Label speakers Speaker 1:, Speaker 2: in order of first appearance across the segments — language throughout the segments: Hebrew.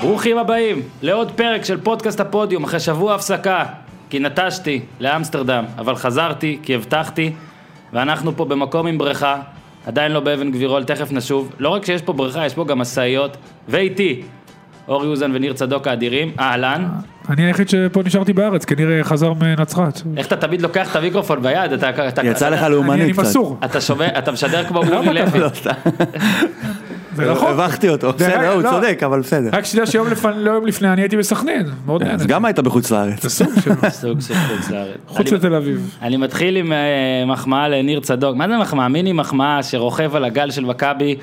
Speaker 1: ברוכים הבאים לעוד פרק של פודקאסט הפודיום, אחרי שבוע הפסקה, כי נטשתי לאמסטרדם, אבל חזרתי, כי הבטחתי, ואנחנו פה במקום עם בריכה, עדיין לא באבן גבירול, תכף נשוב. לא רק שיש פה בריכה, יש פה גם משאיות, ואיתי, אורי אוזן וניר צדוק האדירים, אהלן.
Speaker 2: אני היחיד שפה נשארתי בארץ, כנראה חזר מנצרת.
Speaker 1: איך אתה תמיד לוקח את המיקרופון ביד? אתה, אתה,
Speaker 3: יצא לך
Speaker 2: אני
Speaker 3: לאומני
Speaker 2: אני
Speaker 3: קצת.
Speaker 2: מסור,
Speaker 1: אתה שומע, אתה משדר כמו אורי לוי.
Speaker 2: זה רחוק.
Speaker 3: הבכתי אה, אותו, בסדר,
Speaker 2: אגב,
Speaker 3: הוא
Speaker 2: לא.
Speaker 3: צודק, אבל בסדר.
Speaker 2: רק שתדע שיום לפני, לא יום לפני, אני הייתי בסכנין, מאוד נהנה.
Speaker 3: אז גם היית בחוץ לארץ.
Speaker 2: זה סוג של...
Speaker 1: סוג של חוץ לארץ.
Speaker 2: חוץ
Speaker 1: אני-
Speaker 2: לתל אביב.
Speaker 1: אני מתחיל עם אה, מחמאה לניר צדוק. מה זה מחמאה? מיני מחמאה שרוכב על הגל של מכבי.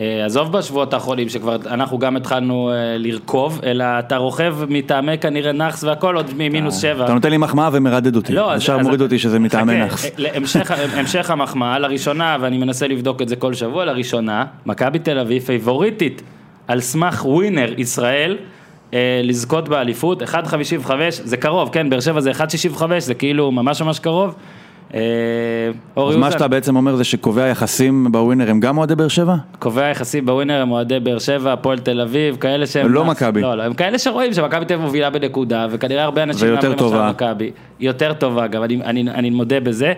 Speaker 1: אה, עזוב בשבועות האחרונים שכבר אנחנו גם התחלנו אה, לרכוב, אלא אתה רוכב מטעמי כנראה נאחס והכל עוד ממינוס שבע.
Speaker 3: אה, אתה לא נותן לי מחמאה ומרדד אותי.
Speaker 1: לא, אז-
Speaker 3: ישר
Speaker 1: אז-
Speaker 3: מוריד אותי שזה מטעמי
Speaker 1: חכה,
Speaker 3: נאחס.
Speaker 1: אה, להמשך- המשך המחמאה, לראשונה, ואני מנסה לבדוק את זה כל שבוע, לראשונה, מכבי תל אביב פייבוריטית על סמך ווינר ישראל. אה, לזכות באליפות, 1.55 זה קרוב, כן, באר שבע זה 1.65 זה כאילו ממש ממש קרוב. אה, אורי
Speaker 3: אז מה
Speaker 1: אוזן,
Speaker 3: שאתה בעצם אומר זה שקובעי היחסים בווינר הם גם אוהדי באר שבע?
Speaker 1: קובע יחסים בווינר הם אוהדי באר שבע, הפועל תל אביב, כאלה שהם...
Speaker 3: הם לא מכבי.
Speaker 1: לא, לא, הם כאלה שרואים שמכבי תל אביב מובילה בנקודה, וכנראה הרבה אנשים...
Speaker 3: ויותר
Speaker 1: מהמרים עכשיו
Speaker 3: טובה.
Speaker 1: על מכבי. יותר טובה גם, אני, אני, אני מודה בזה.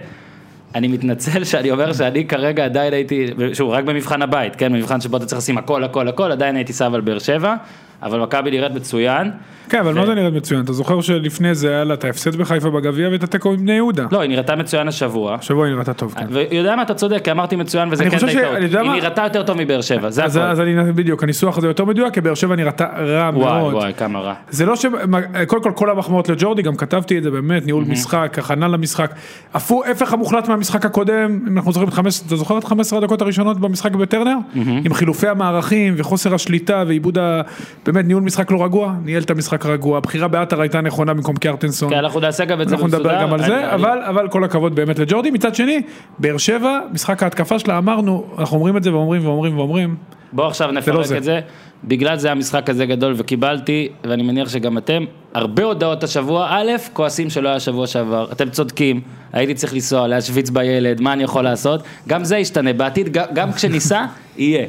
Speaker 1: אני מתנצל שאני אומר שאני כרגע עדיין הייתי, שוב, רק במבחן הבית, כן, במבחן שבו אתה צריך לשים הכל, הכל, הכל, עדיין הייתי סב על באר שבע, אבל מכבי נראית מצוין.
Speaker 2: כן, אבל מה זה נראה מצוין? אתה זוכר שלפני זה היה לה את ההפסד בחיפה בגביע ואת התיקו עם בני יהודה.
Speaker 1: לא, היא נראתה מצוין השבוע.
Speaker 2: שבוע היא נראתה טוב, כן.
Speaker 1: ויודע מה, אתה צודק, כי אמרתי מצוין וזה
Speaker 2: אני
Speaker 1: כן
Speaker 2: חושב
Speaker 1: די
Speaker 2: ש-
Speaker 1: טעות.
Speaker 2: אני יודע
Speaker 1: היא
Speaker 2: מה-
Speaker 1: נראתה יותר טוב מבאר שבע, זה
Speaker 2: אז
Speaker 1: הכל.
Speaker 2: אז אני, בדיוק, הניסוח הזה יותר מדויק, כי באר שבע נראתה רע
Speaker 1: וואי,
Speaker 2: מאוד.
Speaker 1: וואי, כמה רע.
Speaker 2: זה לא ש... מה- קודם כל כל המחמאות לג'ורדי, גם כתבתי את זה באמת, ניהול משחק, הכנה למשחק. הפוך, ההפך המוחלט מהמשחק הקודם, אם אנחנו זוכרים את 15, אתה זוכר את 15 הדקות הראשונות במשחק בטרנר? עם חילופי המערכים וחוסר השליטה ועיבוד ה... באמת ניהול משחק לא רגוע, ניהל את המשחק רגוע, הבחירה בעטר הייתה נכונה במקום קיארטנסון.
Speaker 1: כן, אנחנו נעשה גם את זה
Speaker 2: אנחנו
Speaker 1: במסודר.
Speaker 2: נדבר גם על
Speaker 1: אני-
Speaker 2: זה,
Speaker 1: אני-
Speaker 2: אבל, אבל כל הכבוד באמת לג'ורדי. מצד שני, באר שבע, משחק ההתקפה שלה, אמרנו, אנחנו אומרים את זה ואומרים ואומרים ואומרים,
Speaker 1: בואו עכשיו
Speaker 2: לא
Speaker 1: נפרק
Speaker 2: זה.
Speaker 1: את זה. בגלל זה המשחק הזה גדול וקיבלתי, ואני מניח שגם אתם, הרבה הודעות השבוע. א', כועסים שלא היה שבוע שעבר, אתם צודקים, הייתי צריך לנסוע, להשוויץ בילד, מה אני יכול לעשות? גם זה ישתנה בעתיד, גם, גם כשניסע, יהיה.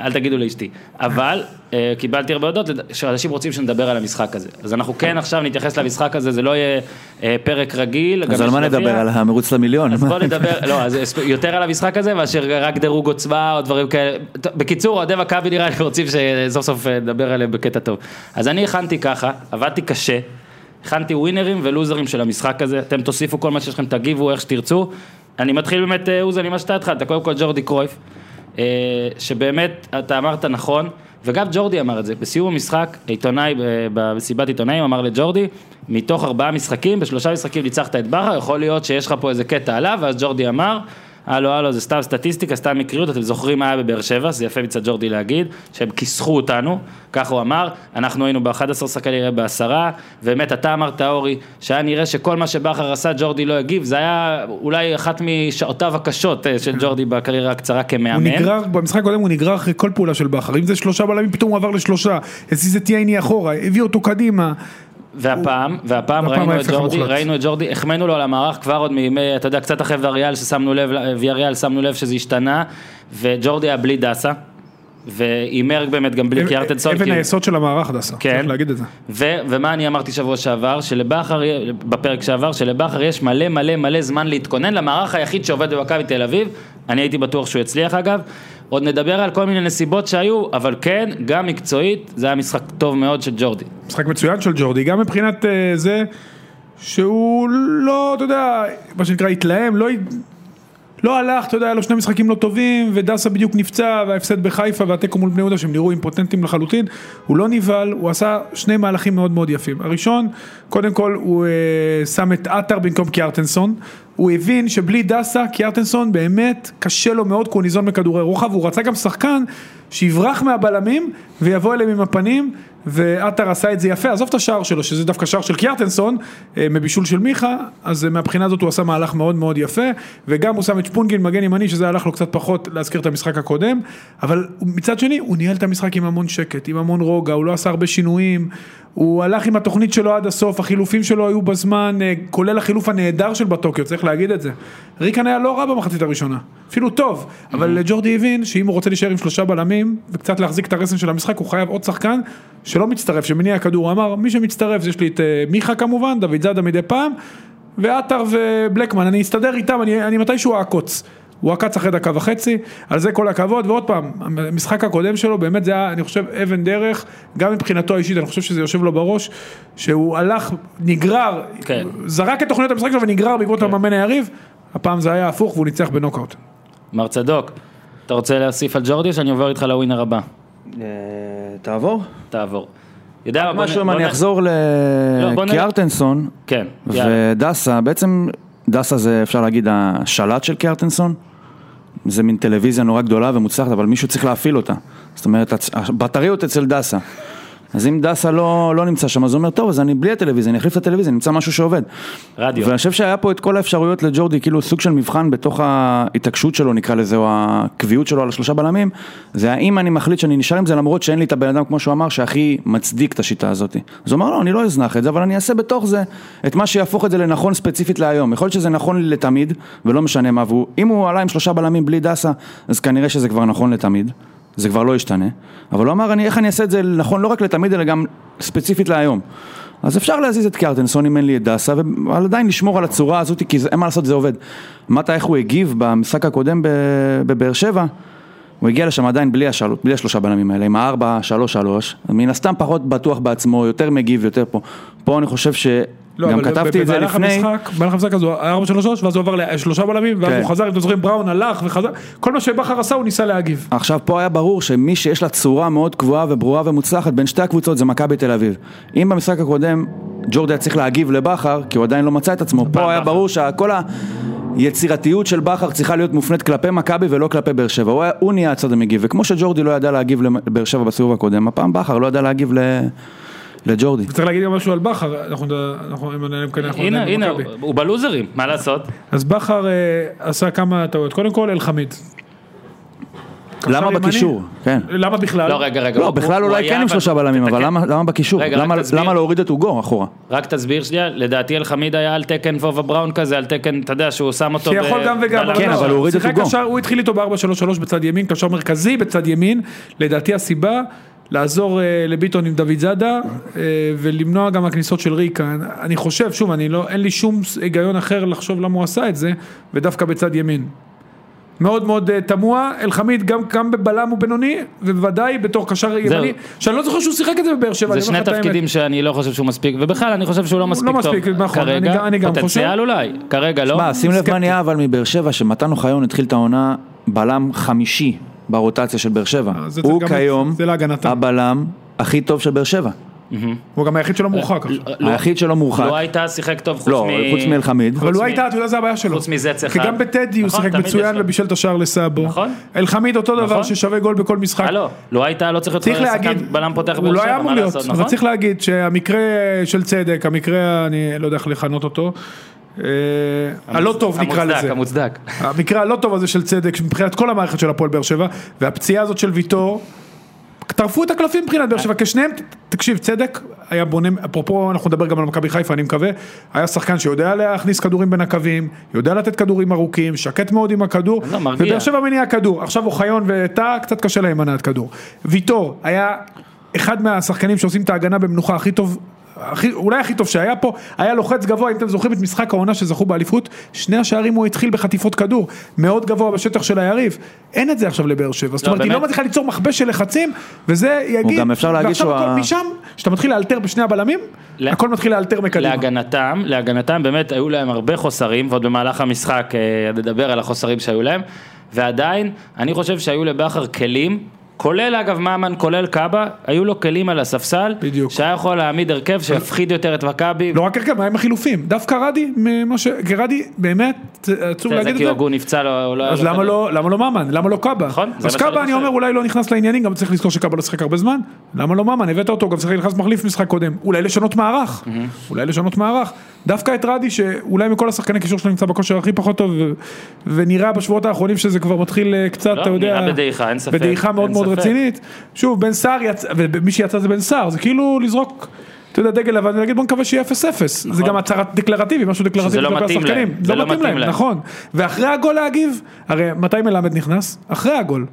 Speaker 1: אל תגידו לאשתי. אבל אה, קיבלתי הרבה הודעות לד- שאנשים רוצים שנדבר על המשחק הזה. אז אנחנו כן עכשיו נתייחס למשחק הזה, זה לא יהיה אה, פרק רגיל. גם
Speaker 3: אז על
Speaker 1: יש
Speaker 3: מה
Speaker 1: גביע.
Speaker 3: נדבר? על המרוץ למיליון?
Speaker 1: אז בוא נדבר, לא, אז ספ- יותר על המשחק הזה מאשר רק דירוג עוצמה או דברים כאלה. טוב, בקיצור, אוהדי מכבי נראה לי רוצים שסוף סוף אה, נדבר עליהם בקטע טוב. אז אני הכנתי ככה, עבדתי קשה, הכנתי ווינרים ולוזרים של המשחק הזה, אתם תוסיפו כל מה שיש לכם, תגיבו איך שתרצו. אני מתחיל באמת, אה, אוזן, עם מה שאתה התחלת, קודם כל ג'ורדי קרויף, אה, שבאמת, אתה אמרת נכון, וגם ג'ורדי אמר את זה, בסיום המשחק, עיתונאי, אה, במסיבת עיתונאים אמר לג'ורדי, מתוך ארבעה משחקים, בשלושה משחקים ניצחת את בכר, יכול להיות שיש לך פה איזה קטע עליו, ואז ג'ורדי אמר, הלו הלו זה סתם סטטיסטיקה, סתם מקריות, אתם זוכרים מה היה בבאר שבע, זה יפה מצד ג'ורדי להגיד, שהם כיסחו אותנו, כך הוא אמר, אנחנו היינו ב-11 כנראה בעשרה, באמת אתה אמרת אורי, שהיה נראה שכל מה שבכר עשה ג'ורדי לא הגיב, זה היה אולי אחת משעותיו הקשות אה, של ג'ורדי בקריירה הקצרה
Speaker 2: הוא
Speaker 1: כמאמן.
Speaker 2: נגרר, במשחק הקודם הוא נגרר אחרי כל פעולה של בכר, אם זה שלושה בלמים פתאום הוא עבר לשלושה, הזיז את יעני E אחורה, הביא אותו קדימה,
Speaker 1: והפעם, והפעם
Speaker 2: והפעם
Speaker 1: ראינו את
Speaker 2: ההפך
Speaker 1: ג'ורדי,
Speaker 2: המוחלט.
Speaker 1: ראינו את ג'ורדי, החמאנו לו על המערך כבר עוד מימי, אתה יודע, קצת אחרי ויאריאל ששמנו לב, ויאריאל שמנו לב שזה השתנה, וג'ורדי היה בלי דסה, והימר באמת גם בלי קיארטנסון,
Speaker 2: אבן
Speaker 1: כי-
Speaker 2: היסוד של המערך דסה,
Speaker 1: כאילו. כן.
Speaker 2: צריך להגיד את זה.
Speaker 1: ו- ומה אני אמרתי שבוע שעבר, שלבכר, בפרק שעבר, שלבכר יש מלא מלא מלא זמן להתכונן למערך היחיד שעובד במכבי תל אביב, אני הייתי בטוח שהוא יצליח אגב, עוד נדבר על כל מיני נסיבות שהיו, אבל כן, גם מקצועית, זה היה משחק טוב מאוד של ג'ורדי.
Speaker 2: משחק מצוין של ג'ורדי, גם מבחינת אה, זה שהוא לא, אתה יודע, מה שנקרא התלהם, לא, הת- לא הלך, אתה יודע, היה לו שני משחקים לא טובים, ודסה בדיוק נפצע, וההפסד בחיפה והתיקו מול בני יהודה שהם נראו אימפוטנטים לחלוטין, הוא לא נבהל, הוא עשה שני מהלכים מאוד מאוד יפים. הראשון, קודם כל הוא אה, שם את עטר במקום קיארטנסון, הוא הבין שבלי דסה, קיארטנסון באמת קשה לו מאוד, כי הוא ניזון מכדורי רוחב, הוא רצה גם שחקן שיברח מהבלמים ויבוא אליהם עם הפנים. ועטר עשה את זה יפה, עזוב את השער שלו, שזה דווקא שער של קיארטנסון, אה, מבישול של מיכה, אז אה, מהבחינה הזאת הוא עשה מהלך מאוד מאוד יפה, וגם הוא שם את שפונגין מגן ימני, שזה הלך לו קצת פחות להזכיר את המשחק הקודם, אבל הוא- מצד שני, הוא ניהל את המשחק עם המון שקט, עם המון רוגע, הוא לא עשה הרבה שינויים, הוא הלך עם התוכנית שלו עד הסוף, החילופים שלו היו בזמן, אה, כולל החילוף הנהדר של בטוקיו, צריך להגיד את זה. ריקן היה לא רע במחצית הראשונה, אפילו טוב, אבל ג'ורדי הבין שאם הוא רוצה להישאר עם שלושה בלמים וקצת להחזיק את הרסן של המשחק, הוא חייב עוד שחקן שלא מצטרף, שמניע כדור, הוא אמר, מי שמצטרף, יש לי את אה, מיכה כמובן, דוד זאדה מדי פעם, ועטר ובלקמן, אני אסתדר איתם, אני, אני מתישהו אעקוץ. הוא עקץ אחרי דקה וחצי, על זה כל הכבוד, ועוד פעם, המשחק הקודם שלו באמת זה היה, אני חושב, אבן דרך, גם מבחינתו האישית, אני חושב שזה יושב לו בראש, שהוא הלך, נגרר,
Speaker 1: כן.
Speaker 2: זרק את תוכניות המשחק שלו ונגרר בעקבות המאמן היריב, הפעם זה היה הפוך והוא ניצח בנוקאוט.
Speaker 1: מר צדוק, אתה רוצה להוסיף על ג'ורדי או שאני עובר איתך לווינר הבא?
Speaker 4: אה, תעבור.
Speaker 1: תעבור. יודע מה, בוא נ-
Speaker 3: משהו אם
Speaker 1: בוא
Speaker 3: אני
Speaker 1: נ-
Speaker 3: אחזור
Speaker 1: לא, בוא נ-
Speaker 3: לקיארטנסון
Speaker 1: כן, יאללה.
Speaker 3: ודסה, בעצם דסה זה אפשר להגיד השלט של קיארטנסון. זה מין טלוויזיה נורא גדולה ומוצלחת, אבל מישהו צריך להפעיל אותה. זאת אומרת, הצ- הבטריות אצל דסה. אז אם דסה לא, לא נמצא שם, אז הוא אומר, טוב, אז אני בלי הטלוויזיה, אני אחליף את הטלוויזיה, נמצא משהו שעובד.
Speaker 1: רדיו.
Speaker 3: ואני חושב שהיה פה את כל האפשרויות לג'ורדי, כאילו סוג של מבחן בתוך ההתעקשות שלו, נקרא לזה, או הקביעות שלו על השלושה בלמים, זה האם אני מחליט שאני נשאר עם זה, למרות שאין לי את הבן אדם, כמו שהוא אמר, שהכי מצדיק את השיטה הזאת. אז הוא אמר, לא, אני לא אזנח את זה, אבל אני אעשה בתוך זה את מה שיהפוך את זה לנכון ספציפית להיום. יכול להיות שזה נכון לי לתמיד, ולא משנה מה, והוא, אם הוא עלה עם שלושה בלמים בלי דסה, אז כנראה שזה כבר נכון לתמיד. זה כבר לא ישתנה, אבל הוא אמר אני, איך אני אעשה את זה נכון לא רק לתמיד אלא גם ספציפית להיום. אז אפשר להזיז את קיארטנסון אם אין לי את דסה, אבל עדיין לשמור על הצורה הזאת, כי זה- אין מה לעשות, זה עובד. אמרת איך הוא הגיב במשחק הקודם ב- בבאר שבע, הוא הגיע לשם עדיין בלי, השל... בלי השלושה בלמים האלה, עם הארבע, שלוש, שלוש, מן הסתם פחות בטוח בעצמו, יותר מגיב, יותר פה. פה אני חושב שגם
Speaker 2: לא, אבל
Speaker 3: כתבתי את זה
Speaker 2: במהלך
Speaker 3: לפני,
Speaker 2: המשחק, במהלך המשחק אז הוא היה 4 3 3 ואז הוא עבר לשלושה בלמים, ואז
Speaker 3: כן.
Speaker 2: הוא חזר, אם אתם זוכרים, בראון הלך וחזר, כל מה שבכר עשה הוא ניסה להגיב.
Speaker 3: עכשיו פה היה ברור שמי שיש לה צורה מאוד קבועה וברורה ומוצלחת בין שתי הקבוצות זה מכבי תל אביב. אם במשחק הקודם ג'ורדי היה צריך להגיב לבכר, כי הוא עדיין לא מצא את עצמו, פה היה
Speaker 1: בכר.
Speaker 3: ברור שכל היצירתיות של בכר צריכה להיות מופנית כלפי מכבי ולא כלפי באר שבע. הוא היה- הוא נהיה הצד המגיב, וכמו שג'ורדי לא ידע להגיב לבאר שבע בסיבוב הקודם, הפעם בכר לא ידע להגיב ל- לג'ורדי.
Speaker 2: צריך להגיד גם משהו על בכר, אנחנו אנחנו- אם נעלם כאן, אנחנו
Speaker 1: הנה,
Speaker 2: נעלם
Speaker 1: הנה,
Speaker 2: במכבי.
Speaker 1: הוא בלוזרים, מה לעשות?
Speaker 2: אז בכר אה, עשה כמה טעויות, קודם כל אלחמיד.
Speaker 3: למה
Speaker 2: ימני?
Speaker 3: בקישור? כן.
Speaker 2: למה בכלל?
Speaker 1: לא, רגע, רגע.
Speaker 3: לא,
Speaker 1: הוא-
Speaker 3: בכלל
Speaker 1: הוא
Speaker 3: אולי
Speaker 1: היה,
Speaker 3: כן עם
Speaker 1: אבל-
Speaker 3: שלושה בלמים, אבל
Speaker 1: תתקן.
Speaker 3: למה למה בקישור?
Speaker 1: רגע, רק
Speaker 3: למה-
Speaker 1: תסביר.
Speaker 3: למה להוריד את עוגו אחורה?
Speaker 1: רק תסביר שנייה, לדעתי אלחמיד היה על תקן וובה בראון כזה, על תקן, אתה יודע, שהוא שם אותו...
Speaker 2: כי יכול
Speaker 1: ב-
Speaker 2: גם וגם,
Speaker 1: אה,
Speaker 2: לא,
Speaker 1: בלם. לא
Speaker 3: כן, אבל הוא הוריד את
Speaker 2: שיחק
Speaker 3: עוגו.
Speaker 2: קשר- הוא התחיל איתו ב-4-3-3 בצד ימין, קשר מרכזי בצד ימין, לדעתי הסיבה, לעזור אה, לביטון עם דוד זאדה, אה, ולמנוע גם הכניסות של ריקה, אני- אני חושב, שוב, אני לא, אין לי שום ס- היגיון אחר לחשוב למה הוא עשה את זה, ודווקא בצד ימין. מאוד מאוד אה, תמוה, אלחמיד גם, גם בבלם הוא בינוני, ובוודאי בתור קשר ימני, שאני לא זוכר שהוא שיחק את זה בבאר שבע,
Speaker 1: זה
Speaker 2: אני אומר
Speaker 1: שני
Speaker 2: לך את האמת.
Speaker 1: תפקידים שאני לא חושב שהוא מספיק, ובכלל אני חושב שהוא לא מספיק טוב.
Speaker 2: מספיק, נכון, אני
Speaker 1: כרגע,
Speaker 2: גם- אני גם
Speaker 1: פוטנציאל
Speaker 2: חושב.
Speaker 1: אולי, כרגע לא.
Speaker 3: שמע, שים לב
Speaker 2: סקפטי.
Speaker 3: מה נהיה אבל מבאר שבע, שמתן אוחיון התחיל את העונה בלם חמישי ברוטציה של באר שבע.
Speaker 2: אה, זה
Speaker 3: הוא
Speaker 2: גם-
Speaker 3: כיום
Speaker 2: זה להגנתם.
Speaker 3: הבלם הכי טוב של באר שבע.
Speaker 2: הוא גם היחיד שלא מורחק עכשיו.
Speaker 1: לא-
Speaker 3: היחיד שלא מורחק.
Speaker 1: לא הייתה שיחק טוב חוץ
Speaker 3: לא,
Speaker 1: מ...
Speaker 3: חוץ מאלחמיד.
Speaker 2: אבל
Speaker 1: חוץ
Speaker 2: הוא
Speaker 1: מ-
Speaker 2: הייתה, אתה יודע, זה הבעיה שלו.
Speaker 1: חוץ מזה
Speaker 2: כי
Speaker 1: צריך-
Speaker 2: גם בטדי הוא
Speaker 1: נכון,
Speaker 2: שיחק
Speaker 1: תמיד יש
Speaker 2: מצוין
Speaker 1: לו.
Speaker 2: ובישל את השער לסאבו.
Speaker 1: נכון.
Speaker 2: אלחמיד אותו דבר
Speaker 1: נכון.
Speaker 2: ששווה גול בכל משחק.
Speaker 1: הלו, לו הייתה אה, לא צריך להיות
Speaker 2: צריך
Speaker 1: שחקן
Speaker 2: להגיד,
Speaker 1: בלם פותח
Speaker 2: הוא
Speaker 1: באר
Speaker 2: לא
Speaker 1: שבע,
Speaker 2: היה אמור
Speaker 1: מה
Speaker 2: להיות,
Speaker 1: לעשות,
Speaker 2: אבל
Speaker 1: נכון?
Speaker 2: צריך להגיד שהמקרה של צדק, המקרה, אני לא יודע איך לכנות אותו, אה, הלא לא טוב נקרא
Speaker 1: המוצדק,
Speaker 2: לזה.
Speaker 1: המוצדק.
Speaker 2: המקרה הלא טוב הזה של צדק מבחינת כל המערכת של הפועל באר שבע והפציעה הזאת של ויטור טרפו את הקלפים מבחינת באר שבע כשניהם תקשיב צדק היה בונה אפרופו אנחנו נדבר גם על מכבי חיפה אני מקווה היה שחקן שיודע להכניס כדורים בין הקווים יודע לתת כדורים ארוכים שקט מאוד עם הכדור
Speaker 1: לא, מרגיע.
Speaker 2: ובאר שבע מניע כדור עכשיו אוחיון וטאה קצת קשה להם מנעת כדור ויטור היה אחד מהשחקנים שעושים את ההגנה במנוחה הכי טוב הכי, אולי הכי טוב שהיה פה, היה לוחץ גבוה, אם אתם זוכרים את משחק העונה שזכו באליפות, שני השערים הוא התחיל בחטיפות כדור, מאוד גבוה בשטח של היריב, אין את זה עכשיו לבאר שבע, זאת
Speaker 1: לא,
Speaker 2: אומרת, היא
Speaker 1: באמת.
Speaker 2: לא מצליחה ליצור מכבש של לחצים, וזה יגיד,
Speaker 3: גם אפשר להגיד
Speaker 2: ועכשיו
Speaker 3: שהוא
Speaker 2: הכל
Speaker 3: ה-
Speaker 2: משם, כשאתה מתחיל לאלתר בשני הבלמים,
Speaker 1: לה-
Speaker 2: הכל מתחיל לאלתר מקדימה.
Speaker 1: להגנתם, להגנתם באמת היו להם הרבה חוסרים, ועוד במהלך המשחק אה, נדבר על החוסרים שהיו להם, ועדיין, אני חושב שהיו לבכר כלים, כולל אגב ממן, כולל קאבה, היו לו כלים על הספסל,
Speaker 2: בדיוק.
Speaker 1: שהיה יכול להעמיד הרכב שיפחיד יותר את מכבי,
Speaker 2: לא רק הרכב, מה עם החילופים? דווקא רדי, ממה ש... כי רדי, באמת, עצוב
Speaker 1: זה זה
Speaker 2: להגיד את
Speaker 1: כי
Speaker 2: זה.
Speaker 1: הוגו נפצע לו, הוא לא היה
Speaker 2: אז
Speaker 1: לו
Speaker 2: למה
Speaker 1: כדור.
Speaker 2: לא, למה לא ממן? למה לא קאבה?
Speaker 1: נכון, זה
Speaker 2: אז
Speaker 1: מה שאני
Speaker 2: קאבה אני
Speaker 1: חושב.
Speaker 2: אומר אולי לא נכנס לעניינים, גם צריך לזכור שקאבה לא שיחק הרבה זמן. למה לא ממן? הבאת אותו, גם שיחק נכנס מחליף משחק קודם. אולי לשנות מערך. אולי לשנות מערך. דווקא את רדי, שאולי מכל השחקני קישור שלו נמצא בכושר הכי פחות טוב, ו- ונראה בשבועות האחרונים שזה כבר מתחיל אה, קצת,
Speaker 1: לא,
Speaker 2: אתה יודע...
Speaker 1: נראה בדעיכה, אין ספק,
Speaker 2: בדעיכה מאוד
Speaker 1: אין
Speaker 2: מאוד
Speaker 1: ספק.
Speaker 2: רצינית. שוב, בן סער יצא, ומי שיצא זה בן סער, זה כאילו לזרוק... אתה יודע, דגל לבן, ולהגיד בוא נקווה שיהיה 0-0. זה גם הצהרת דקלרטיבי, משהו
Speaker 1: נכון. שזה
Speaker 2: דקלרטיבי
Speaker 1: לא
Speaker 2: כלפי
Speaker 1: מתאים להם,
Speaker 2: השחקנים.
Speaker 1: זה לא מתאים להם.
Speaker 2: נכון. ואחרי הגול להגיב, הרי מתי מלמד נכנס? אחרי הגול.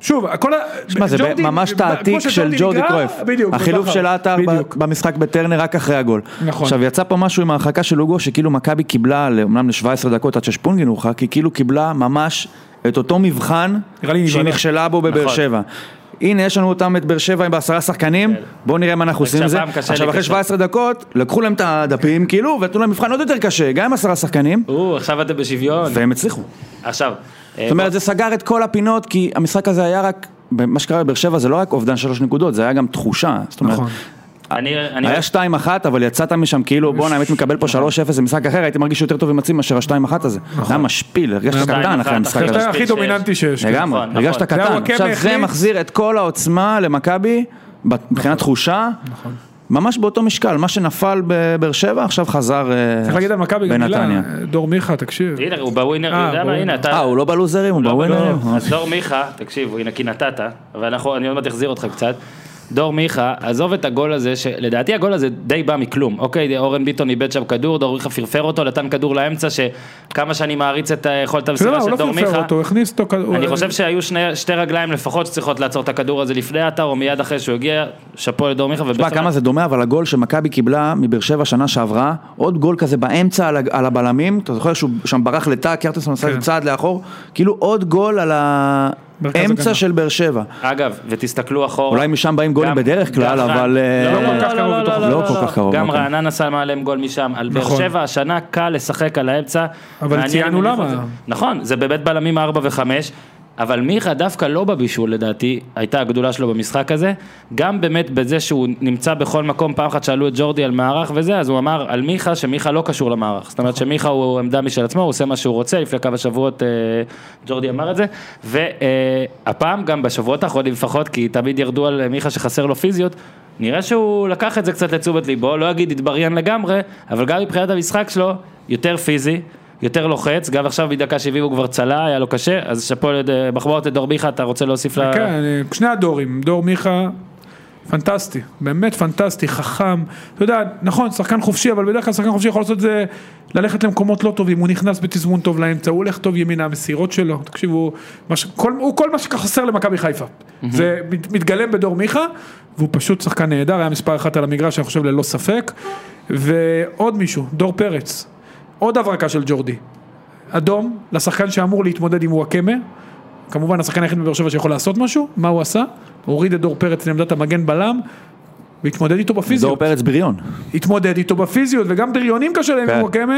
Speaker 2: שוב, כל ה...
Speaker 3: שמע, זה
Speaker 2: ג'ורדי-
Speaker 3: ממש
Speaker 2: כמו
Speaker 3: תעתיק של
Speaker 2: שג'ורדי
Speaker 3: ג'ורדי
Speaker 2: נגרר,
Speaker 3: קרויף.
Speaker 2: בדיוק.
Speaker 3: החילוף
Speaker 2: בכר.
Speaker 3: של עטר ב-
Speaker 2: בדיוק.
Speaker 3: במשחק בטרנר רק אחרי הגול.
Speaker 2: נכון.
Speaker 3: עכשיו יצא פה משהו עם ההרחקה של אוגו, שכאילו מכבי קיבלה, אמנם ל-17 דקות עד ששפונגין הורחק, היא כאילו קיבלה ממש את אותו מבחן
Speaker 2: נראה לי
Speaker 3: שהיא
Speaker 2: נבהלה.
Speaker 3: נכשלה בו בבאר
Speaker 1: נכון.
Speaker 3: שבע. הנה יש לנו אותם את באר שבע עם בעשרה שחקנים, בואו נראה מה אנחנו עושים עם זה.
Speaker 1: שהפעם כן. קשה
Speaker 3: עכשיו
Speaker 1: לי
Speaker 3: אחרי
Speaker 1: קשה.
Speaker 3: 17 דקות, לקחו להם את הדפים כאילו, ונתנו להם מבחן עוד יותר קשה, גם עם עשרה שחקנים,
Speaker 2: לא?
Speaker 1: או, עכשיו אתם בשוויון.
Speaker 3: והם הצליחו.
Speaker 1: עכשיו. אה,
Speaker 3: זאת אומרת, זה סגר את כל הפינות, כי המשחק הזה היה רק, מה שקרה בבאר שבע זה לא רק אובדן שלוש נקודות, זה היה גם תחושה. זאת אומרת,
Speaker 2: נכון.
Speaker 1: אני... אני-
Speaker 3: היה 2-1, אבל יצאת משם כאילו, בואנה, אם הייתי מקבל
Speaker 2: נכון.
Speaker 3: פה 3-0 זה משחק אחר, הייתי מרגיש יותר טוב עם עצמי מאשר ה-2-1 הזה. זה
Speaker 2: נכון.
Speaker 3: היה משפיל, הרגשת
Speaker 1: 2-1,
Speaker 3: קטן אחרי המשחק
Speaker 1: אחרי
Speaker 2: זה
Speaker 3: הזה.
Speaker 2: הכי
Speaker 1: שיש.
Speaker 2: דומיננטי שיש. כאילו.
Speaker 3: לגמרי,
Speaker 1: נכון,
Speaker 3: הרגשת
Speaker 1: נכון.
Speaker 2: זה
Speaker 3: קטן.
Speaker 2: הוואקמה
Speaker 3: עכשיו זה
Speaker 2: החליט. נכון.
Speaker 3: מחזיר את כל העוצמה למכבי, מבחינת תחושה, ממש באותו משקל, מה שנפל בבאר שבע עכשיו חזר אה,
Speaker 2: צריך להגיד על מכבי גם
Speaker 3: בנתניה.
Speaker 2: מילה, דור מיכה, תקשיב.
Speaker 1: הנה, הוא בווינר,
Speaker 2: אה,
Speaker 1: אתה יודע מה,
Speaker 2: בווינר.
Speaker 1: הנה, אתה...
Speaker 3: אה, הוא לא בלוזרים, הוא אה. בווינר.
Speaker 1: לא, אז דור מיכה, תקשיב, הנה כי נתת, אבל אנחנו- אני עוד מעט אחזיר אותך קצת. דור מיכה, עזוב את הגול הזה, שלדעתי הגול הזה די בא מכלום. אוקיי, אורן ביטון איבד שם כדור, דור מיכה פרפר אותו, נתן כדור לאמצע, שכמה שאני מעריץ את אה, יכולת
Speaker 2: אתה יודע מה,
Speaker 1: המסירה
Speaker 2: הוא
Speaker 1: של
Speaker 2: לא
Speaker 1: דור
Speaker 2: פרפר
Speaker 1: מיכה.
Speaker 2: אותו, הוא הכניס אותו. כדור-
Speaker 1: אני
Speaker 2: הוא-
Speaker 1: חושב שהיו שני, שתי רגליים לפחות שצריכות לעצור את הכדור הזה לפני האתר או מיד אחרי שהוא הגיע, שאפו לדור מיכה.
Speaker 3: תשמע, כמה זה דומה, אבל הגול שמכבי קיבלה מבאר שבע שנה שעברה, עוד גול כזה באמצע על, ה- על הבלמים, אתה זוכר שהוא שם ברח לתא, קרטנסון עשה איזה צעד לאחור, כאילו עוד גול על
Speaker 2: מרכז
Speaker 3: האמצע
Speaker 2: הגנה.
Speaker 3: של באר שבע.
Speaker 1: אגב, ותסתכלו אחורה.
Speaker 3: אולי משם באים גולים
Speaker 1: גם-
Speaker 3: בדרך כלל,
Speaker 1: גם-
Speaker 3: אבל... אה,
Speaker 2: לא, כל כך קרוב בתוך-
Speaker 3: לא כל כך קרוב,
Speaker 1: גם
Speaker 3: אוקיי.
Speaker 1: רעננה שמה עליהם גול משם. על באר
Speaker 2: נכון.
Speaker 1: שבע השנה קל לשחק על האמצע.
Speaker 2: אבל
Speaker 1: מעניין
Speaker 2: ציינו
Speaker 1: אם
Speaker 2: למה.
Speaker 1: זה- נכון, זה באמת בלמים 4 ו-5. אבל מיכה דווקא לא בבישול לדעתי, הייתה הגדולה שלו במשחק הזה, גם באמת בזה שהוא נמצא בכל מקום, פעם אחת שאלו את ג'ורדי על מערך וזה, אז הוא אמר על מיכה שמיכה לא קשור למערך, זאת אומרת שמיכה הוא עמדה משל עצמו, הוא עושה מה שהוא רוצה, לפני כמה שבועות אה, ג'ורדי אמר את זה, והפעם גם בשבועות האחרונים לפחות, כי תמיד ירדו על מיכה שחסר לו פיזיות, נראה שהוא לקח את זה קצת לתשומת ליבו, לא אגיד התבריין לגמרי, אבל גם מבחינת המשחק שלו, יותר פיזי, יותר לוחץ, גם עכשיו מדקה 70 הוא כבר צלה, היה לו קשה, אז שאפו לד- מחמאות לדור מיכה, אתה רוצה להוסיף ל...
Speaker 2: כן, אני- שני הדורים, דור מיכה, פנטסטי, באמת פנטסטי, חכם. אתה יודע, נכון, שחקן חופשי, אבל בדרך כלל שחקן חופשי יכול לעשות את זה, ללכת למקומות לא טובים, הוא נכנס בתזמון טוב לאמצע, הוא הולך טוב ימינה, המסירות שלו, תקשיבו, הוא כל מה שחסר למכבי חיפה. זה מת- מתגלם בדור מיכה, והוא פשוט שחקן נהדר, היה מספר אחת על המגרש, אני חושב ללא ספק. ועוד מישהו, דור פרץ, עוד הברקה של ג'ורדי. אדום לשחקן שאמור להתמודד עם וואקמה, כמובן השחקן היחיד בבאר שבע שיכול לעשות משהו, מה הוא עשה? הוריד את דור פרץ לעמדת המגן בלם, והתמודד איתו
Speaker 3: דור
Speaker 2: בפיזיות,
Speaker 3: פרץ בריון.
Speaker 2: התמודד איתו בפיזיות, וגם בריונים קשה להם
Speaker 3: כן.
Speaker 2: עם וואקמה,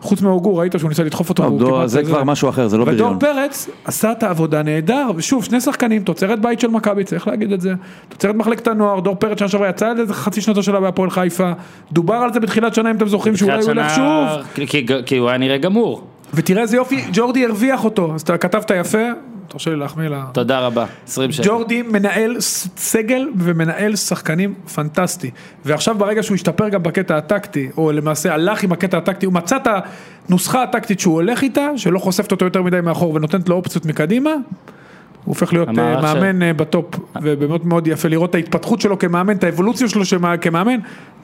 Speaker 2: חוץ מהוגו, ראית שהוא ניסה לדחוף אותו,
Speaker 3: לא,
Speaker 2: והוא
Speaker 3: דור-
Speaker 2: כמעט-
Speaker 3: זה כבר משהו אחר, זה לא
Speaker 2: ודור
Speaker 3: בריון.
Speaker 2: פרץ עשה את העבודה נהדר, ושוב, שני שחקנים, תוצרת בית של מכבי, צריך להגיד את זה. תוצרת מחלקת הנוער, דור פרץ שנה שעברה יצא לאיזה חצי שנתו שלה בהפועל חיפה, דובר על זה בתחילת שנה, אם אתם זוכרים, שאולי הוא
Speaker 1: בתחילת
Speaker 2: הולך
Speaker 1: שנה-
Speaker 2: שוב.
Speaker 1: כי- כי, כי הוא היה נראה גמור.
Speaker 2: ותראה איזה יופי, ג'ורדי הרוויח אותו, אז אתה כתבת יפה, תרשה לי להחמיא לה.
Speaker 1: תודה רבה. 20 שקל.
Speaker 2: ג'ורדי מנהל ס- סגל ומנהל שחקנים פנטסטי. ועכשיו ברגע שהוא השתפר גם בקטע הטקטי, או למעשה הלך עם הקטע הטקטי, הוא מצא את הנוסחה הטקטית שהוא הולך איתה, שלא חושפת אותו יותר מדי מאחור ונותנת לו אופציות מקדימה, הוא הופך להיות
Speaker 1: המערך
Speaker 2: אה, מאמן אה, בטופ, ובאמת מאוד יפה לראות את ההתפתחות שלו כמאמן, את האבולוציה שלו שמא- כמאמן,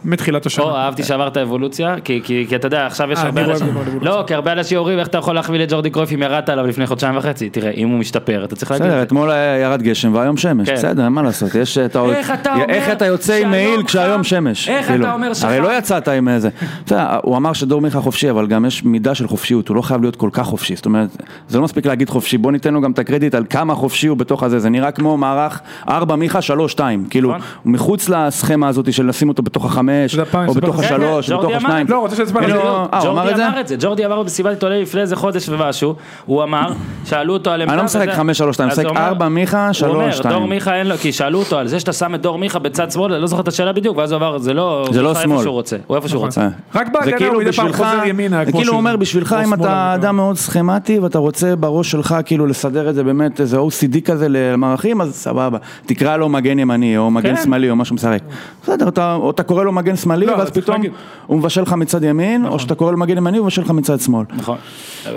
Speaker 2: מתחילת
Speaker 1: או,
Speaker 2: השנה.
Speaker 1: לא, אהבתי שעברת אבולוציה, כי, כי, כי אתה יודע, עכשיו יש
Speaker 2: אה,
Speaker 1: הרבה
Speaker 2: אני רואה
Speaker 1: אנשים...
Speaker 2: בזה מאוד
Speaker 1: לא, כי הרבה אנשים אומרים, איך אתה יכול להחמיא לג'ורדי קרויף אם ירדת עליו לפני חודשיים וחצי? תראה, אם הוא משתפר, אתה צריך להגיד...
Speaker 3: בסדר,
Speaker 1: את זה.
Speaker 3: אתמול היה- ירד גשם והיום שמש,
Speaker 1: כן.
Speaker 3: בסדר, אין מה לעשות, יש את ה...
Speaker 1: איך אתה אומר
Speaker 3: איך אתה יוצא עם
Speaker 1: שהיום
Speaker 3: מעיל
Speaker 1: חם?
Speaker 3: כשהיום שמש?
Speaker 1: איך
Speaker 3: כאילו.
Speaker 1: אתה אומר שחם?
Speaker 3: הרי לא יצאת עם איזה... בסדר, הוא אמר שדור מיכה חופשי, אבל גם יש מידה של חופשיות, הוא לא חייב להיות כל כך חופשי, זאת אומרת, זה לא מספיק להגיד חופשי, בוא ניתן לו גם את הקרדיט על כמה חופשי הוא בתוך הזה, זה נראה כמו מערך 4 מיכה 3-2,
Speaker 1: נכון.
Speaker 3: כאילו, הוא מחוץ לסכמה הזאת של לשים אותו בתוך החמש,
Speaker 2: אתה יודע, פעם
Speaker 3: או
Speaker 2: אני
Speaker 3: בתוך
Speaker 2: אספר
Speaker 1: לך-
Speaker 3: השלוש,
Speaker 1: כן,
Speaker 3: או
Speaker 1: ג'ורדי
Speaker 3: בתוך
Speaker 1: אמר.
Speaker 3: השניים.
Speaker 2: לא, רוצה שתספר לי.
Speaker 3: אין לו-
Speaker 1: בדיוק,
Speaker 3: אה, הוא אמר את
Speaker 1: ג'ורדי
Speaker 3: זה?
Speaker 1: אמר את זה, ג'ורדי אמר במסיבת עיתונאים לפני איזה חודש ומשהו, הוא אמר, שאלו אותו על עמדה,
Speaker 3: אני לא משחק
Speaker 1: וזה-
Speaker 3: 5-3-2,
Speaker 1: אז הוא
Speaker 3: משחק
Speaker 1: אמר-
Speaker 3: 4 מיכה,
Speaker 1: הוא אומר,
Speaker 3: 3-2.
Speaker 1: דור מיכה אין לו, כי שאלו אותו על זה שאתה שם את דור מיכה בצד שמאל, אני לא זוכר את השאלה בדיוק, ואז הוא אמר, זה לא,
Speaker 3: זה לא
Speaker 1: מיכה
Speaker 3: שמאל."
Speaker 1: איפה שהוא רוצה, הוא איפה שהוא
Speaker 2: נכון.
Speaker 1: רוצה.
Speaker 3: אה.
Speaker 2: רק בהגנה
Speaker 3: זה
Speaker 2: הוא
Speaker 3: כאילו
Speaker 2: מדי פעם
Speaker 3: בשבילך-
Speaker 2: חוזר ימינה,
Speaker 3: זה
Speaker 2: כמו
Speaker 3: כאילו
Speaker 2: שהוא-
Speaker 3: אומר בשבילך
Speaker 2: או
Speaker 3: אם אתה
Speaker 2: שמאלה,
Speaker 3: אדם מאוד סכמטי ואתה רוצה בראש שלך כאילו לסדר את זה באמת איזה OCD כזה למערכים אז סבבה תקרא לו מגן ימני או מגן
Speaker 1: כן.
Speaker 3: שמאלי או משהו משחק. בסדר אתה- או אתה קורא לו מגן שמאלי,
Speaker 2: לא, נכון. אבל
Speaker 3: ואז
Speaker 2: צריך
Speaker 3: פתאום
Speaker 2: להגיד.
Speaker 3: הוא מבשל לך מצד ימין, או שאתה קורא לו מגן ימני, הוא מבשל לך מצד שמאל.
Speaker 1: נכון.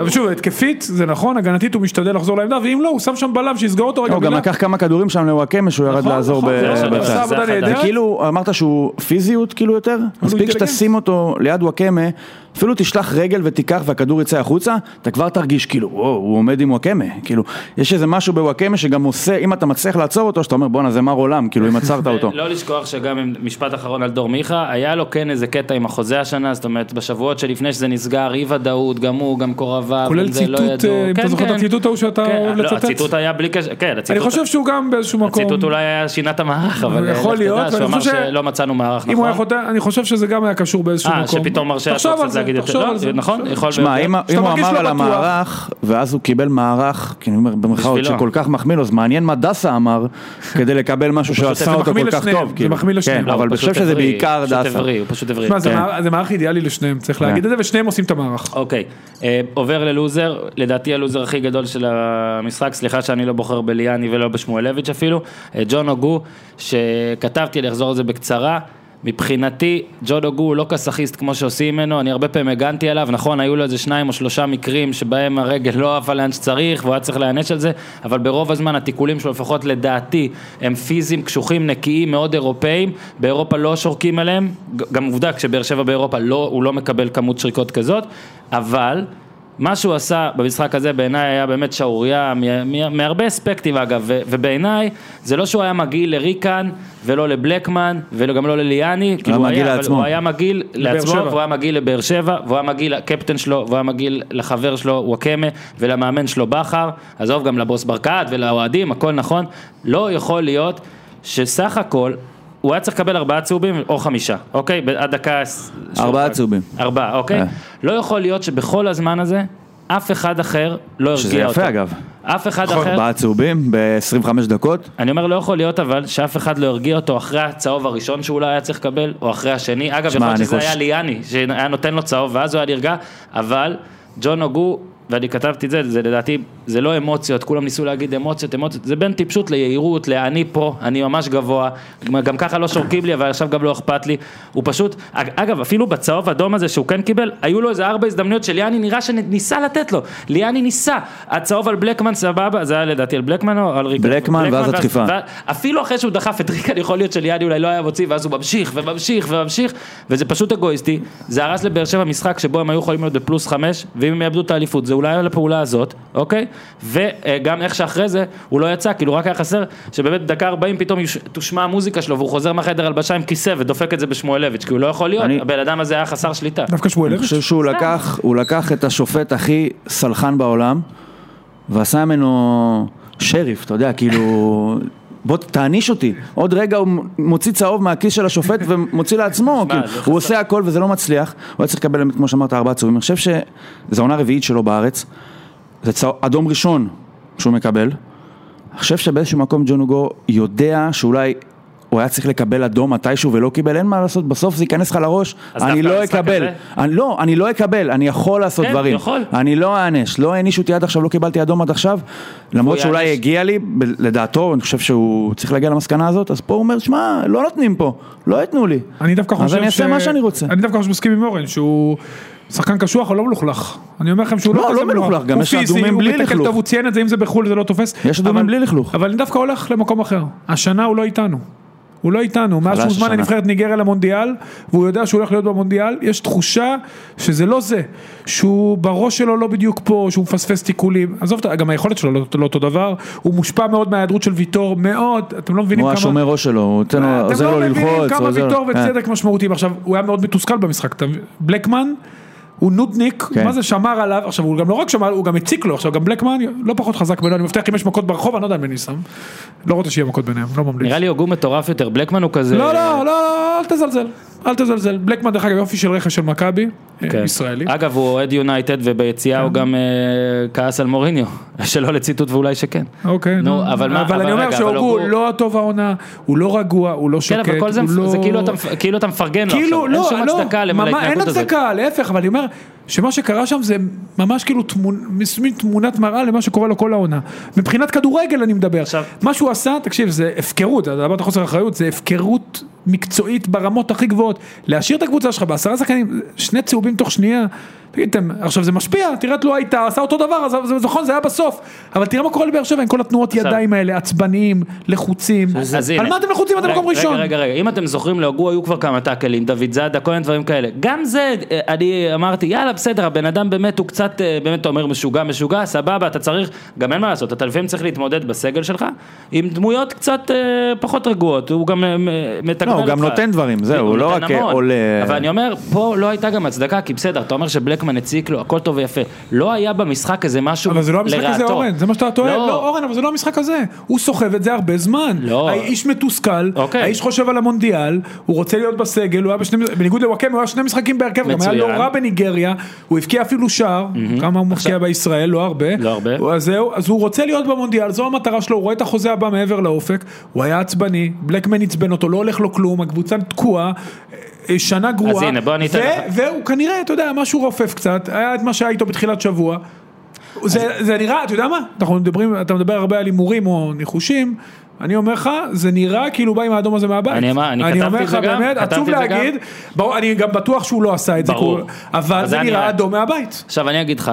Speaker 2: אבל שוב, התקפית, זה נכון, הגנתית הוא משתדל לחזור לעמדה, ואם לא, הוא שם שם בלם שיסגור אותו רגע.
Speaker 3: הוא לא, גם
Speaker 2: מילה.
Speaker 3: לקח כמה כדורים שם לוואקמה שהוא ירד
Speaker 2: נכון,
Speaker 3: לעזור
Speaker 2: נכון,
Speaker 3: ב-
Speaker 2: זה
Speaker 1: יש לו
Speaker 2: הוא עשה
Speaker 3: בצד.
Speaker 1: זה
Speaker 2: עבודה
Speaker 1: החדש.
Speaker 2: נהדרת.
Speaker 3: זה כאילו, אמרת שהוא פיזיות כאילו יותר, מספיק
Speaker 2: אינטליגנט.
Speaker 3: שאתה שים אותו ליד וואקמה, אפילו תשלח רגל ותיקח והכדור יצא החוצה, אתה כבר תרגיש כאילו, וואו, הוא עומד עם וואקמה, כאילו, יש איזה משהו בוואקמה שגם עושה, אם אתה מצליח לעצור אותו, שאתה אומר, בואנה זה מר עולם, כאילו, אם עצרת אותו.
Speaker 1: לא לשכוח שגם עם משפט אחרון על דור מיכה, היה לו כן איזה קטע עם החוזה השנה, זאת אומרת בשבועות שלפני שזה נסגר, אי ודאות, גם הוא, גם קורביו,
Speaker 2: כולל
Speaker 1: גם זה, לא
Speaker 2: ציטוט,
Speaker 1: ידעו.
Speaker 2: אה, אם אתה
Speaker 1: כן,
Speaker 2: זוכר את
Speaker 1: כן.
Speaker 2: הציטוט ההוא שאתה
Speaker 1: כן,
Speaker 2: אוהב
Speaker 1: לא,
Speaker 2: לצטט?
Speaker 1: הציטוט היה בלי קשר, כן,
Speaker 2: אני
Speaker 1: הציטוט...
Speaker 2: חושב שהוא גם באיזשהו מקום.
Speaker 1: הציטוט אולי היה שינה את המערך, אבל
Speaker 2: יכול
Speaker 1: לך תדע
Speaker 2: להיות,
Speaker 1: שהוא
Speaker 2: ואני
Speaker 1: אמר
Speaker 2: חושב ש-
Speaker 1: שלא מצאנו מערך נכון.
Speaker 2: אם הוא היה חוטא, אני חושב שזה גם היה קשור באיזשהו
Speaker 1: אה,
Speaker 2: מקום.
Speaker 1: שפתאום מרשה
Speaker 2: תחשוב
Speaker 1: לעצמו
Speaker 2: על
Speaker 1: קצת
Speaker 2: זה,
Speaker 1: להגיד
Speaker 2: תחשוב
Speaker 1: יותר,
Speaker 2: על זה.
Speaker 1: לא, נכון, יכול
Speaker 3: שמע,
Speaker 1: ביותר.
Speaker 3: אם אם
Speaker 2: שאתה
Speaker 3: הוא
Speaker 2: מרגיש
Speaker 3: אמר
Speaker 2: לא
Speaker 3: על
Speaker 2: בטוח.
Speaker 3: המערך, ואז הוא קיבל מערך, כי אני אומר במרכאות,
Speaker 1: בשבילו.
Speaker 3: שכל כך מחמיא לו, אז מעניין מה דסה אמר, כדי לקבל משהו שעשה
Speaker 2: זה
Speaker 3: אותו
Speaker 2: מחמיא
Speaker 3: כל כך
Speaker 2: לשניהם,
Speaker 3: טוב.
Speaker 2: זה
Speaker 3: כאילו.
Speaker 2: מחמיא לשניהם.
Speaker 3: כן,
Speaker 2: לא,
Speaker 1: הוא
Speaker 3: אבל אני
Speaker 1: פשוט
Speaker 3: חושב שזה
Speaker 1: הבריא,
Speaker 3: בעיקר
Speaker 1: הוא פשוט
Speaker 3: דסה.
Speaker 1: הבריא, הוא פשוט הבריא.
Speaker 2: שמע, זה
Speaker 3: כן.
Speaker 2: מה- זה מערך אידיאלי לשניהם, צריך להגיד את זה, ושניהם עושים את המערך.
Speaker 1: אוקיי, אה, עובר ללוזר, לדעתי הלוזר הכי גדול של המשחק, סליחה שאני לא בוחר בליאני ולא בשמואלביץ' אפילו, אה, ג'ון אוגו, שכתבתי, אני אחזור על זה בקצרה. מבחינתי, ג'ון אוגו הוא לא כסאחיסט כמו שעושים ממנו, אני הרבה פעמים הגנתי עליו, נכון, היו לו איזה שניים או שלושה מקרים שבהם הרגל לא עפה לאן שצריך, והוא היה צריך להיענש על זה, אבל ברוב הזמן התיקולים שלו, לפחות לדעתי, הם פיזיים, קשוחים, נקיים, מאוד אירופאים, באירופה לא שורקים עליהם, ג- גם עובדה, כשבאר שבע באירופה לא, הוא לא מקבל כמות שריקות כזאת, אבל מה שהוא עשה במשחק הזה בעיניי היה באמת שערורייה מ- מ- מהרבה אספקטים אגב, ו- ובעיניי זה לא שהוא היה מגעיל לריקן ולא לבלקמן וגם לא לליאני, כאילו הוא
Speaker 3: מגעיל
Speaker 1: היה, אבל
Speaker 3: לעצמו.
Speaker 1: הוא היה מגעיל לעצמו
Speaker 2: שבע.
Speaker 1: והוא היה מגעיל לבאר שבע והוא היה מגעיל לקפטן שלו והוא היה מגעיל לחבר שלו וואקמה ולמאמן שלו בכר, עזוב גם לבוס ברקת ולאוהדים, הכל נכון, לא יכול להיות שסך הכל הוא היה צריך לקבל ארבעה צהובים או חמישה, אוקיי? ב- עד דקה... ש-
Speaker 3: ארבעה צהובים.
Speaker 1: ארבעה, אוקיי?
Speaker 3: אה.
Speaker 1: לא יכול להיות שבכל הזמן הזה, אף אחד אחר לא הרגיע אותו.
Speaker 3: שזה יפה אגב.
Speaker 1: אף אחד אחר...
Speaker 3: ארבעה צהובים נכון, ב-25 דקות.
Speaker 1: אני אומר, לא יכול להיות אבל שאף אחד לא הרגיע אותו אחרי הצהוב הראשון שאולי היה צריך לקבל, או אחרי השני. אגב,
Speaker 3: שמע,
Speaker 1: יכול להיות
Speaker 3: אני
Speaker 1: שזה
Speaker 3: חוש-
Speaker 1: היה ליאני, שהיה נותן לו צהוב ואז הוא היה נרגע, אבל ג'ון הוגו, ואני כתבתי את זה, זה לדעתי, זה לא אמוציות, כולם ניסו להגיד אמוציות, אמוציות, זה בין טיפשות ליהירות, ל"אני פה, אני ממש גבוה, גם ככה לא שורקים לי, אבל עכשיו גם לא אכפת לי. הוא פשוט, אג- אגב, אפילו בצהוב אדום הזה שהוא כן קיבל, היו לו איזה ארבע הזדמנויות שליאני נראה שניסה לתת לו, ליאני ניסה. הצהוב על בלקמן סבבה, זה היה לדעתי על בלקמן או על ריק...
Speaker 3: בלקמן, ואז התקיפה.
Speaker 1: אפילו אחרי שהוא דחף את ריקן, יכול להיות שליאני אולי לא היה מוציא, ואז הוא ממשיך וממשיך וממשיך, וזה פשוט אגואיסטי. זה הרס לבאר שבע משחק שבו הם היו יכולים להיות בפלוס חמש, ואם הם יאבדו את האליפות, זה אולי על הפעולה הזאת, אוקיי? וגם איך שאחרי זה, הוא לא יצא, כאילו רק היה חסר, שבאמת דקה 40 פתאום יוש- תושמע המוזיקה שלו, והוא חוזר מהחדר הלבשה עם כיסא ודופק את זה בשמואלביץ', כי הוא לא יכול להיות,
Speaker 3: אני-
Speaker 1: הבן אדם הזה היה חסר שליטה.
Speaker 2: דווקא
Speaker 3: אני
Speaker 2: שמואלביץ'.
Speaker 3: חושב שהוא לקח, הוא לקח את השופט הכי סלחן בעולם, ועשה ממנו שריף, אתה יודע, כאילו... בוא תעניש אותי, עוד רגע הוא מוציא צהוב מהכיס של השופט ומוציא לעצמו,
Speaker 1: שמע,
Speaker 3: כאילו,
Speaker 1: זה חסר.
Speaker 3: הוא עושה הכל וזה לא מצליח, הוא היה צריך לקבל, באמת, כמו שאמרת, ארבעה צהובים, אני חושב שזו עונה רביעית שלו בארץ, זה צה... אדום ראשון שהוא מקבל, אני חושב שבאיזשהו מקום ג'ון הוגו יודע שאולי הוא היה צריך לקבל אדום מתישהו ולא קיבל, אין מה לעשות, בסוף זה ייכנס לך לראש,
Speaker 1: אז
Speaker 3: אני
Speaker 1: דווקא
Speaker 3: לא
Speaker 1: המשחק
Speaker 3: אקבל, אני, לא, אני לא אקבל, אני יכול לעשות
Speaker 1: כן,
Speaker 3: דברים,
Speaker 1: יכול.
Speaker 3: אני לא אענש, לא הענישו אותי עד עכשיו, לא קיבלתי אדום עד עכשיו, למרות
Speaker 1: הוא
Speaker 3: שאולי
Speaker 1: יעניש.
Speaker 3: הגיע לי, ב- לדעתו, אני חושב שהוא צריך להגיע למסקנה הזאת, אז פה הוא אומר, שמע, לא נותנים פה, לא ייתנו לי,
Speaker 2: אני דווקא חושב
Speaker 3: אז אני אעשה מה שאני רוצה.
Speaker 2: אני דווקא מסכים עם אורן, שהוא שחקן קשוח או לא מלוכלך. אני אומר לכם שהוא לא
Speaker 3: לא,
Speaker 2: כזה
Speaker 3: לא מלוכלך, גם
Speaker 2: הוא
Speaker 3: יש
Speaker 2: פיזי,
Speaker 3: אדומים בלי
Speaker 2: הוא מתקל
Speaker 3: לכלוך.
Speaker 2: טוב, הוא ציין את זה, אם זה בחו"ל זה לא תופס.
Speaker 3: יש אדומים
Speaker 2: אבל-
Speaker 3: בלי לכלוך.
Speaker 2: אבל אני דווקא הולך למקום אחר. השנה הוא לא איתנו. הוא לא איתנו, מאז
Speaker 3: חלש
Speaker 2: שהוא זמן
Speaker 3: השנה.
Speaker 2: לנבחרת ניגריה למונדיאל, והוא יודע שהוא הולך להיות במונדיאל, יש תחושה שזה לא זה, שהוא בראש שלו לא בדיוק פה, שהוא מפספס תיקולים, עזוב, גם היכולת שלו לא, לא אותו דבר, הוא מושפע מאוד מההיעדרות של ויטור, מאוד, אתם לא מבינים
Speaker 3: הוא
Speaker 2: כמה...
Speaker 3: השומר ראש שלו, הוא נותן
Speaker 1: אה,
Speaker 3: לו-
Speaker 2: אתם
Speaker 3: עוזר
Speaker 2: לא
Speaker 3: לו ללחוץ,
Speaker 2: מבינים
Speaker 3: הוא
Speaker 2: כמה
Speaker 3: עוזר לו-
Speaker 2: ויטור
Speaker 3: כן.
Speaker 2: וצדק משמעותיים. עכשיו, הוא היה מאוד מתוסכל במשחק. אתה מבין? בלקמן, הוא נודניק,
Speaker 3: כן.
Speaker 2: מה זה שמר עליו? עכשיו, הוא גם לא רק שמר, הוא גם הציק לו. עכשיו, גם בלקמן לא פחות חזק ממנו, אני מבטיח, אם יש מכות ברחוב, אני לא יודע אם אני שם. לא רוצה שיהיה מכות ביניהם, לא ממליץ.
Speaker 1: נראה לי הוגו מטורף יותר, בלקמן הוא כזה...
Speaker 2: לא, לא, לא, לא, אל תזלזל. אל תזלזל. בלקמן, דרך אגב, יופי של רכש של מכבי, אה,
Speaker 1: כן.
Speaker 2: ישראלי.
Speaker 1: אגב, הוא אוהד יונייטד
Speaker 2: כן.
Speaker 1: וביציאה הוא גם אה, כעס על מוריניו, שלא לציטוט ואולי שכן.
Speaker 2: אוקיי,
Speaker 1: נו, אבל מה- אבל
Speaker 2: אבל אני אומר
Speaker 1: רגע,
Speaker 2: שהוגו
Speaker 1: אבל הוא-
Speaker 2: לא טוב העונה, הוא לא רגוע, הוא לא
Speaker 1: כן,
Speaker 2: שקט,
Speaker 1: אבל כל זה
Speaker 2: הוא
Speaker 1: זה
Speaker 2: לא-
Speaker 1: כאילו אתה מפ- כאילו אתה מפרגן לו עכשיו,
Speaker 2: כאילו,
Speaker 1: אין
Speaker 2: לא,
Speaker 1: שום
Speaker 2: לא,
Speaker 1: הצדקה למ-
Speaker 2: ממש- אין
Speaker 1: להתנהגות הזאת.
Speaker 2: הצדקה, להפך, אבל אני אומר, שמה שקרה שם זה ממש כאילו תמונ... מין תמונת מראה למה שקורה לו כל העונה. מבחינת כדורגל אני מדבר.
Speaker 1: עכשיו-
Speaker 2: מה שהוא עשה, תקשיב, זה הפקרות, אתה אמרת חוסר אחריות, זה הפקרות מקצועית ברמות הכי גבוהות. להשאיר את הקבוצה שלך בעשרה שחקנים, שני צהובים תוך שנייה, תגידתם, עכשיו זה משפיע, תראה את לו הייתה, עשה אותו דבר, אז זה נכון, זה היה בסוף, אבל תראה מה קורה לבאר שבע עם כל התנועות
Speaker 1: עכשיו-
Speaker 2: ידיים האלה, עצבניים, לחוצים.
Speaker 1: אז- אז הנה.
Speaker 2: על מה אתם לחוצים אם אתם
Speaker 1: רגע,
Speaker 2: מקום ראשון?
Speaker 1: רגע, רגע, רגע, אם אתם זוכרים, להוגו היו כבר כמה טאקלים, דוד זאדה, כל מיני דברים כאלה. גם זה, אה, אני אמרתי, יאללה, בסדר, הבן אדם באמת הוא קצת, אה, באמת אתה אומר משוגע, משוגע, סבבה, אתה צריך, גם אין מה לעשות, אתה לפעמים צריך להתמודד בסגל שלך עם דמויות קצת אה, פחות רגועות, הוא גם אה, מ- מתגמל
Speaker 3: לא,
Speaker 1: אותך.
Speaker 3: הוא גם נותן דברים, זהו, הוא לא
Speaker 1: נותן
Speaker 3: רק, אה,
Speaker 1: המון.
Speaker 3: עולה-
Speaker 1: אבל אני אומר, פה לא הייתה גם הצדקה, כי בסדר, אתה אומר שבלקמן הציק לו, הכל טוב ויפה. לא היה במשחק איזה משהו
Speaker 2: אבל זה לא המשחק הזה
Speaker 1: לרעתו.
Speaker 2: אורן, זה מה שאתה טועה, לא אורן אבל זה לא המשחק הזה, הוא סוחב את זה הרבה זמן,
Speaker 1: לא.
Speaker 2: האיש מתוסכל,
Speaker 1: אוקיי.
Speaker 2: האיש חושב על המונדיאל, הוא רוצה להיות בסגל, הוא היה בשני, בניגוד לוואקמה הוא היה שני משחקים בהרכב, גם היה
Speaker 1: מצוין.
Speaker 2: לא רע בניגריה, הוא הבקיע אפילו שער, כמה הוא מבקיע בישראל, לא הרבה,
Speaker 1: לא הרבה.
Speaker 2: הוא- אז זהו, אז הוא רוצה להיות במונדיאל, זו המטרה שלו, הוא רואה את החוזה הבא מעבר לאופק, הוא היה עצבני, בלקמן עצבן אותו, לא הולך לו כלום, הקבוצה תקועה. אה, שנה גרועה,
Speaker 1: הנה, בוא אני אתן
Speaker 2: ו-
Speaker 1: לך.
Speaker 2: והוא כנראה, אתה יודע, משהו רופף קצת, היה את מה שהיה איתו בתחילת שבוע, זה, זה נראה, אתה יודע מה? אנחנו מדברים, אתה מדבר הרבה על הימורים או ניחושים. אני אומר לך, זה נראה כאילו בא עם האדום הזה מהבית.
Speaker 1: אני אמר- אני כתבתי
Speaker 2: אומר
Speaker 1: את
Speaker 2: לך,
Speaker 1: זה גם,
Speaker 2: באמת,
Speaker 1: כתבתי
Speaker 2: עצוב
Speaker 1: את זה גם.
Speaker 2: להגיד, ברור, אני גם בטוח שהוא לא עשה את זה,
Speaker 1: ברור.
Speaker 2: כי הוא- אבל
Speaker 1: אז
Speaker 2: זה
Speaker 1: זה
Speaker 2: נראה
Speaker 1: נראה.
Speaker 2: אדום מהבית.
Speaker 1: עכשיו אני אגיד לך,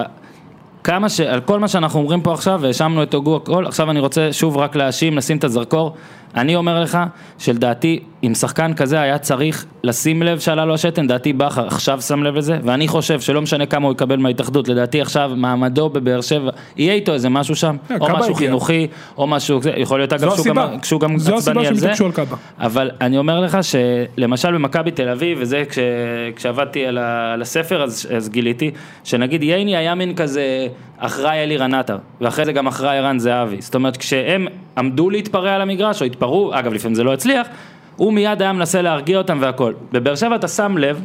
Speaker 1: כמה ש... על כל מה שאנחנו אומרים פה עכשיו, והאשמנו את הוגו הכל, עכשיו אני רוצה שוב רק להאשים, לשים את הזרקור. אני אומר לך, שלדעתי, אם שחקן כזה היה צריך לשים לב שעלה לו השתן, דעתי בכר עכשיו שם לב לזה, ואני חושב שלא משנה כמה הוא יקבל מההתאחדות, לדעתי עכשיו מעמדו בבאר שבע, יהיה איתו איזה משהו שם,
Speaker 2: אה,
Speaker 1: או
Speaker 2: כבהה
Speaker 1: משהו
Speaker 2: הגיע.
Speaker 1: חינוכי, או משהו, זה, יכול להיות
Speaker 2: זו
Speaker 1: אגב שהוא
Speaker 2: הסיבה.
Speaker 1: גם, שהוא גם
Speaker 2: זו הסיבה
Speaker 1: עצבני
Speaker 2: שהם
Speaker 1: על זה,
Speaker 2: התעקשו על כבהה.
Speaker 1: אבל אני אומר לך שלמשל במכבי תל אביב, וזה כש, כשעבדתי על, ה, על הספר אז, אז גיליתי, שנגיד ייני היה מין כזה אחראי אלירן עטר, ואחרי זה גם אחראי ערן זהבי. זאת אומרת כשהם עמדו להתפרע על המגרש, או התפרעו, אגב לפעמים זה לא הצליח, הוא מיד היה מנסה להרגיע אותם והכל. בבאר שבע אתה שם לב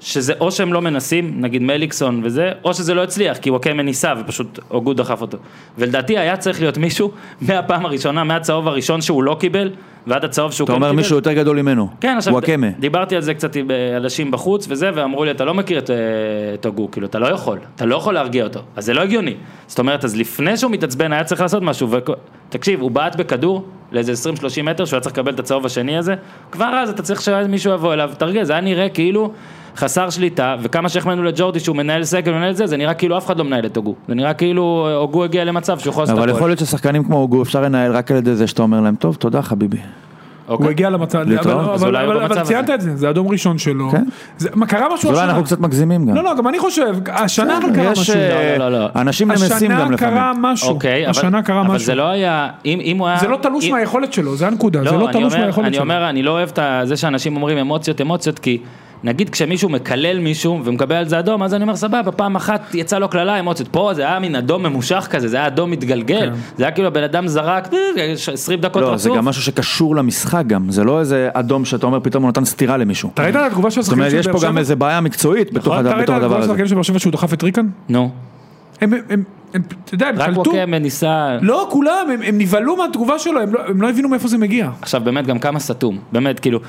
Speaker 1: שזה או שהם לא מנסים, נגיד מליקסון וזה, או שזה לא הצליח, כי וואקמה ניסה ופשוט הוגו דחף אותו. ולדעתי היה צריך להיות מישהו מהפעם הראשונה, מהצהוב הראשון שהוא לא קיבל, ועד הצהוב שהוא
Speaker 3: אתה
Speaker 1: כן קיבל.
Speaker 3: אומר מישהו יותר גדול ממנו,
Speaker 1: כן, עכשיו,
Speaker 3: וואקמה.
Speaker 1: ד- דיברתי על זה קצת עם אה, אנשים בחוץ וזה, ואמרו לי, אתה לא מכיר את, אה, את הוגו, כאילו, אתה לא יכול, אתה לא יכול להרגיע אותו, אז זה לא הגיוני. זאת אומרת, אז לפני שהוא מתעצבן היה צריך לעשות משהו, וכו- תקשיב, הוא בעט בכדור לאיזה 20-30 מטר, שהוא היה צריך לקבל את הצהוב השני הזה, כבר אז אתה צריך שמישהו יבוא אליו, תרגיע, זה היה נראה כאילו חסר שליטה, וכמה שהחמאנו לג'ורדי שהוא מנהל סגל, מנהל זה, זה נראה כאילו אף אחד לא מנהל את הוגו, זה נראה כאילו אה, הוגו הגיע למצב שהוא יכול לעשות
Speaker 3: אבל
Speaker 1: הכול.
Speaker 3: יכול להיות ששחקנים כמו הוגו אפשר לנהל רק על ידי זה שאתה אומר להם, טוב, תודה חביבי.
Speaker 1: אוקיי.
Speaker 2: הוא הגיע למצב, אבל-
Speaker 3: לטוב,
Speaker 2: אבל-
Speaker 1: אז אולי הוא
Speaker 2: אבל
Speaker 1: במצב
Speaker 2: אבל
Speaker 1: הזה.
Speaker 2: ציינת את זה, זה אדום ראשון שלו.
Speaker 3: כן.
Speaker 2: זה- מה, קרה משהו
Speaker 3: אז אולי אנחנו קצת מגזימים גם.
Speaker 2: לא, לא, גם אני חושב, השנה
Speaker 1: כן,
Speaker 2: אבל קרה
Speaker 3: יש,
Speaker 2: משהו.
Speaker 3: אה,
Speaker 1: לא, לא, לא.
Speaker 3: אנשים נמסים
Speaker 2: השנה
Speaker 3: גם
Speaker 2: קרה
Speaker 3: לפעמים.
Speaker 2: משהו,
Speaker 1: אוקיי, אבל-
Speaker 2: השנה קרה
Speaker 1: אבל זה
Speaker 2: משהו.
Speaker 1: לא היה, אם, אם הוא היה...
Speaker 2: זה לא תלוש
Speaker 1: אם-
Speaker 2: מהיכולת שלו, זה הנקודה, זה לא
Speaker 1: אני
Speaker 2: תלוש
Speaker 1: אומר-
Speaker 2: מהיכולת
Speaker 1: אני
Speaker 2: שלו.
Speaker 1: אומר, אני לא אוהב את ה- זה שאנשים אומרים אמוציות, אמוציות, כי נגיד כשמישהו מקלל מישהו ומקבל על זה אדום, אז אני אומר, סבבה, פעם אחת יצא לו קללה, אמוציות. פה זה היה מין אדום ממושך כזה, זה היה אדום מתגלגל,
Speaker 2: כן.
Speaker 1: זה היה כאילו הבן אדם זרק אה, 20 דקות
Speaker 3: לא, זה
Speaker 1: רצוף.
Speaker 3: גם משהו שקשור למשחק גם, זה לא איזה אדום שאתה אומר פתאום הוא נתן סטירה למישהו.
Speaker 2: אתה ראית את התגובה של
Speaker 3: זאת
Speaker 2: השחקנים
Speaker 3: אומרת,
Speaker 2: של
Speaker 3: יש
Speaker 2: באר
Speaker 3: פה גם
Speaker 2: שבע? נכון,
Speaker 3: איזה בעיה מקצועית בתוך
Speaker 2: אתה
Speaker 3: הד-
Speaker 2: ראית
Speaker 3: בתוך
Speaker 2: את
Speaker 3: הדבר
Speaker 2: הגול של
Speaker 3: הזה.
Speaker 2: השחקנים של באר שבע שהוא דחף את ריקן?
Speaker 1: נו,
Speaker 2: הם, הם- הם, הם, אתה יודע, הם
Speaker 1: רק אוקיי.
Speaker 2: קלטו.
Speaker 1: ווקאם ניסה...
Speaker 2: לא, כולם, הם, הם נבהלו מהתגובה שלו, הם לא, הם לא הבינו מאיפה זה מגיע.
Speaker 1: עכשיו באמת גם כמה סתום, באמת כאילו,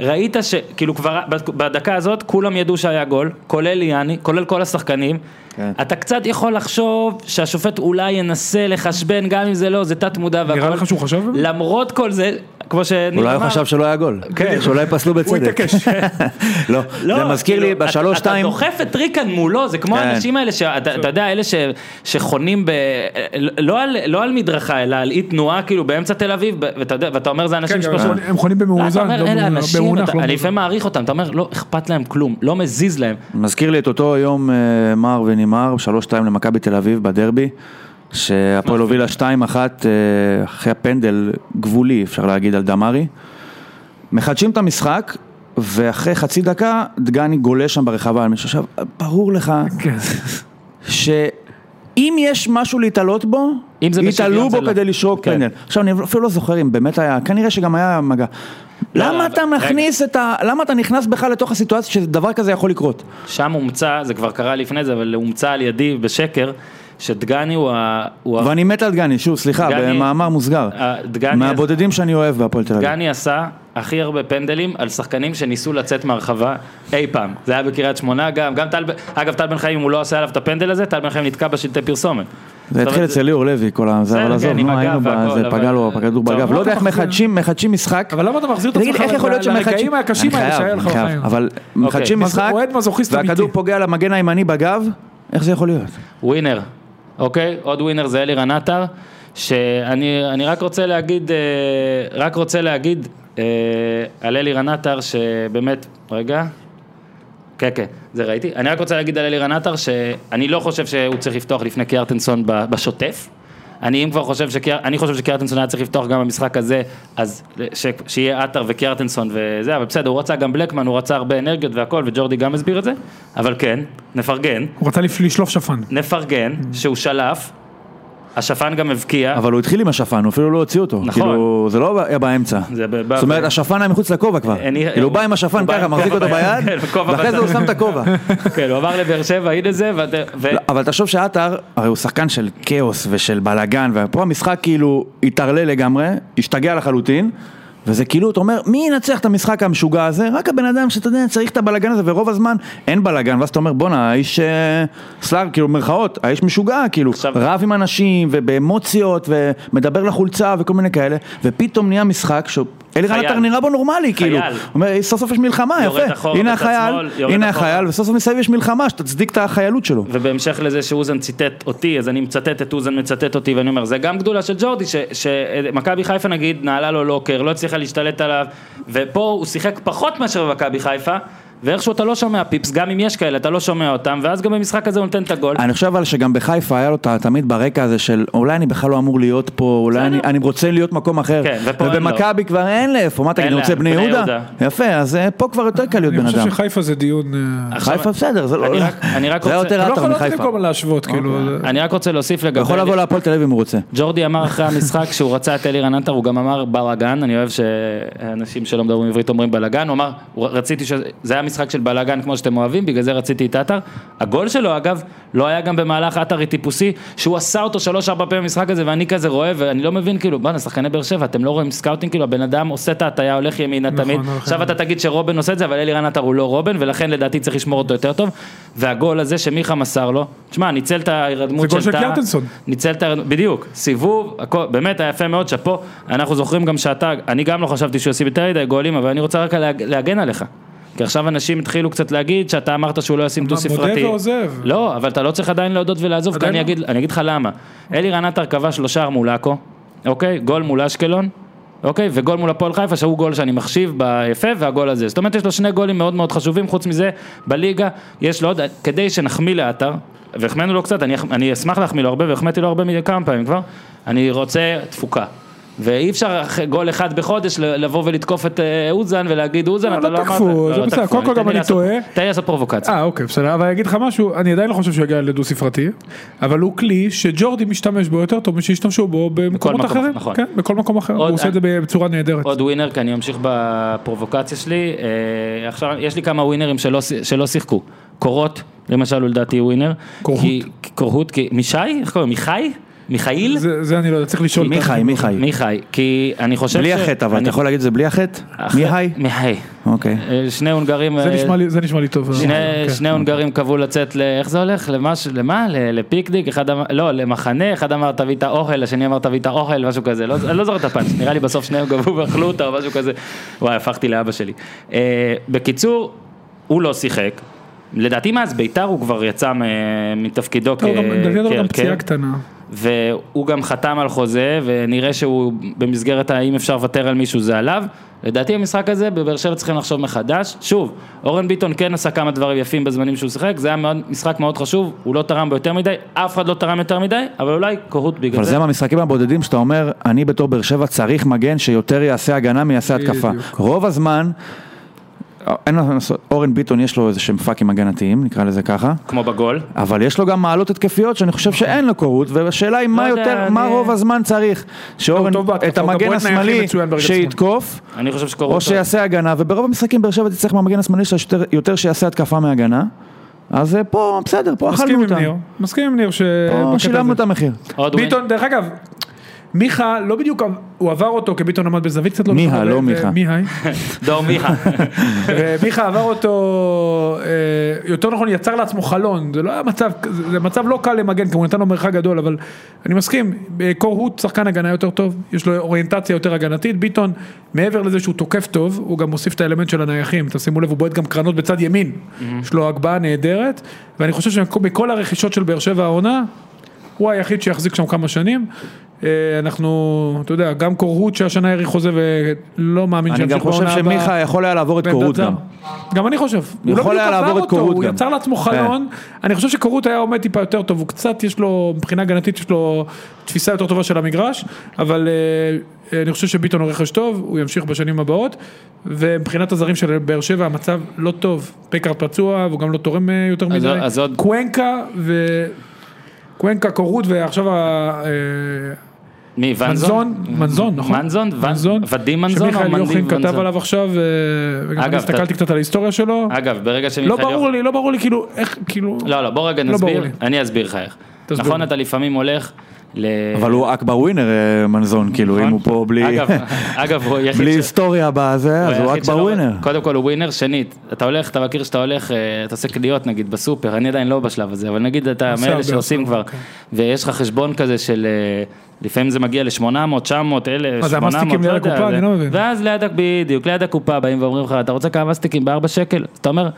Speaker 1: ראית שכאילו כבר בד- בדקה הזאת כולם ידעו שהיה גול, כולל יאני, כולל כל השחקנים,
Speaker 3: כן.
Speaker 1: אתה קצת יכול לחשוב שהשופט אולי ינסה לחשבן גם אם זה לא, זה תת מודע והכל,
Speaker 2: נראה לך שהוא חשב?
Speaker 1: למרות כל זה, כמו שניר
Speaker 3: אולי הוא
Speaker 1: אמר,
Speaker 3: חשב שלא היה גול,
Speaker 1: כן.
Speaker 3: שאולי פסלו
Speaker 2: כאילו, הוא
Speaker 3: בצדק.
Speaker 2: התעקש.
Speaker 3: לא,
Speaker 1: לא,
Speaker 3: זה מזכיר לי
Speaker 1: כאילו,
Speaker 3: בשלוש
Speaker 1: אתה-
Speaker 3: שתיים,
Speaker 1: אתה דוחף את ריקן מולו, זה כמו
Speaker 3: כן.
Speaker 1: האנשים האלה, שאתה אתה יודע, אלה ש- שחונים ב... לא על- לא על מדרכה, אלא על אי תנועה, כאילו באמצע תל אביב, ב- ואתה יודע- ואתה אומר זה
Speaker 2: כן,
Speaker 1: אנשים
Speaker 2: גם
Speaker 1: שפשוט...
Speaker 2: הם- הם חונים
Speaker 1: אתה
Speaker 2: במאוזן,
Speaker 1: אומר,
Speaker 2: לא
Speaker 1: אלה
Speaker 2: במאונח,
Speaker 1: אנשים,
Speaker 2: במאונח,
Speaker 1: אתה-
Speaker 2: לא
Speaker 1: אני
Speaker 2: במאוזן.
Speaker 1: לפעמים מעריך אותם, אתה אומר, לא אכפת להם כלום, לא מזיז להם.
Speaker 3: מזכיר לי את אותו יום אה, מר ונמהר, שלוש שתיים למכבי תל אביב בדרבי,
Speaker 2: נכון.
Speaker 3: שהפועל הובילה שתיים אחת אה, אחרי הפנדל גבולי, אפשר להגיד, על דמארי. מחדשים את המשחק, ואחרי חצי דקה דגני גולה שם ברחבה על מישהו. עכשיו, ברור לך
Speaker 2: כן.
Speaker 3: שאם יש משהו להתעלות בו,
Speaker 1: אם זה
Speaker 3: יתעלו
Speaker 1: בשוויון,
Speaker 3: בו
Speaker 1: זה לא.
Speaker 3: כדי לשרוק
Speaker 1: כן.
Speaker 3: פנדל. עכשיו, אני אפילו לא זוכר אם באמת היה, כנראה שגם היה מגע.
Speaker 1: לא,
Speaker 3: למה
Speaker 1: אבל-
Speaker 3: אתה
Speaker 1: רגע.
Speaker 3: מכניס את ה... למה אתה נכנס בכלל לתוך הסיטואציה שדבר כזה יכול לקרות?
Speaker 1: שם הומצא, זה כבר קרה לפני זה, אבל הומצא על ידי בשקר, שדגני הוא ה... הוא ה-
Speaker 3: ואני מת על דגני, שוב, סליחה,
Speaker 1: דגני-
Speaker 3: במאמר מוסגר.
Speaker 1: אה, דגני-
Speaker 3: מהבודדים שאני אוהב בהפועל תל אביב.
Speaker 1: דגני עשה הכי הרבה פנדלים על שחקנים שניסו לצאת מהרחבה אי פעם. זה היה בקריית שמונה גם, גם טל, ב- אגב טל בן חיים אם הוא לא עשה עליו את הפנדל הזה, טל בן חיים נתקע בשלטי פרסומת.
Speaker 3: זה
Speaker 1: זאת
Speaker 3: התחיל
Speaker 1: אומרת,
Speaker 3: אצל ליאור לוי, כל ה... זה,
Speaker 1: בסדר,
Speaker 3: אבל עזוב,
Speaker 1: כן, עם
Speaker 3: נו,
Speaker 1: הגב
Speaker 3: היינו
Speaker 1: והכל,
Speaker 3: בזה,
Speaker 1: אבל-
Speaker 3: פגע לו, פגע לו
Speaker 1: טוב,
Speaker 3: בגב.
Speaker 1: למה
Speaker 3: לא יודע איך
Speaker 2: אתה מחזיר?
Speaker 3: מחדשים, מחדשים משחק.
Speaker 2: אבל למה אתה מחזיר את
Speaker 3: תגיד,
Speaker 2: עצמך
Speaker 3: איך יכול להיות
Speaker 2: מהקטעים
Speaker 3: שמחדשים...
Speaker 2: הקשים האלה שהיה לך בחיים?
Speaker 3: אבל
Speaker 1: אוקיי,
Speaker 3: מחדשים
Speaker 2: מה זה
Speaker 3: משחק,
Speaker 2: אוהד מזוכיסט אמיתי.
Speaker 3: והכדור פוגע למגן הימני בגב, איך זה יכול להיות?
Speaker 1: ווינר, אוקיי? עוד ווינר זה אלירן עטר, שאני אני רק רוצה להגיד, אה, רק רוצה להגיד אה, על אלירן עטר שבאמת, רגע, כן כן, זה ראיתי, אני רק רוצה להגיד על אלירן עטר שאני לא חושב שהוא צריך לפתוח לפני קיארטנסון ב- בשוטף. אני אם כבר חושב שקיאר... אני חושב שקיארטנסון היה צריך לפתוח גם במשחק הזה, אז ש... שיהיה עטר וקיארטנסון וזה, אבל בסדר, הוא רצה גם בלקמן, הוא רצה הרבה אנרגיות והכל, וג'ורדי גם הסביר את זה, אבל כן, נפרגן.
Speaker 2: הוא רצה לפ- לשלוף שפן.
Speaker 1: נפרגן שהוא שלף, השפן גם הבקיע,
Speaker 3: אבל הוא התחיל עם השפן, הוא אפילו לא הוציא אותו.
Speaker 1: נכון.
Speaker 3: כאילו, זה לא היה באמצע.
Speaker 1: זה ב- ב-
Speaker 3: זאת אומרת, השפן היה מחוץ לכובע כבר.
Speaker 1: אין-
Speaker 3: כאילו, הוא בא עם השפן
Speaker 1: הוא בא
Speaker 3: ככה,
Speaker 1: עם
Speaker 3: מחזיק
Speaker 1: כובע
Speaker 3: אותו
Speaker 1: ביד,
Speaker 3: ביד,
Speaker 1: כן, כובע
Speaker 3: ואחרי זה הוא
Speaker 1: בצד.
Speaker 3: שם את הכובע.
Speaker 1: כן, הוא עבר לבאר שבע, הנה זה, ואת- ו...
Speaker 3: לא, אבל תחשוב שעטר, הרי הוא שחקן של כאוס ושל בלאגן, ופה המשחק כאילו התערלל לגמרי, השתגע לחלוטין, וזה כאילו, אתה אומר, מי ינצח את המשחק המשוגע הזה? רק הבן אדם שאתה יודע, צריך את הבלאגן הזה, ורוב הזמן אין בלאגן, ואז אתה אומר, בואנה, האיש, אה, סלאב, כאילו, במרכאות, האיש משוגע, כאילו,
Speaker 1: עכשיו-
Speaker 3: רב עם אנשים, ובאמוציות, ומדבר לחולצה, וכל מיני כאלה, ופתאום נהיה משחק ש... אלירן
Speaker 1: חייל.
Speaker 3: עטר נראה בו נורמלי, כאילו,
Speaker 1: חייל.
Speaker 3: הוא אומר, סוף סוף יש מלחמה,
Speaker 1: יורד
Speaker 3: יפה,
Speaker 1: אחורה
Speaker 3: הנה
Speaker 1: בצד
Speaker 3: החייל,
Speaker 1: שמאל, יורד
Speaker 3: הנה
Speaker 1: אחורה.
Speaker 3: החייל, וסוף סוף מסביב יש מלחמה, שתצדיק את החיילות שלו.
Speaker 1: ובהמשך לזה שאוזן ציטט אותי, אז אני מצטט את אוזן מצטט אותי, ואני אומר, זה גם גדולה של ג'ורדי, ש- שמכבי חיפה נגיד, נעלה לו לוקר, לא הצליחה להשתלט עליו, ופה הוא שיחק פחות מאשר במכבי חיפה, ואיכשהו אתה לא שומע פיפס, גם אם יש כאלה, אתה לא שומע אותם, ואז גם במשחק הזה הוא נותן את הגול.
Speaker 3: אני חושב אבל שגם בחיפה היה לו את ה- תמיד ברקע הזה של אולי אני בכלל לא אמור להיות פה, אולי אני, אני רוצה להיות מקום אחר.
Speaker 1: כן, ופה אין לו.
Speaker 3: ובמכבי כבר אין לאיפה, מה תגיד,
Speaker 1: אין
Speaker 3: אני רוצה
Speaker 1: לאן,
Speaker 3: בני
Speaker 1: בני
Speaker 3: יהודה?
Speaker 1: יהודה.
Speaker 3: יפה, אז אה, פה כבר יותר קל להיות
Speaker 2: אני
Speaker 3: בן
Speaker 2: חושב
Speaker 3: אדם.
Speaker 2: שחיפה זה דיון... אה,
Speaker 1: עכשיו-
Speaker 3: חיפה בסדר, זה לא...
Speaker 1: אני רק- אני רק
Speaker 3: זה היה
Speaker 1: רוצה-
Speaker 3: יותר
Speaker 2: אתה לא
Speaker 3: עטר
Speaker 2: יכול לתת
Speaker 3: מחיפה.
Speaker 2: כל הזמן להשוות, כאילו... זה-
Speaker 1: אני רק רוצה להוסיף לגבי...
Speaker 3: הוא יכול לבוא להפועל תל אביב אם הוא רוצה.
Speaker 1: ג'ורדי אמר אחרי המשחק שהוא רצה את אלירן עטר, הוא גם אמר בלאגן, אני אוהב שאנשים שלא מדברים עברית אומרים בלאגן, הוא אמר, "הוא- רציתי ש... זה היה משחק של בלאגן כמו שאתם אוהבים, בגלל זה רציתי את עטר. הגול שלו אגב, לא היה גם במהלך עטרי טיפוסי, שהוא עשה אותו שלוש ארבע פעמים במשחק הזה, ואני כזה רואה, ואני לא מבין, כאילו, בואנה, שחקני באר שבע, אתם לא רואים סקאוטינג, כאילו, הבן אדם עושה את ההטייה, הולך ימינה
Speaker 2: נכון,
Speaker 1: תמיד,
Speaker 2: נכון.
Speaker 1: עכשיו אתה תגיד שרובן עושה את זה, אבל אלירן עטר הוא לא רובן, ולכן לדעתי צריך לשמור אותו יותר טוב, והגול הזה שמיכה מסר לו, תשמע, ניצל את ההירדמות
Speaker 2: זה גול של
Speaker 1: טאה,
Speaker 2: קיארטנסון.
Speaker 1: ניצל את ה... בדיוק, סיבוב, הכל, באמת היה יפה מאוד, שאפו. אנחנו זוכרים גם שאתה, אני גם לא חשבתי שהוא ישים יותר מדי גולים, אבל אני רוצה רק להג, להגן עליך. כי עכשיו אנשים התחילו קצת להגיד שאתה אמרת שהוא לא ישים דו ספרתי.
Speaker 2: מודה ועוזב.
Speaker 1: לא, אבל אתה לא צריך עדיין להודות ולעזוב, כי
Speaker 2: עדיין
Speaker 1: אני
Speaker 2: לא.
Speaker 1: אגיד, אני אגיד לך למה. אלירן עטר כבש לו שער מול עכו, אוקיי? גול מול אשקלון, אוקיי? וגול מול הפועל חיפה, שהוא גול שאני מחשיב ביפה, והגול הזה. זאת אומרת, יש לו שני גולים מאוד מאוד חשובים, חוץ מזה, בליגה יש לו עוד, כדי שנחמיא לעטר, והחמאנו לו קצת, אני, אני אשמח להחמיא לו הרבה, והחמאתי לו הרבה מדי כמה פעמים כבר, אני רוצה תפוקה. ואי אפשר אחרי גול אחד בחודש ל- לבוא ולתקוף את אה, אוזן ולהגיד אוזן,
Speaker 2: לא,
Speaker 1: אתה
Speaker 2: לא
Speaker 1: לא אמרת.
Speaker 2: תקפו, זה בסדר, קודם כל
Speaker 1: תן
Speaker 2: גם
Speaker 1: לי
Speaker 2: אני
Speaker 1: לעשות-
Speaker 2: טועה.
Speaker 1: תן לי לעשות פרובוקציה.
Speaker 2: אה, אוקיי, בסדר, אבל אני אגיד לך משהו, אני עדיין לא חושב שהוא יגיע לדו ספרתי, אבל הוא כלי שג'ורדי משתמש בו יותר טוב משהשתמשו בו במקומות
Speaker 1: מקום,
Speaker 2: אחרים,
Speaker 1: נכון.
Speaker 2: כן, בכל מקום אחר,
Speaker 1: עוד- אה,
Speaker 2: הוא עושה את זה בצורה נהדרת.
Speaker 1: עוד ווינר, כי אני אמשיך בפרובוקציה שלי. אה, עכשיו, יש לי כמה ווינרים שלא, ש- שלא שיחקו. קורות, למשל, הוא לדעתי ווינר.
Speaker 2: קורהוט.
Speaker 1: כי- קורהוט, כי... משי? איך קוראים? מיכאי? מיכאיל?
Speaker 2: זה זה אני לא יודע, צריך לשאול. את
Speaker 3: מיכאי,
Speaker 2: ה-
Speaker 3: מיכאי.
Speaker 1: מיכאי. כי אני חושב
Speaker 3: בלי החטא, אבל
Speaker 1: אני-
Speaker 3: אתה יכול להגיד את זה בלי החטא?
Speaker 1: אחרי-
Speaker 3: מיהי?
Speaker 1: מיכאי.
Speaker 3: אוקיי.
Speaker 1: אה, שני הונגרים...
Speaker 2: זה
Speaker 1: אה,
Speaker 2: נשמע לי- זה נשמע לי טוב.
Speaker 1: שני,
Speaker 2: כן.
Speaker 1: שני הונגרים קבעו לצאת ל... איך זה הולך? למש, למה? ל- לפיקניק? אחד אמר... לא, למחנה, אחד אמר תביא את האוכל, השני אמר תביא את האוכל, משהו כזה. לא, אני לא זוכר את הפאנץ', נראה לי בסוף שניהם גבו ואכלו אותה או משהו כזה. וואי, הפכתי לאבא שלי. אה, בקיצור, הוא לא שיחק. לדעתי מאז ביתר הוא כבר יצא מ- מתפקידו
Speaker 2: לא, גם- לדעתי הייתה לו גם
Speaker 1: כהרכב.
Speaker 2: פציעה קטנה.
Speaker 1: והוא גם חתם על חוזה, ונראה שהוא במסגרת האם אפשר לוותר על מישהו זה עליו. לדעתי המשחק הזה, בבאר שבע צריכים לחשוב מחדש. שוב, אורן ביטון כן עשה כמה דברים יפים בזמנים שהוא שיחק, זה היה מאוד, משחק מאוד חשוב, הוא לא תרם בו יותר מדי, אף אחד לא תרם יותר מדי, אבל אולי קהוט בגלל
Speaker 3: אבל
Speaker 1: זה.
Speaker 3: זה מהמשחקים הבודדים שאתה אומר, אני בתור באר שבע צריך מגן שיותר יעשה הגנה מיעשה התקפה.
Speaker 2: בדיוק.
Speaker 3: רוב הזמן, אין מה לעשות, אורן ביטון יש לו איזה שהם פאקים הגנתיים, נקרא לזה ככה.
Speaker 1: כמו בגול.
Speaker 3: אבל יש לו גם מעלות התקפיות שאני
Speaker 2: נכון.
Speaker 3: חושב שאין לו קורות, והשאלה היא מה
Speaker 1: לא יודע,
Speaker 3: יותר,
Speaker 1: אני-
Speaker 3: מה רוב הזמן צריך, שאורן,
Speaker 2: טוב בהתקפה,
Speaker 3: את
Speaker 2: הוא גם
Speaker 3: המגן
Speaker 2: בועט נייחים
Speaker 3: השמאלי
Speaker 2: מצוין ברגל שמאל.
Speaker 3: שיתקוף,
Speaker 1: אני חושב שקורות...
Speaker 3: או שיעשה הגנה, וברוב המשחקים באר שבע תצטרך מהמגן השמאלי שלה שיותר- יותר שיעשה התקפה מהגנה, אז אה, פה, בסדר, פה
Speaker 2: מסכים
Speaker 3: אכלנו
Speaker 2: עם
Speaker 3: אותם.
Speaker 2: ניר, מסכים עם ניר
Speaker 1: אה,
Speaker 3: פה
Speaker 2: שבקטע
Speaker 3: שילמנו
Speaker 2: הזה.
Speaker 3: את המחיר.
Speaker 1: עוד ווין.
Speaker 2: ביטון, דרך אגב, מיכה לא בדיוק, הוא עבר אותו כי ביטון עמד בזווית קצת לא
Speaker 3: מיהה,
Speaker 2: מכבדת,
Speaker 3: לא
Speaker 2: ו-
Speaker 3: מיכה.
Speaker 2: מיהי.
Speaker 1: דור מיכה.
Speaker 2: ומיכה עבר אותו, אה, יותר נכון יצר לעצמו חלון, זה לא היה מצב, זה זה מצב לא קל למגן, כי הוא נתן לו מרחק גדול, אבל אני מסכים, אה, קור הוט שחקן הגנה יותר טוב, יש לו אוריינטציה יותר הגנתית, ביטון, מעבר לזה שהוא תוקף טוב, הוא גם מוסיף את האלמנט של הנייחים, תשימו לב, הוא בועט גם קרנות בצד ימין,
Speaker 3: Mm-hmm.
Speaker 2: יש לו הגבהה נהדרת, ואני חושב שבכל הרכישות של באר שבע העונה, הוא היחיד שיחזיק שם כמה שנים. אה, אנחנו, אתה יודע, גם קורהוט שהשנה האריך חוזה ולא מאמין
Speaker 3: אני גם
Speaker 2: שימשיך
Speaker 3: חושב
Speaker 2: בעונה הבאה.
Speaker 3: שמיכה יכול היה לעבור את
Speaker 2: בעמדת
Speaker 3: קורות
Speaker 2: זר.
Speaker 3: גם.
Speaker 2: גם אני חושב. הוא לא
Speaker 3: יכול
Speaker 2: בדיוק
Speaker 3: היה
Speaker 2: עבר
Speaker 3: לעבור את
Speaker 2: אותו,
Speaker 3: קורות
Speaker 2: הוא
Speaker 3: גם. כן.
Speaker 2: יצר לעצמו חלון. אני חושב שקורות היה עומד טיפה יותר טוב, הוא קצת יש לו, מבחינה הגנתית יש לו תפיסה יותר טובה של המגרש, אבל אה, אה, אני חושב שביטון הוא רכש טוב, הוא ימשיך בשנים הבאות, ומבחינת הזרים של באר שבע המצב לא טוב. פקארד פצוע, והוא גם לא תורם אה, יותר
Speaker 1: אז-
Speaker 2: מדי.
Speaker 1: אז עוד-
Speaker 2: קוונקה ו... קוונקה, קורות, ועכשיו ה- אה,
Speaker 1: מי, ונזון?
Speaker 2: מנזון, מנזון, נכון?
Speaker 1: מנזון? ון- ודים מנזון או
Speaker 2: שמיכאל
Speaker 1: מנדים
Speaker 2: יוחין כתב
Speaker 1: מנזון?
Speaker 2: עליו עכשיו, אה, וגם
Speaker 1: אגב,
Speaker 2: אני הסתכלתי קצת על ההיסטוריה שלו.
Speaker 1: אגב, ברגע שמיכאל
Speaker 2: לא
Speaker 1: יוחאי-
Speaker 2: ברור לי, לא ברור לי כאילו, איך, כאילו,
Speaker 1: לא, לא, בוא רגע
Speaker 2: לא
Speaker 1: נסביר.
Speaker 2: ברור לי.
Speaker 1: אני אסביר לך איך.
Speaker 2: תסביר
Speaker 1: נכון,
Speaker 2: לי.
Speaker 1: אתה לפעמים הולך ל...
Speaker 3: אבל הוא אכבר ווינר אה, מנזון, כאילו, אם הוא פה בלי...
Speaker 1: נכון. אגב, אגב, הוא היחיד
Speaker 3: בלי
Speaker 1: ש-
Speaker 3: היסטוריה בזה,
Speaker 1: הוא
Speaker 3: אז הוא
Speaker 1: היחיד
Speaker 3: אכבר
Speaker 1: שלא-
Speaker 3: ווינר.
Speaker 1: קודם כל הוא ווינר, שנית, אתה הולך, אתה מכיר שאתה הולך, אה, אתה עושה קניות נגיד בסופר, אני עדיין לא בשלב הזה, אבל נגיד אתה
Speaker 2: עושה
Speaker 1: מאלה
Speaker 2: הרבה,
Speaker 1: שעושים
Speaker 2: עושה אוקיי.
Speaker 1: כבר,
Speaker 2: הרבה,
Speaker 1: ויש לך חשבון כזה של, אה, לפעמים זה מגיע ל-800, 900, 1,000,
Speaker 2: מה, זה
Speaker 1: 800,
Speaker 2: המסטיקים ליד
Speaker 1: יודע,
Speaker 2: הקופה?
Speaker 1: זה-
Speaker 2: אני לא מבין.
Speaker 1: ואז ליד, ה- בדיוק, ליד הקופה באים ואומרים לך, אתה רוצה כמה מסטיקים בארבע שקל? אז אתה אומר...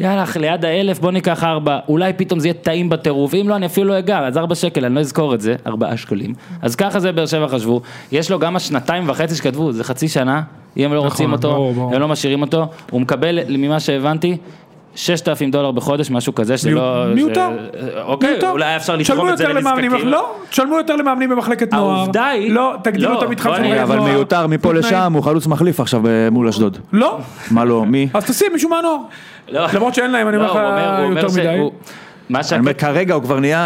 Speaker 1: יאללה, אח, ליד האלף בוא ניקח ארבע, אולי פתאום זה יהיה טעים בטירוף, אם לא אני אפילו לא אגע, אז ארבע שקל, אני לא אזכור את זה, ארבעה שקלים. אז ככה זה באר שבע חשבו, יש לו גם השנתיים וחצי שכתבו, זה חצי שנה, אם לא רוצים אותו,
Speaker 2: נכון, ברור, ברור.
Speaker 1: הם לא משאירים אותו, הוא מקבל, ממה שהבנתי, 6,000 דולר בחודש, משהו כזה, שלא...
Speaker 2: מיו- מיותר,
Speaker 1: ש- לא- אוקיי,
Speaker 2: מיותר.
Speaker 1: אולי אפשר לתרום
Speaker 2: שלמו
Speaker 1: את זה
Speaker 2: יותר למאמנים,
Speaker 1: לנזקקים.
Speaker 2: לא, שלמו יותר למאמנים במחלקת נוער,
Speaker 1: העובדה היא-
Speaker 2: לא, תגדילו
Speaker 1: לא,
Speaker 2: את המתחם
Speaker 1: בוא
Speaker 2: של
Speaker 1: אני-
Speaker 2: מחלקת
Speaker 1: אה,
Speaker 3: אבל
Speaker 2: נוער.
Speaker 3: מיותר מפה
Speaker 2: בתנאים-
Speaker 3: לשם, הוא חלוץ מחליף עכשיו אה, מול אשדוד.
Speaker 2: לא,
Speaker 3: מה לא, מי?
Speaker 1: אוקיי.
Speaker 2: אז תשים מישהו מהנוער,
Speaker 1: לא.
Speaker 2: למרות שאין להם, אני
Speaker 1: לא,
Speaker 2: אומר
Speaker 1: הוא הוא
Speaker 2: לך
Speaker 1: אומר
Speaker 2: יותר מדי,
Speaker 1: שהוא- מה
Speaker 3: אני אומר,
Speaker 1: שהקטע-
Speaker 3: כרגע הוא כבר נהיה,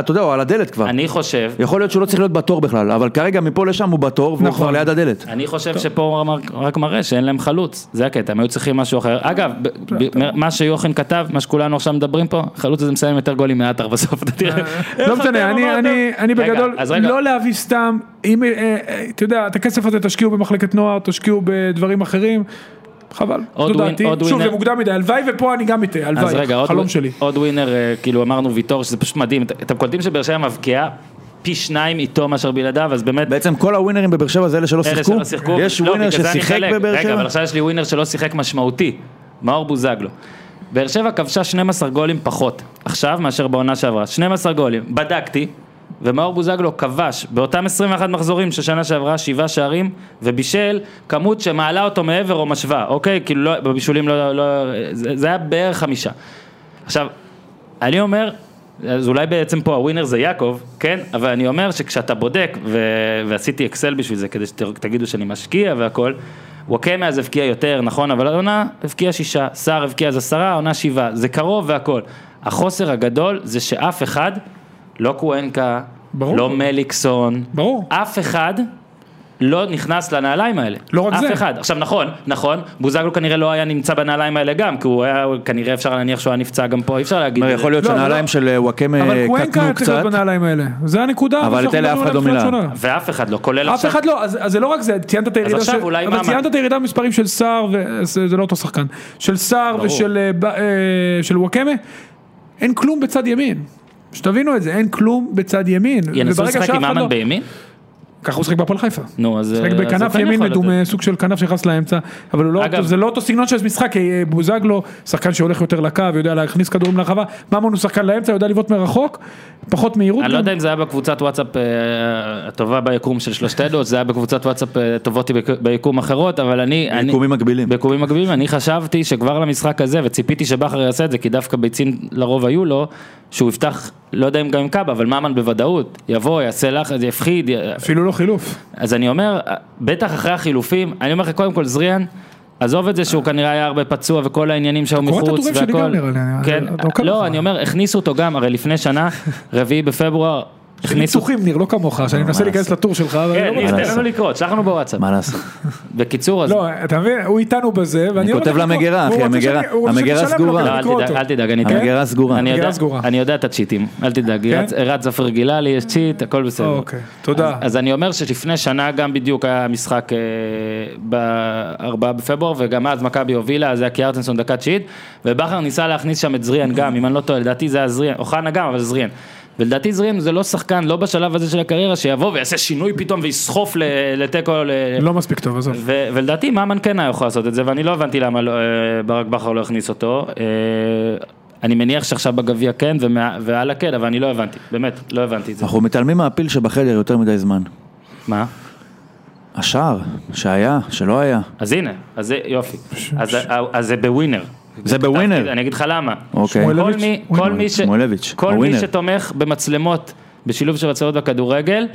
Speaker 3: אתה יודע, הוא על הדלת כבר.
Speaker 1: אני חושב,
Speaker 3: יכול להיות שהוא לא צריך להיות בתור בכלל, אבל כרגע מפה לשם הוא בתור, והוא
Speaker 2: נכון.
Speaker 3: כבר ליד הדלת.
Speaker 1: אני חושב שפה הוא אמר- רק מראה שאין להם חלוץ, זה הקטע, הם היו צריכים משהו אחר. אגב, ב- ב- מה שיוחן כתב, מה שכולנו עכשיו מדברים פה, חלוץ הזה מסיים יותר גולים מעטר בסוף, אתה תראה.
Speaker 2: לא
Speaker 1: איך אתם
Speaker 2: משנה, אני-
Speaker 1: אמרתם?
Speaker 2: אני- אני
Speaker 1: רגע,
Speaker 2: בגדול,
Speaker 1: אז רגע,
Speaker 2: לא להביא סתם, אם, אה, אה, אתה יודע, את הכסף הזה תשקיעו במחלקת נוער, תשקיעו בדברים אחרים. חבל,
Speaker 1: עוד
Speaker 2: זו
Speaker 1: ווין-
Speaker 2: דעתי,
Speaker 1: עוד
Speaker 2: שוב
Speaker 1: ווינר.
Speaker 2: זה מוקדם מדי, הלוואי ופה אני גם איתה,
Speaker 1: אז רגע,
Speaker 2: הלוואי,
Speaker 1: עוד-
Speaker 2: חלום שלי.
Speaker 1: עוד ווינר, אה, כאילו אמרנו ויטור, שזה פשוט מדהים. את- אתם קולטים שבאר שבע מבקיעה פי שניים איתו מאשר בלעדיו, אז באמת...
Speaker 3: בעצם כל הווינרים בבאר שבע זה אלה שלא
Speaker 1: אלה
Speaker 3: שיחקו?
Speaker 1: שלא שיחקו.
Speaker 3: יש
Speaker 1: לא,
Speaker 3: ווינר
Speaker 1: בגלל זה אני
Speaker 3: ששיחק
Speaker 1: מדלג.
Speaker 3: בבאר
Speaker 1: רגע,
Speaker 3: שבע?
Speaker 1: אבל עכשיו יש לי ווינר שלא שיחק משמעותי, מאור בוזגלו. באר שבע כבשה 12 גולים פחות עכשיו מאשר בעונה שעברה. 12 גולים. בדקתי, ומאור בוזגלו כבש באותם 21 מחזורים של שנה שעברה שבעה שערים, ובישל כמות שמעלה אותו מעבר או משווה, אוקיי? כאילו לא, בבישולים לא... לא זה, זה היה בערך חמישה. עכשיו, אני אומר, אז אולי בעצם פה הווינר זה יעקב, כן? אבל אני אומר שכשאתה בודק, ו... ועשיתי אקסל בשביל זה, כדי שתגידו שאני משקיע והכל, ווקמה אז הבקיע יותר, נכון? אבל העונה הבקיע שישה, סער הבקיע אז עשרה, העונה שבעה, זה קרוב והכל. החוסר הגדול זה שאף אחד, לא קוונקה,
Speaker 2: ברור.
Speaker 1: לא מליקסון,
Speaker 2: ברור.
Speaker 1: אף אחד לא נכנס לנעליים האלה.
Speaker 2: לא רק
Speaker 1: אף
Speaker 2: זה.
Speaker 1: אחד. עכשיו נכון, נכון, בוזגלו כנראה לא היה נמצא בנעליים האלה גם, כי הוא היה, כנראה אפשר להניח שהוא היה נפצע גם פה, אי אפשר להגיד.
Speaker 3: אומר, יכול להיות
Speaker 2: לא, אבל
Speaker 3: שהנעליים
Speaker 2: לא.
Speaker 3: של אה, וואקמה
Speaker 2: אבל קוונקה
Speaker 3: קטנו
Speaker 2: היה צריך להיות
Speaker 3: קצת.
Speaker 2: בנעליים האלה, זה הנקודה,
Speaker 3: אבל
Speaker 2: שאנחנו
Speaker 3: את אלה אף
Speaker 2: מדברים
Speaker 3: אחד
Speaker 2: עליה
Speaker 3: לא
Speaker 2: בצורה
Speaker 3: מילא.
Speaker 2: שונה.
Speaker 1: ואף אחד לא, כולל
Speaker 2: אף
Speaker 1: עכשיו.
Speaker 2: אחד לא, אז, אז זה לא רק זה, ציינת את הירידה
Speaker 1: עכשיו
Speaker 2: של...
Speaker 1: אולי
Speaker 2: אבל
Speaker 1: מה-
Speaker 2: ציינת
Speaker 1: מה-
Speaker 2: את הירידה במספרים של סער, ו- זה זה לא אותו שחקן, של סער
Speaker 1: ברור.
Speaker 2: ושל אה, ב- אה, של וואקמה, אין כלום בצד ימין. שתבינו את זה, אין כלום בצד ימין.
Speaker 1: ינסו
Speaker 2: וברגע
Speaker 1: לשחק
Speaker 2: שאף
Speaker 1: עם
Speaker 2: אחד
Speaker 1: אמן
Speaker 2: לא-
Speaker 1: בימין?
Speaker 2: ככה הוא שחק בהפועל חיפה.
Speaker 1: נו, אז...
Speaker 2: שחק
Speaker 1: אז
Speaker 2: בכנף
Speaker 1: כן
Speaker 2: ימין
Speaker 1: יכול להיות.
Speaker 2: מדומה, סוג של כנף שנכנס לאמצע, אבל הוא לא,
Speaker 1: אגב-
Speaker 2: טוב, זה לא אותו סגנון של משחק, כי אה, בוזגלו, שחקן שהולך יותר לקו, יודע להכניס כדורים לרחבה, ממון הוא שחקן לאמצע, יודע לבעוט מרחוק, פחות מהירות.
Speaker 1: אני לא
Speaker 2: גם.
Speaker 1: יודע אם זה היה בקבוצת וואטסאפ אה, הטובה ביקום של שלושתנו, או שזה היה בקבוצת וואטסאפ אה, טובות ביקו- ביקום אחרות, אבל אני... אני-
Speaker 3: ביקומים מקבילים.
Speaker 1: ביקומים מקבילים, אני חשבתי שכבר למשחק הזה, וציפיתי שבכר יעשה את זה, כי דווקא ביצים לרוב היו לו, שהוא יפתח, לא יודע אם גם עם קאבה, אבל ממן בוודאות, יבוא, יעשה לחץ, יפחיד, י-
Speaker 2: אפילו לא חילוף.
Speaker 1: אז אני אומר, בטח אחרי החילופים, אני אומר לך קודם כל זריאן, עזוב את זה שהוא כנראה היה הרבה פצוע וכל העניינים שהיו
Speaker 2: קורא את
Speaker 1: מחוץ
Speaker 2: הטורים שלי גם,
Speaker 1: והכל.
Speaker 2: נראה לי, אני-
Speaker 1: כן,
Speaker 2: אתה עוקב
Speaker 1: לא,
Speaker 2: אחריי.
Speaker 1: אני אומר, הכניסו אותו גם, הרי לפני שנה, רביעי בפברואר,
Speaker 2: שלי פתוחים, ניר, לא כמוך, שאני מנסה להיכנס
Speaker 3: לעשות?
Speaker 2: לטור שלך, אבל
Speaker 1: כן,
Speaker 2: אני לא
Speaker 1: ניר,
Speaker 2: מצליח.
Speaker 1: תן לנו לקרוא, שלח לנו בוואטסאפ.
Speaker 3: מה לעשות?
Speaker 1: בקיצור, אז...
Speaker 2: לא, אתה מבין, הוא איתנו בזה, ואני לא
Speaker 3: כותב
Speaker 2: מצליח לקרוא.
Speaker 3: למגירה,
Speaker 2: הוא
Speaker 3: אחי,
Speaker 2: רוצה
Speaker 3: המגירה-
Speaker 2: שאני- הוא רוצה
Speaker 3: המגירה
Speaker 2: שאני אשלם לו
Speaker 3: סגורה.
Speaker 2: כדי
Speaker 1: לא, אל
Speaker 2: לקרוא
Speaker 1: תדאג,
Speaker 2: אותו.
Speaker 1: אל תדאג, אני אתן.
Speaker 3: המגירה סגורה.
Speaker 1: אני יודע-
Speaker 2: כן? המגירה סגורה.
Speaker 1: אני יודע את הצ'יטים, אל תדאג,
Speaker 2: כן?
Speaker 1: רץ- רץ זפר גילה לי, יש צ'יט, הכל בסדר.
Speaker 2: אוקיי, תודה.
Speaker 1: אז, אז אני אומר שלפני שנה גם בדיוק היה משחק אה, ב-4 בפברואר, וגם אז מכבי הובילה, אז היה קיארטנסון דקה תשיעית, ובכר ניסה להכניס שם את זריאן גם, אם אני לא טועה, לדעתי זה היה זריאן, אוחנה גם, אבל זריאן. ולדעתי זריאן זה לא שחקן, לא בשלב הזה של הקריירה, שיבוא ויעשה שינוי פתאום ויסחוף ל- לתיקו, ל-
Speaker 2: לא מספיק טוב, עזוב.
Speaker 1: ו- ולדעתי ממן כן היה יכול לעשות את זה, ואני לא הבנתי למה לא, אה, ברק בכר לא הכניס אותו. אה, אני מניח שעכשיו בגביע כן, ומה- והלאה כן, אבל אני לא הבנתי, באמת, לא הבנתי את זה.
Speaker 3: אנחנו מתעלמים מהפיל שבחדר יותר מדי זמן.
Speaker 1: מה?
Speaker 3: השער, שהיה, שלא היה.
Speaker 1: אז הנה, אז זה יופי, אז, אז זה בווינר.
Speaker 3: זה בווינר.
Speaker 1: אני אגיד לך למה.
Speaker 3: אוקיי.
Speaker 2: שמואל-
Speaker 1: כל
Speaker 2: שמואלביץ'?
Speaker 1: מי, כל מי, ש,
Speaker 3: שמואלביץ',
Speaker 1: כל מי
Speaker 3: בווינר.
Speaker 1: שתומך במצלמות, בשילוב של מצלמות בכדורגל,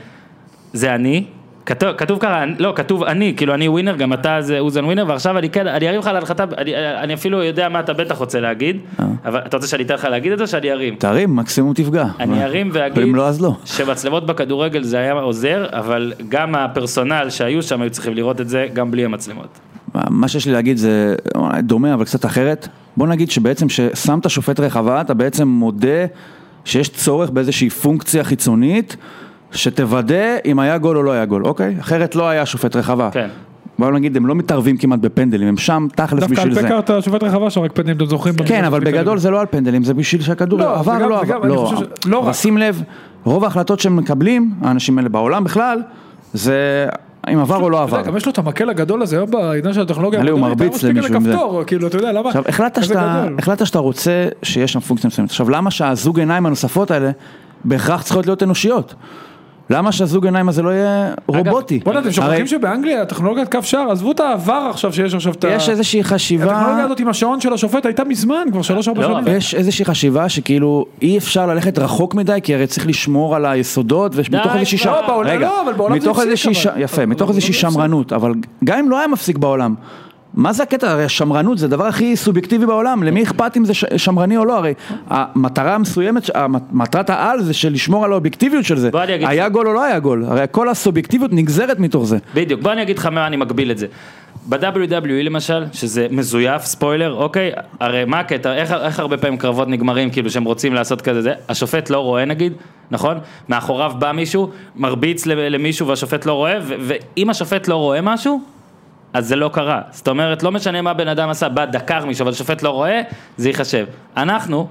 Speaker 1: זה אני. כתוב, כתוב ככה, לא, כתוב אני, כאילו אני ווינר, גם אתה זה אוזן ווינר, ועכשיו אני כן, אני ארים לך להנחתה, אני, אני אפילו יודע מה אתה בטח רוצה להגיד, אבל אתה רוצה שאני אתן לך להגיד את זה או שאני ארים?
Speaker 3: תרים, מקסימום תפגע.
Speaker 1: אני ארים ואגיד
Speaker 3: אם לא, אז לא.
Speaker 1: שמצלמות בכדורגל זה היה עוזר, אבל גם הפרסונל שהיו שם היו צריכים לראות את זה גם בלי המצלמות.
Speaker 3: מה שיש לי להגיד זה דומה אבל קצת אחרת. בוא נגיד שבעצם ששמת שופט רחבה אתה בעצם מודה שיש צורך באיזושהי פונקציה חיצונית שתוודא אם היה גול או לא היה גול, אוקיי? אחרת לא היה שופט רחבה.
Speaker 1: כן.
Speaker 3: בוא נגיד הם לא מתערבים כמעט בפנדלים, הם שם תכלס
Speaker 2: דווקא
Speaker 3: בשביל
Speaker 2: על
Speaker 3: זה.
Speaker 2: פקארט אתה שופט רחבה שם, רק פנדלים אתם זוכרים.
Speaker 3: כן,
Speaker 2: במדינה
Speaker 3: אבל
Speaker 2: של
Speaker 3: בגדול זה לא על פנדלים, זה בשביל שהכדור
Speaker 2: לא, זה
Speaker 3: עבר,
Speaker 2: גם-
Speaker 3: לא
Speaker 2: זה גם,
Speaker 3: עבר.
Speaker 2: אני
Speaker 3: לא,
Speaker 2: חושב שזה- לא
Speaker 3: אבל
Speaker 2: רק.
Speaker 3: שים לב, רוב ההחלטות שהם מקבלים, האנשים האלה בעולם בכלל, זה אם עבר או לא
Speaker 2: אתה
Speaker 3: עבר.
Speaker 2: יודע, גם יש לו את המקל הגדול הזה, היום בעידן של הטכנולוגיה.
Speaker 3: נראה לי הוא
Speaker 2: המודרנית,
Speaker 3: מרביץ
Speaker 2: היה
Speaker 3: למישהו עם
Speaker 2: מספיק
Speaker 3: זה.
Speaker 2: על הכפתור, כאילו, אתה יודע, למה?
Speaker 3: עכשיו, החלטת
Speaker 2: כזה
Speaker 3: שאתה,
Speaker 2: גדול.
Speaker 3: החלטת שאתה רוצה שיש שם פונקציה מסוימת. עכשיו, למה שהזוג עיניים הנוספות האלה בהכרח צריכות להיות אנושיות? למה שהזוג עיניים הזה לא יהיה רובוטי?
Speaker 2: בוא'נה, אתם
Speaker 3: הרי
Speaker 2: שוכחים שבאנגליה הטכנולוגיית כף שער, עזבו את העבר עכשיו שיש עכשיו את ה...
Speaker 3: יש איזושהי
Speaker 2: הטכנולוגיה
Speaker 3: חשיבה,
Speaker 2: הזאת עם השעון של השופט הייתה מזמן, כבר שלוש ארבע
Speaker 1: לא,
Speaker 2: שנים.
Speaker 1: אבל-
Speaker 3: יש איזושהי חשיבה שכאילו אי אפשר ללכת רחוק מדי, כי הרי צריך לשמור על היסודות,
Speaker 1: די
Speaker 3: ומתוך איזושהי
Speaker 1: כבר.
Speaker 3: שם-
Speaker 2: לא, בעולם-
Speaker 3: רגע,
Speaker 2: לא, אבל בעולם זה
Speaker 3: מתוך
Speaker 2: הפסיק,
Speaker 3: איזושהי
Speaker 2: אבל-
Speaker 3: ש- יפה,
Speaker 2: אבל
Speaker 3: מתוך
Speaker 2: בעולם
Speaker 3: איזושהי
Speaker 2: זה הפסיק.
Speaker 3: שמרנות, אבל גם אם לא היה מפסיק בעולם. מה זה הקטע? הרי השמרנות זה הדבר הכי סובייקטיבי בעולם, למי אכפת אם זה ש- שמרני או לא? הרי המטרה המסוימת, ש- המ- מטרת העל זה של לשמור על האובייקטיביות של זה.
Speaker 1: בוא אני אגיד
Speaker 3: היה גול או לא היה גול, הרי כל הסובייקטיביות נגזרת מתוך זה.
Speaker 1: בדיוק, בוא אני אגיד לך מה אני מגביל את זה. ב-WWE למשל, שזה מזויף, ספוילר, אוקיי, הרי מה הקטע, איך, איך הרבה פעמים קרבות נגמרים, כאילו שהם רוצים לעשות כזה זה, השופט לא רואה נגיד, נכון? מאחוריו בא מישהו, מרביץ ל- למישהו והשופט לא רואה, ו- ואם השופט לא רואה משהו, אז זה לא קרה. זאת אומרת, לא משנה מה בן אדם עשה, בא, דקר מישהו, אבל השופט לא רואה, זה ייחשב. אנחנו,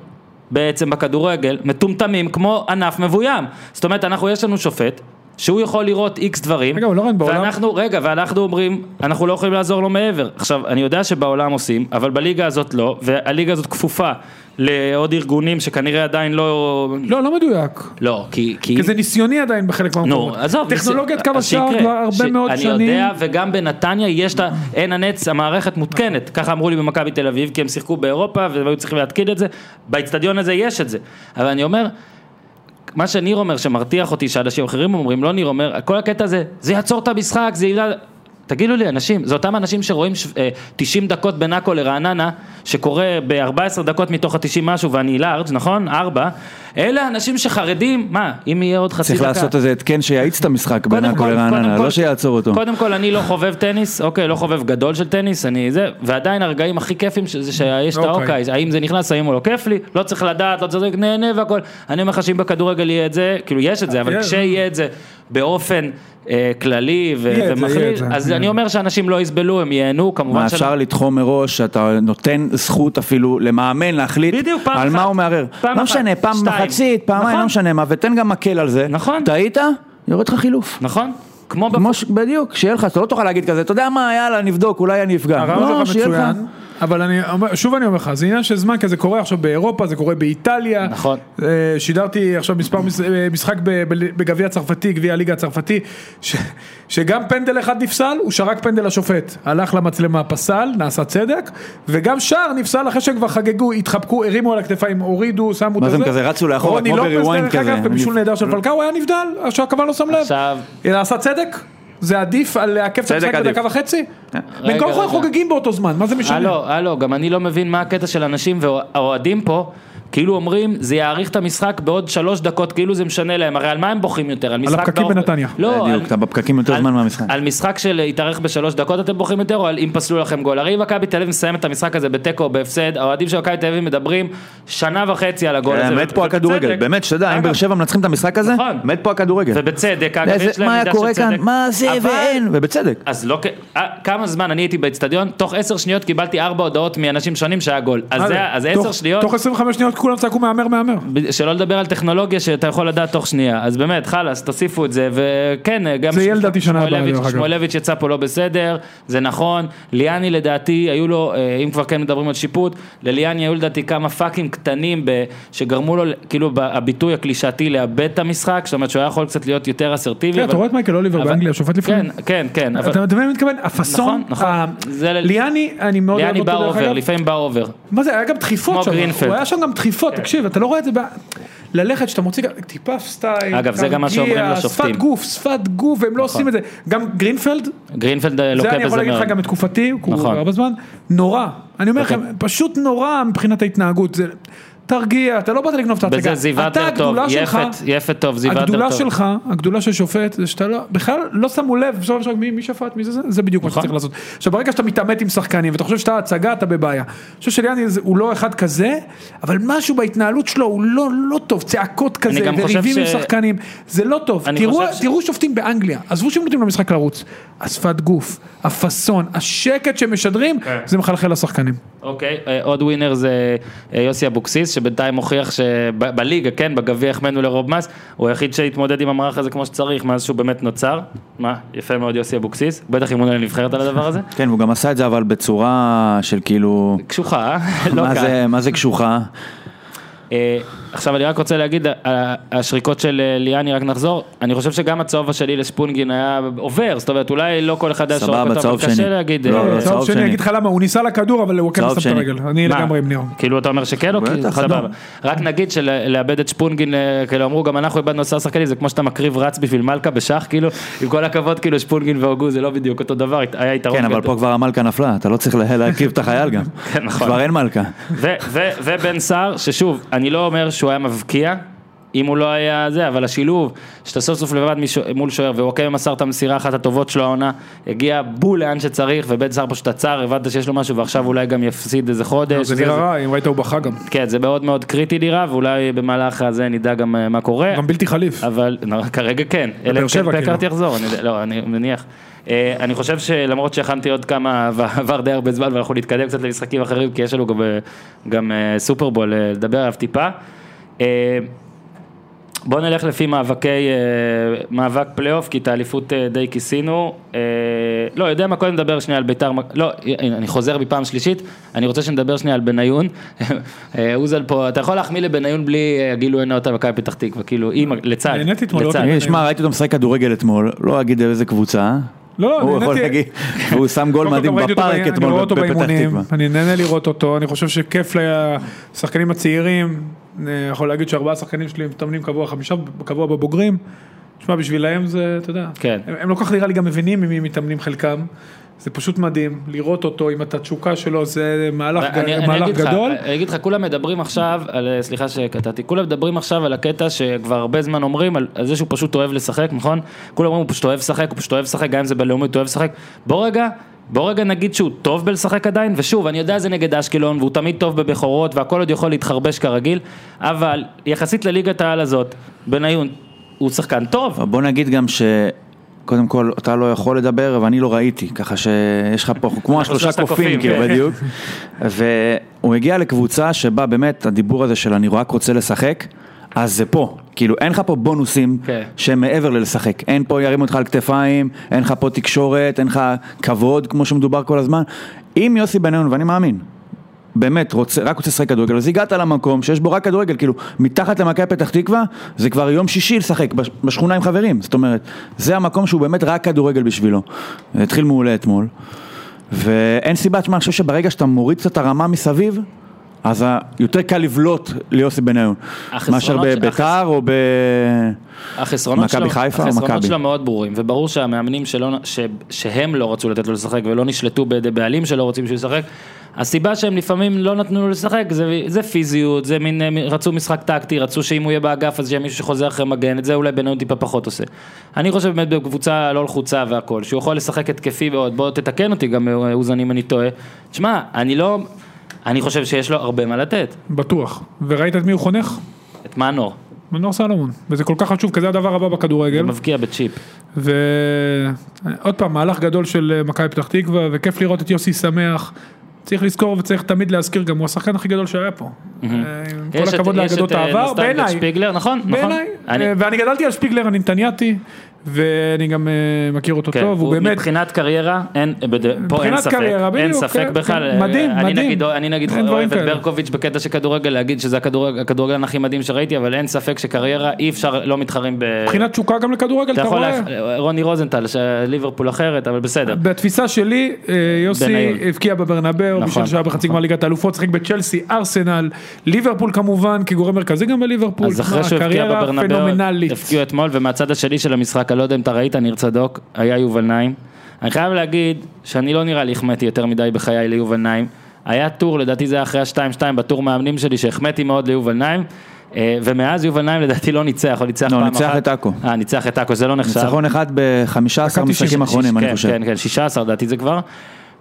Speaker 1: בעצם בכדורגל, מטומטמים כמו ענף מבוים. זאת אומרת, אנחנו, יש לנו שופט. שהוא יכול לראות איקס דברים,
Speaker 2: רגע, אבל לורן, בעולם-
Speaker 1: ואנחנו, רגע, ואנחנו אומרים, אנחנו לא יכולים לעזור לו מעבר. עכשיו, אני יודע שבעולם עושים, אבל בליגה הזאת לא, והליגה הזאת כפופה לעוד ארגונים שכנראה עדיין לא...
Speaker 2: לא, לא מדויק.
Speaker 1: לא, כי...
Speaker 2: כי זה ניסיוני עדיין בחלק מהמקומות.
Speaker 1: נו, עזוב,
Speaker 2: טכנולוגיית
Speaker 1: זה-
Speaker 2: כף
Speaker 1: אז
Speaker 2: השער
Speaker 1: שיקרה.
Speaker 2: כבר הרבה
Speaker 1: ש-
Speaker 2: מאוד שנים.
Speaker 1: אני יודע, וגם בנתניה יש את ה... עין הנץ, המערכת מותקנת. ככה אמרו לי במכבי תל אביב, כי הם שיחקו באירופה, והם היו צריכים להתקין את זה. באיצטדיון הזה יש את זה. אבל אני אומר, מה שניר אומר שמרתיח אותי, שאנשים אחרים אומרים, לא ניר אומר, כל הקטע הזה, זה יעצור את המשחק, זה ידע... תגידו לי, אנשים, זה אותם אנשים שרואים ש- אה, 90 דקות בין עכו לרעננה, שקורה ב-14 דקות מתוך ה-90 משהו, ואני לארג', נכון? ארבע. אלה אנשים שחרדים, מה, אם יהיה עוד חצי
Speaker 3: צריך
Speaker 1: דקה...
Speaker 3: לעשות איזה התקן שיאיץ את המשחק בין
Speaker 1: קודם
Speaker 3: הכל
Speaker 1: כל-
Speaker 3: לרעננה,
Speaker 1: קודם
Speaker 3: לא
Speaker 1: כל-
Speaker 3: שיעצור אותו.
Speaker 1: קודם כל, אני לא חובב טניס, אוקיי, לא חובב גדול של טניס, אני זה, ועדיין הרגעים הכי כיפים של- זה שיש את
Speaker 2: אוקיי.
Speaker 1: האוקיי, האם זה נכנס, האם הוא לא כיף לי, לא צריך לדעת, לא צריך, נהנה והכל. אני אומר לך שאם בכדורגל יהיה את זה, כאילו יש את זה, אבל
Speaker 2: יהיה.
Speaker 1: כשיהיה את זה באופן אה, כללי ו-
Speaker 2: יהיה את זה, יהיה
Speaker 1: ומכליל,
Speaker 2: את זה.
Speaker 1: אז אני אומר שאנשים לא יסבלו, הם ייהנו,
Speaker 3: מה
Speaker 1: כמובן שלא.
Speaker 3: אפשר לתחום מראש, שאתה נותן זכות אפילו למאמן להחליט
Speaker 1: בדיוק, פעם
Speaker 3: על
Speaker 1: אחת.
Speaker 3: מה הוא מערער.
Speaker 1: פעם
Speaker 3: לא
Speaker 1: אחת,
Speaker 3: משנה, פעם
Speaker 1: שתיים.
Speaker 3: מחצית, פעמיים,
Speaker 1: נכון.
Speaker 3: לא משנה מה, ותן גם מקל על זה.
Speaker 1: נכון.
Speaker 3: טעית, יורד לך חילוף.
Speaker 1: נכון? כמו בפ...
Speaker 3: כמו ש... בדיוק, שיהיה לך, אתה לא תוכל להגיד כזה, אתה יודע מה, יאללה, נבדוק, אולי אני אפגע.
Speaker 2: הרעיון
Speaker 3: לא,
Speaker 2: שלך
Speaker 3: שיהיה לך.
Speaker 2: מצוין, אבל אני אומר, שוב אני אומר לך, זה עניין של זמן, כי זה קורה עכשיו באירופה, זה קורה באיטליה.
Speaker 1: נכון.
Speaker 2: אה, שידרתי עכשיו מספר מש- אה, משחק ב- ב- בגביע הצרפתי, גביע הליגה הצרפתי, ש- שגם פנדל אחד נפסל, הוא שרק פנדל לשופט. הלך למצלמה, פסל, נעשה צדק, וגם שער נפסל אחרי שכבר חגגו, התחבקו, הרימו על הכתפיים, הורידו, שמו את
Speaker 3: מה
Speaker 2: זה.
Speaker 3: זה, הם כזה רצו לאחורה,
Speaker 2: רוני
Speaker 3: כמו
Speaker 2: לופז,
Speaker 3: בריוויינד
Speaker 2: דרך
Speaker 3: כזה.
Speaker 2: אגב, בבישול נהדר של פלקאו היה נבדל, שהכוון לא שם לב.
Speaker 1: עכשיו-
Speaker 2: נעשה צדק? זה עדיף על לעכב את
Speaker 3: צדק
Speaker 2: המשחק
Speaker 3: עדיף. אה,
Speaker 2: בדקה וחצי? בין
Speaker 1: רגע,
Speaker 2: כל כך
Speaker 1: רגע.
Speaker 2: חוגגים באותו זמן, מה זה משנה?
Speaker 1: הלו, הלו, גם אני לא מבין מה הקטע של אנשים והאוהדים פה, כאילו אומרים, זה יאריך את המשחק בעוד שלוש דקות, כאילו זה משנה להם, הרי על מה הם בוכים יותר? על משחק...
Speaker 2: הפקקים
Speaker 1: באור-
Speaker 2: בנתניה.
Speaker 1: לא,
Speaker 3: בדיוק,
Speaker 1: על-
Speaker 3: אתה בפקקים יותר
Speaker 1: על-
Speaker 3: זמן מהמשחק.
Speaker 1: על משחק של התארך בשלוש דקות אתם בוכים יותר, או על אם פסלו לכם גול. הרי אם מכבי תל אביב מסיימת את המשחק הזה בתיקו או בהפסד, האוהדים של מכבי תל אביב מדברים שנה וחצי על הגול הזה.
Speaker 3: כן, מת פה
Speaker 1: ובצדק.
Speaker 3: הכדורגל, אה, באמת, שתדע, אם
Speaker 1: אגב,
Speaker 3: באר שבע מנצחים את המשחק הזה,
Speaker 1: נכון.
Speaker 3: מת פה הכדורגל.
Speaker 1: ובצדק, אגב,
Speaker 3: איזה-
Speaker 1: יש להם
Speaker 3: מה
Speaker 1: מידה
Speaker 3: היה
Speaker 1: של
Speaker 3: קורה כאן?
Speaker 1: צדק.
Speaker 3: מה זה
Speaker 1: אבל-
Speaker 3: ואין, ובצדק.
Speaker 1: אז לא, כ- אה, כמה זמן אני הייתי באצטדיון, תוך עשר שניות קיבלתי ארבע הודעות מאנשים שונים שהיה גול. אז זה- אז
Speaker 2: תוך-
Speaker 1: עשר שניות,
Speaker 2: תוך 25 שניות כולם צעקו מהמר מהמר.
Speaker 1: ב- שלא לדבר על טכנולוגיה שאתה יכול לדעת תוך שנייה. אז באמת, חלאס, תוסיפו את זה, וכן, גם
Speaker 2: זה יהיה
Speaker 1: ש-
Speaker 2: לדעתי שנה הבאה,
Speaker 1: שמואלביץ'-
Speaker 2: דרך אגב.
Speaker 1: שמואלביץ' יצא פה לא בסדר, זה נכון. ליאני לדעתי, היו לו, אה, אם כבר כן מדברים על שיפוט, לליאני היו לדעתי כמה פאקים קטנים ב- שגרמו לו, כאילו, ב- הביטוי הקלישאתי לאבד את המשחק, זאת אומרת שהוא היה יכול קצת להיות יותר אסרטיבי.
Speaker 2: תראה, כן, אתה
Speaker 1: אבל-
Speaker 2: רואה את מייקל אוליבר
Speaker 1: אבל-
Speaker 2: באנגליה, שופט
Speaker 1: כן,
Speaker 2: לפעמים.
Speaker 1: כן, כן. אבל-
Speaker 2: אתה מבין מה אני מתכוון? הפאסון,
Speaker 1: נכון, נכון.
Speaker 2: ה-
Speaker 1: זה ל-
Speaker 2: ליאני, אני מאוד אוהב
Speaker 1: ליאני
Speaker 2: אותו
Speaker 1: בא
Speaker 2: דרך
Speaker 1: אובר,
Speaker 2: אגב.
Speaker 1: לפעמים בא אובר.
Speaker 2: מה זה, היה גם דחיפות
Speaker 1: כמו
Speaker 2: שם,
Speaker 1: גרינפלד. כן.
Speaker 2: הוא היה שם גם דחיפות, תקשיב, אתה לא רואה את זה ב... ללכת, שאתה מוציא טיפה סטייל,
Speaker 1: אגב, זה גם מה
Speaker 2: תרגיע,
Speaker 1: שאומרים לשופטים. נכון.
Speaker 2: שפת גוף, שפת גוף, והם לא עושים את זה. גם גרינפלד,
Speaker 1: גרינפלד אה,
Speaker 2: זה
Speaker 1: לוקה
Speaker 2: אני יכול
Speaker 1: בזה
Speaker 2: להגיד לך
Speaker 1: מאוד.
Speaker 2: גם בתקופתי, כי הוא
Speaker 1: נכון.
Speaker 2: כבר הרבה זמן, נורא. אני אומר לכם,
Speaker 1: אוקיי.
Speaker 2: פשוט נורא מבחינת ההתנהגות. זה- תרגיע, אתה לא באת לגנוב את ההצגה.
Speaker 1: בזה זיו
Speaker 2: אתה,
Speaker 1: אדלר טוב,
Speaker 2: הגדולה שלך-
Speaker 1: יפת, יפת טוב, זיו אדלר טוב.
Speaker 2: הגדולה שלך, הגדולה של שופט, זה שאתה לא, בכלל לא שמו לב, בסופו של דבר, מי מי שפט, מי זה זה, זה בדיוק מה
Speaker 1: נכון.
Speaker 2: שצריך לעשות. עכשיו ברגע שאתה מתעמת עם שחקנים ואתה חושב שאתה הצגה, אתה בבעיה. אני חושב שליאני זה- הוא לא אחד כזה, אבל משהו בהתנהלות שלו הוא לא, לא טוב, צעקות כזה,
Speaker 1: גם חושב
Speaker 2: וריבים עם
Speaker 1: ש-
Speaker 2: שחקנים, זה לא טוב.
Speaker 1: אני
Speaker 2: תראו,
Speaker 1: חושב ש-
Speaker 2: תראו שופטים באנגליה, עזבו שהם נותנים למשחק לרוץ, השפת גוף, הפאסון, השקט שמשדרים, זה מחלחל לשחקנים.
Speaker 1: אוקיי, אה, עוד ווינר זה אה, יוסי אבוקסיס, שבינתיים הוכיח שבליגה, כן, בגביע החמאנו לרוב מס, הוא היחיד שהתמודד עם המערך הזה כמו שצריך, מאז שהוא באמת נוצר. מה, יפה מאוד יוסי אבוקסיס, בטח אימון לנבחרת על הדבר הזה.
Speaker 3: כן, והוא גם עשה את זה אבל בצורה של כאילו,
Speaker 1: קשוחה, אה? לא
Speaker 3: מה
Speaker 1: קל.
Speaker 3: זה- מה זה קשוחה?
Speaker 1: אה, עכשיו אני רק רוצה להגיד, ה- השריקות של אה, ליאני, רק נחזור, אני חושב שגם הצהוב השני לשפונגין היה עובר, זאת אומרת אולי לא כל אחד היה
Speaker 3: סבבה,
Speaker 1: שורק אותו,
Speaker 3: צהוב
Speaker 1: אבל קשה
Speaker 3: שני.
Speaker 1: להגיד.
Speaker 3: לא,
Speaker 1: אה,
Speaker 3: לא, צהוב
Speaker 2: צהוב שני,
Speaker 3: שני.
Speaker 2: אני אגיד לך למה, הוא ניסה לכדור, אבל הוא כן
Speaker 3: צהוב
Speaker 2: שם את
Speaker 3: שני.
Speaker 2: הרגל, אני
Speaker 1: מה?
Speaker 2: לגמרי עם ניר.
Speaker 1: כאילו אתה אומר שכן או
Speaker 3: בטח,
Speaker 1: כאילו
Speaker 3: אדום.
Speaker 1: סבבה. רק נגיד שלאבד את שפונגין, אה, כאילו אמרו גם אנחנו איבדנו עשרה שחקנים, זה כמו שאתה מקריב רץ בשביל מלכה בשח, כאילו, עם כל הכבוד, כאילו שפונגין והוגו זה לא בדיוק אותו דבר, הת- היה יתרון.
Speaker 3: כן, אבל
Speaker 1: גדול.
Speaker 3: פה כבר המלכה נפלה, אתה לא צריך לה- להקריב את החייל גם.
Speaker 1: כן, נכון.
Speaker 3: כבר אין מלכה.
Speaker 1: ו- ו- ובן סער, ששוב, אני לא אומר שהוא היה מבקיע, אם הוא לא היה זה, אבל השילוב, שאתה סוף סוף לבד מישהו- מול שוער, ווואקמה מסר את המסירה, אחת הטובות שלו העונה, הגיע בול לאן שצריך, ובן סער פשוט עצר, הבנת שיש לו משהו, ועכשיו אולי גם יפסיד איזה חודש.
Speaker 2: לא, זה
Speaker 1: וזה-
Speaker 2: נראה רע, אם ראית הוא בכה גם,
Speaker 1: כן, זה מאוד מאוד קריטי נראה, ואולי במהלך הזה נדע גם אה, מה קורה.
Speaker 2: גם בלתי חליף.
Speaker 1: אבל לא, כרגע כן, אלא אם כן
Speaker 2: שבע,
Speaker 1: פקארט
Speaker 2: כאילו.
Speaker 1: יחזור, אני, לא, אני מניח. אה, אני חושב שלמרות שהכנתי עוד כמה, ועבר די הרבה זמן ואנחנו נתקדם קצת למשחקים אחרים, כי יש לנו גם, אה, גם אה, סופרבול אה, לדבר עליו טיפה. אה, בואו נלך לפי מאבקי, אה, מאבק פלייאוף, כי את האליפות אה, די כיסינו. אה, לא, יודע מה, קודם נדבר שנייה על ביתר, מק- לא, הנה, אני חוזר מפעם שלישית, אני רוצה שנדבר שנייה על בניון. אה, אוזל פה, אתה יכול להחמיא לבניון בלי אה, גילוי נאות על מכבי פתח תקווה, כאילו, אם, לצד,
Speaker 2: נהניתי אתמול, לא
Speaker 1: לצד.
Speaker 2: ראיתי.
Speaker 3: תגיד, שמע, ראיתי אותו משחק כדורגל אתמול, לא אגיד איזה קבוצה.
Speaker 2: לא, לא,
Speaker 3: הוא
Speaker 2: נהניתי.
Speaker 3: יכול להגיד, והוא שם גול
Speaker 2: קודם כל,
Speaker 3: מדהים
Speaker 2: גם ראיתי אותו
Speaker 3: בפארק
Speaker 2: ב- אני רואה
Speaker 3: אתמול
Speaker 2: אותו
Speaker 3: בפתח
Speaker 2: באימונים,
Speaker 3: תקווה.
Speaker 2: אני נהנה לראות אותו, אני חושב שכיף לשחקנים הצעירים, אני יכול להגיד שארבעה שחקנים שלי מתאמנים קבוע, חמישה קבוע בבוגרים, תשמע בשבילהם זה, אתה יודע,
Speaker 1: כן.
Speaker 2: הם, הם לא כל כך נראה לי גם מבינים ממי מתאמנים חלקם, זה פשוט מדהים, לראות אותו עם התשוקה שלו זה מהלך, ג-
Speaker 1: אני- אני
Speaker 2: מהלך
Speaker 1: אגיד לך, אה,
Speaker 2: גדול,
Speaker 1: אני אגיד לך, כולם מדברים עכשיו, על, אה, סליחה שקטעתי, כולם מדברים עכשיו על הקטע שכבר הרבה זמן אומרים, על על זה שהוא פשוט אוהב לשחק, נכון? כולם אומרים, הוא פשוט אוהב לשחק, הוא פשוט אוהב לשחק, גם אם זה בינלאומית, הוא אוהב לשחק. בוא רגע, בוא רגע נגיד שהוא טוב בלשחק עדיין, ושוב, אני יודע זה נגד אשקלון, והוא תמיד טוב בבכורות, והכל עוד יכול להתחרבש כרגיל, אבל יחסית לליגת העל הזאת, בניון, הוא שחקן טוב.
Speaker 3: בוא נגיד גם ש... קודם כל, אתה לא יכול לדבר, ואני לא ראיתי, ככה שיש לך פה, כמו השלושה
Speaker 1: שלושת הקופים,
Speaker 3: קופים, כאילו,
Speaker 1: כן.
Speaker 3: בדיוק. והוא הגיע לקבוצה שבה באמת הדיבור הזה של אני רק רוצה לשחק, אז זה פה. כאילו, אין לך פה בונוסים
Speaker 1: כן.
Speaker 3: שהם מעבר ללשחק. אין פה ירימו אותך על כתפיים, אין לך פה תקשורת, אין לך כבוד, כמו שמדובר כל הזמן. אם יוסי בניון, ואני מאמין, באמת רוצה, רק רוצה לשחק כדורגל, אז הגעת למקום שיש בו רק כדורגל, כאילו, מתחת למכבי פתח תקווה, זה כבר יום שישי לשחק בש- בשכונה עם חברים, זאת אומרת, זה המקום שהוא באמת רק כדורגל בשבילו. זה התחיל מעולה אתמול, ואין סיבה, תשמע, אני חושב שברגע שאתה מוריד קצת את הרמה מסביב, אז ה- יותר קל לבלוט ליוסי בניון,
Speaker 1: החסרונות-
Speaker 3: מאשר בביתר
Speaker 1: החס-
Speaker 3: או ב...
Speaker 1: החסרונות
Speaker 3: מכבי
Speaker 1: שלו,
Speaker 3: חיפה או
Speaker 1: החסרונות
Speaker 3: מכבי?
Speaker 1: שלו מאוד ברורים, וברור שהמאמנים שלא, ש, שהם לא רצו לתת לו לשחק ולא נשלטו בידי בעלים שלא רוצים שהוא ישחק, הסיבה שהם לפעמים לא נתנו לו לשחק זה, זה פיזיות, זה מין, אה, מ- רצו משחק טקטי, רצו שאם הוא יהיה באגף אז שיהיה מישהו שחוזר אחרי מגן, את זה אולי בניון טיפה פחות עושה. אני חושב באמת בקבוצה לא לחוצה והכל, שהוא יכול לשחק התקפי מאוד, בוא תתקן אותי גם אה, אוזן אם אני טועה. תשמע, אני לא, אני חושב שיש לו הרבה מה לתת,
Speaker 2: בטוח. וראית את מי הוא חונך?
Speaker 1: את מנור,
Speaker 2: מנור סלומון. וזה כל כך חשוב, כי זה הדבר הבא בכדורגל.
Speaker 1: מבקיע בצ'יפ.
Speaker 2: ועוד פעם, מהלך גדול של אה, מכבי פתח תקווה, וכיף לראות את יוסי שמח. צריך לזכור וצריך תמיד להזכיר גם, הוא השחקן הכי גדול שהיה פה. אה, עם כל
Speaker 1: Mm-hmm. יש את-
Speaker 2: הכבוד
Speaker 1: יש
Speaker 2: לאגדות
Speaker 1: את, אה,
Speaker 2: העבר,
Speaker 1: נפתלי
Speaker 2: בעיניי.
Speaker 1: שפיגלר, נכון, נכון.
Speaker 2: בעיניי,
Speaker 1: אני-
Speaker 2: אה, ואני גדלתי על שפיגלר, אני נתניאתי, ואני גם אה, מכיר אותו
Speaker 1: כן,
Speaker 2: טוב, הוא באמת,
Speaker 1: מבחינת קריירה, אין, בד- פה אין
Speaker 2: מבחינת
Speaker 1: ספק,
Speaker 2: קריירה, בדיוק,
Speaker 1: אין ספק
Speaker 2: כן,
Speaker 1: בכלל,
Speaker 2: כן, מדהים,
Speaker 1: אני
Speaker 2: מדהים.
Speaker 1: נגיד, אני נגיד
Speaker 2: אין דברים
Speaker 1: אוהב את
Speaker 2: כאלה.
Speaker 1: ברקוביץ' בקטע של כדורגל, להגיד שזה הכדורג- הכדורגלן הכי מדהים שראיתי, אבל אין ספק שקריירה אי אפשר, לא מתחרים ב...
Speaker 2: מבחינת תשוקה גם לכדורגל,
Speaker 1: אתה
Speaker 2: אתה
Speaker 1: יכול,
Speaker 2: רואה?
Speaker 1: לה... רוני רוזנטל, שליברפול אחרת, אבל בסדר.
Speaker 2: בתפיסה שלי, אה,
Speaker 1: בניון.
Speaker 2: יוסי הבקיע בברנבאו,
Speaker 1: נכון.
Speaker 2: בשביל שהיה בחצי גמר ליגת האלופות, שיחק בצ'לסי, ארסנל, ליברפול כמובן, כגורם מרכזי גם בליברפול,
Speaker 1: אז אחרי
Speaker 2: מה,
Speaker 1: שהוא הבקיע
Speaker 2: קריירה
Speaker 1: בברנבאו,
Speaker 2: פנומנלית.
Speaker 1: הפקיעו אתמול, ומהצד השני של המשחק, אני לא יודע אם אתה ראית, ניר צדוק, היה יובל נעים. אני חייב להגיד שאני לא נראה לי החמאתי יותר מדי בחיי ליובל נעים. היה טור, לדעתי זה היה אחרי ה-2-2 בטור מאמנים שלי, שהחמאתי מאוד ליובל נעים. אה, ומאז יובל נעים לדעתי לא ניצח, או ניצח
Speaker 3: לא,
Speaker 1: פעם אחת.
Speaker 3: ניצח את עכו.
Speaker 1: אה, ניצח את עכו, זה לא נחשב.
Speaker 3: ניצחון אחד ב-15
Speaker 2: דקה
Speaker 3: משחקים
Speaker 2: 90,
Speaker 3: אחרונים, אני
Speaker 1: כן,
Speaker 3: חושב.
Speaker 1: כן, כן, 16 לדעתי זה כבר.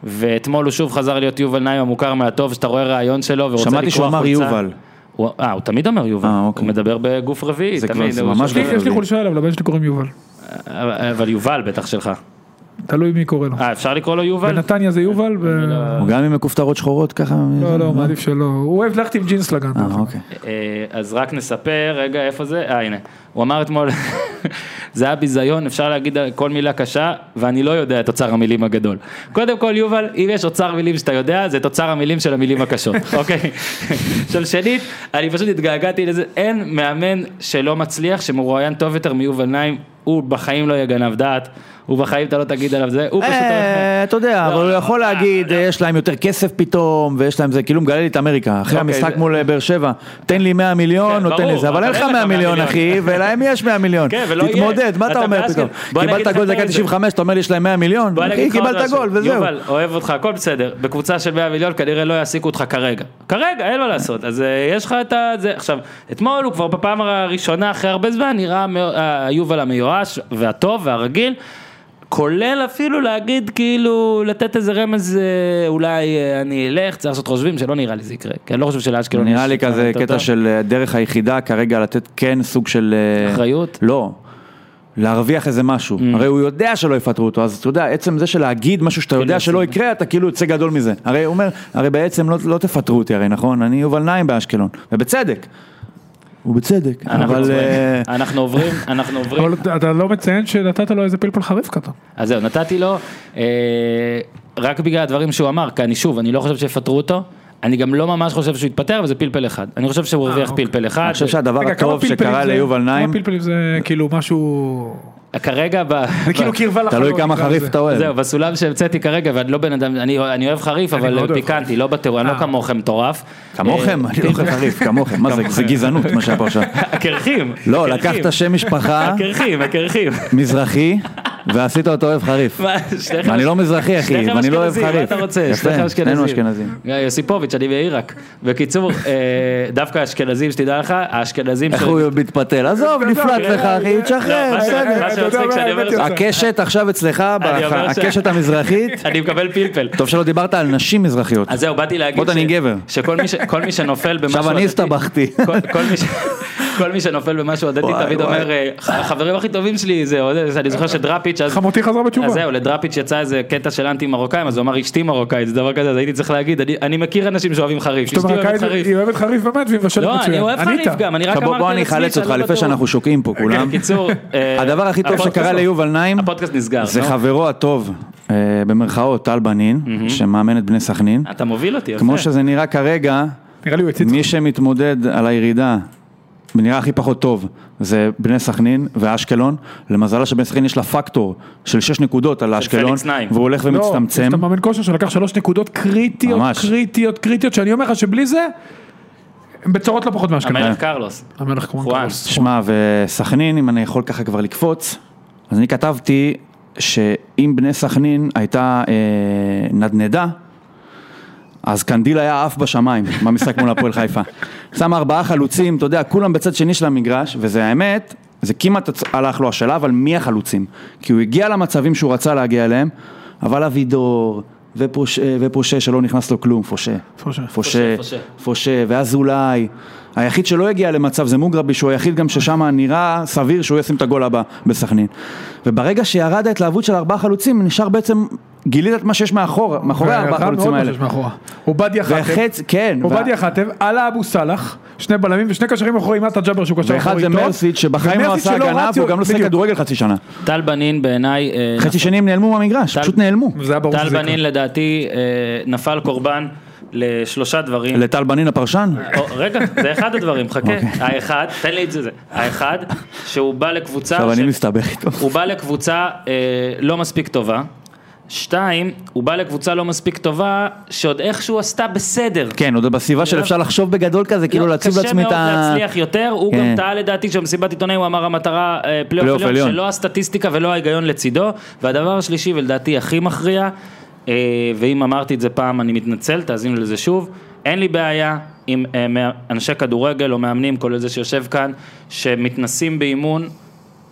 Speaker 1: ואתמול הוא שוב חזר להיות יובל נעים המוכר מהטוב, שאתה רואה רעיון שלו ורוצה לקרוע חולצה.
Speaker 3: שמעתי שהוא אמר יובל.
Speaker 1: הוא- אה, הוא תמיד אומר יובל.
Speaker 3: אה, אוקיי.
Speaker 1: הוא מדבר בגוף רביעי,
Speaker 3: זה כבר-
Speaker 1: תמיד.
Speaker 3: זה
Speaker 1: הוא
Speaker 3: ממש לא-
Speaker 1: שוב-
Speaker 2: יש לי- יש לי חולשה אליו, לבן שלי קוראים יובל,
Speaker 1: אבל אבל יובל בטח שלך.
Speaker 2: תלוי מי קורא לו.
Speaker 1: אה, אפשר לקרוא לו יובל?
Speaker 2: בנתניה זה יובל, ב-
Speaker 3: הוא גם עם מכופתרות שחורות ככה?
Speaker 2: לא, לא, מעדיף שלא. הוא אוהב ללכת עם ג'ינס לגן.
Speaker 3: אה, אוקיי.
Speaker 1: אה, אז רק נספר, רגע, איפה זה? אה, הנה. הוא אמר אתמול, זה היה ביזיון, אפשר להגיד כל מילה קשה, ואני לא יודע את אוצר המילים הגדול. קודם כל, יובל, אם יש אוצר מילים שאתה יודע, זה את אוצר המילים של המילים הקשות, אוקיי? עכשיו, שנית, אני פשוט התגעגעתי לזה, אין מאמן שלא מצליח, שמרואיין טוב יותר מיובל נעים, הוא בחיים לא יהיה גנב דעת, הוא בחיים אתה לא תגיד עליו זה, הוא פשוט... לא,
Speaker 3: אה, אתה יודע, אבל הוא יכול להגיד, אה, יש להם יותר כסף פתאום, ויש להם זה, כאילו מגלה לי את אמריקה. אחרי
Speaker 1: אוקיי,
Speaker 3: המשחק
Speaker 1: זה-
Speaker 3: מול אה, באר שבע, תן לי 100 מיליון,
Speaker 1: כן,
Speaker 3: נותן
Speaker 1: ברור,
Speaker 3: לי זה, אבל אין לך 100 מיליון, אחי, ולהם יש 100 מיליון.
Speaker 1: כן, ולא יהיה.
Speaker 3: תתמודד, מה
Speaker 1: אתה
Speaker 3: אתה אומר
Speaker 1: מאז
Speaker 3: פתאום?
Speaker 1: כן- בוא אני אגיד
Speaker 3: קיבלת
Speaker 1: לך
Speaker 3: גול
Speaker 1: יותר
Speaker 3: דקה
Speaker 1: מזה.
Speaker 3: 95, אתה אומר לי יש להם 100 מיליון?
Speaker 1: בוא אני אגיד
Speaker 3: אחי,
Speaker 1: לך עוד
Speaker 3: אוקיי, קיבלת
Speaker 1: משהו.
Speaker 3: גול, וזהו.
Speaker 1: יובל, אוהב אותך, הכל בסדר. בקבוצה של 100 מיליון כנראה לא יעסיקו אותך כרגע. כרגע, אין מה לעשות. אז אה, יש לך את ה... זה. עכשיו, אתמול הוא כבר בפעם הראשונה אחרי הרבה זמן נראה מאו- ה- היובל המיואש והטוב והרגיל. כולל אפילו להגיד כאילו לתת איזה רמז אה, אולי אה, אני אלך צריך לעשות חושבים שלא נראה לי זה יקרה כי אני לא חושב שלאשקלון
Speaker 3: נראה
Speaker 1: יש
Speaker 3: לי כזה
Speaker 1: את
Speaker 3: קטע
Speaker 1: אותה-
Speaker 3: של אה, דרך היחידה כרגע לתת כן סוג של... אה,
Speaker 1: אחריות? Mm.
Speaker 3: לא. להרוויח איזה משהו, הרי הוא יודע שלא יפטרו אותו, אז אתה יודע, עצם זה שלהגיד משהו
Speaker 1: כן,
Speaker 3: שאתה יודע שלא יקרה, אתה כאילו יוצא גדול מזה. הרי הוא אומר, הרי בעצם לא, לא תפטרו אותי הרי, נכון? אני יובל נעים באשקלון, ובצדק. ובצדק,
Speaker 1: אנחנו
Speaker 3: אבל...
Speaker 1: עוברים-
Speaker 3: אה,
Speaker 1: אנחנו עוברים אנחנו עוברים
Speaker 2: אבל אתה לא מציין שנתת לו איזה פלפל חריף כזה.
Speaker 1: אז זהו, נתתי לו, אה, רק בגלל הדברים שהוא אמר, כי אני שוב, אני לא חושב שיפטרו אותו, אני גם לא ממש חושב שהוא התפטר, אבל זה פלפל אחד. אני חושב שהוא הרוויח
Speaker 2: אוקיי.
Speaker 1: פלפל אחד.
Speaker 3: אני חושב שהדבר
Speaker 2: רגע, כמה
Speaker 3: הטוב
Speaker 2: פלפלים
Speaker 3: שקרה
Speaker 2: זה-
Speaker 3: ליובל נעים,
Speaker 2: כמה פלפלים זה כאילו משהו...
Speaker 1: כרגע, ב...
Speaker 2: זה כאילו
Speaker 1: ב-
Speaker 2: קרבה לחלום.
Speaker 3: תלוי כמה
Speaker 2: נקרא
Speaker 3: חריף
Speaker 2: לזה.
Speaker 3: אתה אוהב.
Speaker 1: זהו, בסולם שהמצאתי כרגע, ואני לא בן אדם, אני אני אוהב חריף,
Speaker 2: מאוד
Speaker 1: אבל
Speaker 2: אוהב אה.
Speaker 1: פיקנטי, לא בטירוף, אני לא כמוכם מטורף.
Speaker 3: כמוכם,
Speaker 1: אה,
Speaker 3: אני לא אוכל חריף, כמוכם, מה זה, זה גזענות מה שהיה פה עכשיו.
Speaker 1: הקרחים.
Speaker 3: לא,
Speaker 1: הקרחים.
Speaker 3: לקחת שם משפחה
Speaker 1: הקרחים, הקרחים.
Speaker 3: מזרחי, ועשית אותו אוהב חריף.
Speaker 1: מה, שניכם-
Speaker 3: ואני לא מזרחי אחי,
Speaker 1: שניכם
Speaker 3: ואני לא אוהב
Speaker 1: אשכנזים,
Speaker 3: חריף.
Speaker 1: מה אתה רוצה?
Speaker 3: יפה,
Speaker 1: שניכם
Speaker 3: שנינו אשכנזים.
Speaker 1: אה, יוסיפוביץ', אני מעיראק. בקיצור, אה, דווקא האשכנזים, שתדע לך, האשכנזים...
Speaker 3: איך
Speaker 1: של-
Speaker 3: הוא מתפתל? עזוב, נפלט
Speaker 2: לא,
Speaker 3: לך אחי, תשחרר,
Speaker 1: לא, מה ש-
Speaker 3: בסדר.
Speaker 1: מה שמצחיק שאני אומר את זה,
Speaker 3: הקשת עכשיו אצלך,
Speaker 1: אני אומר ש-
Speaker 3: הקשת המזרחית,
Speaker 1: אני מקבל פלפל.
Speaker 3: טוב שלא דיברת על נשים מזרחיות.
Speaker 1: אז זהו, באתי להגיד
Speaker 3: עוד אני
Speaker 1: ש-
Speaker 3: גבר.
Speaker 1: שכל מי ש- כל מי שנופל במשהו
Speaker 3: עכשיו אני
Speaker 1: עדתי-
Speaker 3: הסתבכתי.
Speaker 1: כל- כל מי ש- כל מי שנופל במשהו הדתי
Speaker 3: וואי,
Speaker 1: תמיד
Speaker 3: וואי.
Speaker 1: אומר, אה, החברים הכי טובים שלי זה, עודד", אני זוכר שדראפיץ', אז-
Speaker 2: חמותי חזרה בתשובה.
Speaker 1: אז זהו, לדראפיץ' יצא איזה קטע של אנטי מרוקאים, אז הוא אמר אשתי מרוקאית, זה דבר כזה, אז הייתי צריך להגיד, "אני- אני מכיר אנשים שאוהבים חריף,
Speaker 2: זאת
Speaker 1: אשתי
Speaker 2: אומרת,
Speaker 1: אוהבת חריף.
Speaker 2: היא אוהבת חריף באמת והיא מבשלת מצוין.
Speaker 1: לא, אני אוהב
Speaker 2: ענית.
Speaker 1: חריף גם, אני רק
Speaker 3: עכשיו,
Speaker 1: אמרתי
Speaker 3: בוא
Speaker 1: על עצמי
Speaker 3: בוא אני אחלץ
Speaker 1: שאני
Speaker 3: אותך
Speaker 1: לא
Speaker 3: לפני
Speaker 1: בטוח.
Speaker 3: שאנחנו שוקעים פה כולם.
Speaker 1: בקיצור, אה,
Speaker 3: הדבר הכי טוב
Speaker 1: הפודקאסט
Speaker 3: שקרה
Speaker 1: לא.
Speaker 3: ליובל נעים,
Speaker 1: הפודקאסט נסגר, לא?
Speaker 3: זה
Speaker 1: נו.
Speaker 3: חברו הטוב, אה, במרכאות, טל בנין, שמאמן את בני סכנין.
Speaker 1: אתה מוביל אותי, יפה.
Speaker 3: כמו שזה נראה כרגע,
Speaker 2: נראה לי הוא הציץ.
Speaker 3: מי שמתמודד על הירידה נראה הכי פחות טוב זה בני סכנין ואשקלון, למזלה שבני סכנין יש לה פקטור של 6 נקודות על אשקלון,
Speaker 1: פליקס נעים.
Speaker 3: והוא הולך
Speaker 2: לא,
Speaker 3: ומצטמצם.
Speaker 2: יש את המאמן כושר שלקח שלוש נקודות קריטיות,
Speaker 3: ממש.
Speaker 2: קריטיות, קריטיות, שאני אומר לך שבלי זה, הם בצרות לא פחות מאשכנז.
Speaker 3: אה,
Speaker 1: המלך קרלוס.
Speaker 2: המלך כמו
Speaker 1: חואן.
Speaker 3: שמע, וסכנין, אם אני יכול ככה כבר לקפוץ, אז אני כתבתי שאם בני סכנין הייתה אה, נדנדה, אז קנדיל היה עף בשמיים במשחק מול הפועל חיפה. שם ארבעה חלוצים, אתה יודע, כולם בצד שני של המגרש, וזה האמת, זה כמעט הצ- הלך לו השאלה, אבל מי החלוצים? כי הוא הגיע למצבים שהוא רצה להגיע אליהם, אבל אבידור... ופושה, ופושה שלא נכנס לו כלום, פושה.
Speaker 2: פושה.
Speaker 3: פושה,
Speaker 1: פושה.
Speaker 3: פושה, ואזולאי. היחיד שלא הגיע למצב זה מוגרבי, שהוא היחיד גם ששם נראה סביר שהוא ישים את הגול הבא בסכנין. וברגע שירד ההתלהבות של ארבעה חלוצים, נשאר בעצם, גילית את מה שיש מאחור, מאחורי הארבעה חלוצים האלה.
Speaker 2: עובדיה חתם,
Speaker 3: וחץ, כן, ו-
Speaker 2: עובדיה חתם, עלה אבו סאלח, שני בלמים ושני קשרים אחורי, עם עטה ג'אבר שהוא קשר
Speaker 3: ואחד
Speaker 2: אחורי
Speaker 3: זה
Speaker 2: טוב.
Speaker 3: מרסיד, שבחיים לא
Speaker 2: ומרסיד
Speaker 3: עשה
Speaker 2: לא, שלא
Speaker 3: הגנה,
Speaker 2: רץ,
Speaker 3: והוא גם לא שיחק
Speaker 2: בדיוק.
Speaker 3: כדורגל חצי שנה.
Speaker 1: טל בנין בעיניי, אה,
Speaker 3: חצי שני הם נעלמו מהמגרש,
Speaker 1: נכון. טל-
Speaker 3: פשוט נעלמו.
Speaker 2: וזה היה ברור
Speaker 1: טל
Speaker 2: שזה
Speaker 1: בנין
Speaker 2: יקרה.
Speaker 1: לדעתי אה, נפל קורבן לשלושה דברים.
Speaker 3: לטל בנין הפרשן?
Speaker 1: או, רגע, זה אחד הדברים, חכה.
Speaker 3: אוקיי.
Speaker 1: האחד, תן לי את זה, זה. האחד, שהוא בא לקבוצה...
Speaker 3: עכשיו אני
Speaker 1: ש-
Speaker 3: מסתבך איתו.
Speaker 1: הוא בא לקבוצה אה, לא מספיק טובה. שתיים, הוא בא לקבוצה לא מספיק טובה, שעוד איכשהו עשתה בסדר.
Speaker 3: כן, עוד בסביבה של אפשר לחשוב בגדול כזה, כאילו
Speaker 1: לא,
Speaker 3: להציב לעצמי את ה...
Speaker 1: קשה מאוד להצליח יותר, הוא
Speaker 3: כן.
Speaker 1: גם טעה לדעתי כשבמסיבת עיתונאים הוא אמר המטרה אה,
Speaker 3: פלייאוף
Speaker 1: פלייאוף עליון,
Speaker 3: עליון.
Speaker 1: שלא הסטטיסטיקה ולא ההיגיון לצידו, והדבר השלישי ולדעתי הכי מכריע, אה, ואם אמרתי את זה פעם אני מתנצל, תאזינו לזה שוב, אין לי בעיה עם אה, מא- אנשי כדורגל או מאמנים, כולל זה שיושב כאן, שמתנסים באימון.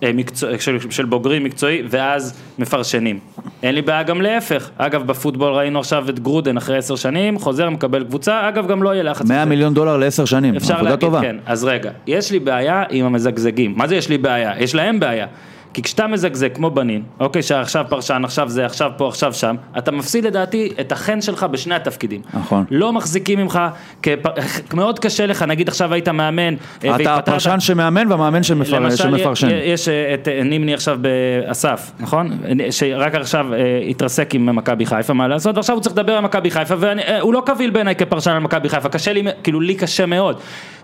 Speaker 1: אה, מקצוע, של, של בוגרים מקצועי, ואז מפרשנים. אין לי בעיה גם להפך. אגב, בפוטבול ראינו עכשיו את גרודן אחרי עשר שנים, חוזר, מקבל קבוצה, אגב, גם לא יהיה לחץ.
Speaker 3: 100
Speaker 1: כזה.
Speaker 3: מיליון דולר לעשר שנים,
Speaker 1: אפשר
Speaker 3: עבודה
Speaker 1: להגיד,
Speaker 3: טובה.
Speaker 1: כן. אז רגע, יש לי בעיה עם המזגזגים. מה זה יש לי בעיה? יש להם בעיה. כי כשאתה מזגזג כמו בנין, אוקיי, שעכשיו פרשן, עכשיו זה, עכשיו פה, עכשיו שם, אתה מפסיד לדעתי את החן שלך בשני התפקידים.
Speaker 3: נכון.
Speaker 1: לא מחזיקים ממך, כפ... מאוד קשה לך, נגיד עכשיו היית מאמן, אה, והתפטרת.
Speaker 3: אתה הפרשן שמאמן והמאמן שמפר- שמפרשן.
Speaker 1: למשל, יש אה, את אה, נימני עכשיו באסף, נכון? אה, שרק עכשיו אה, התרסק עם מכבי חיפה, מה לעשות? ועכשיו הוא צריך לדבר על מכבי חיפה, והוא לא קביל בעיניי כפרשן על מכבי חיפה, קשה לי, מ- כאילו לי קשה מאוד.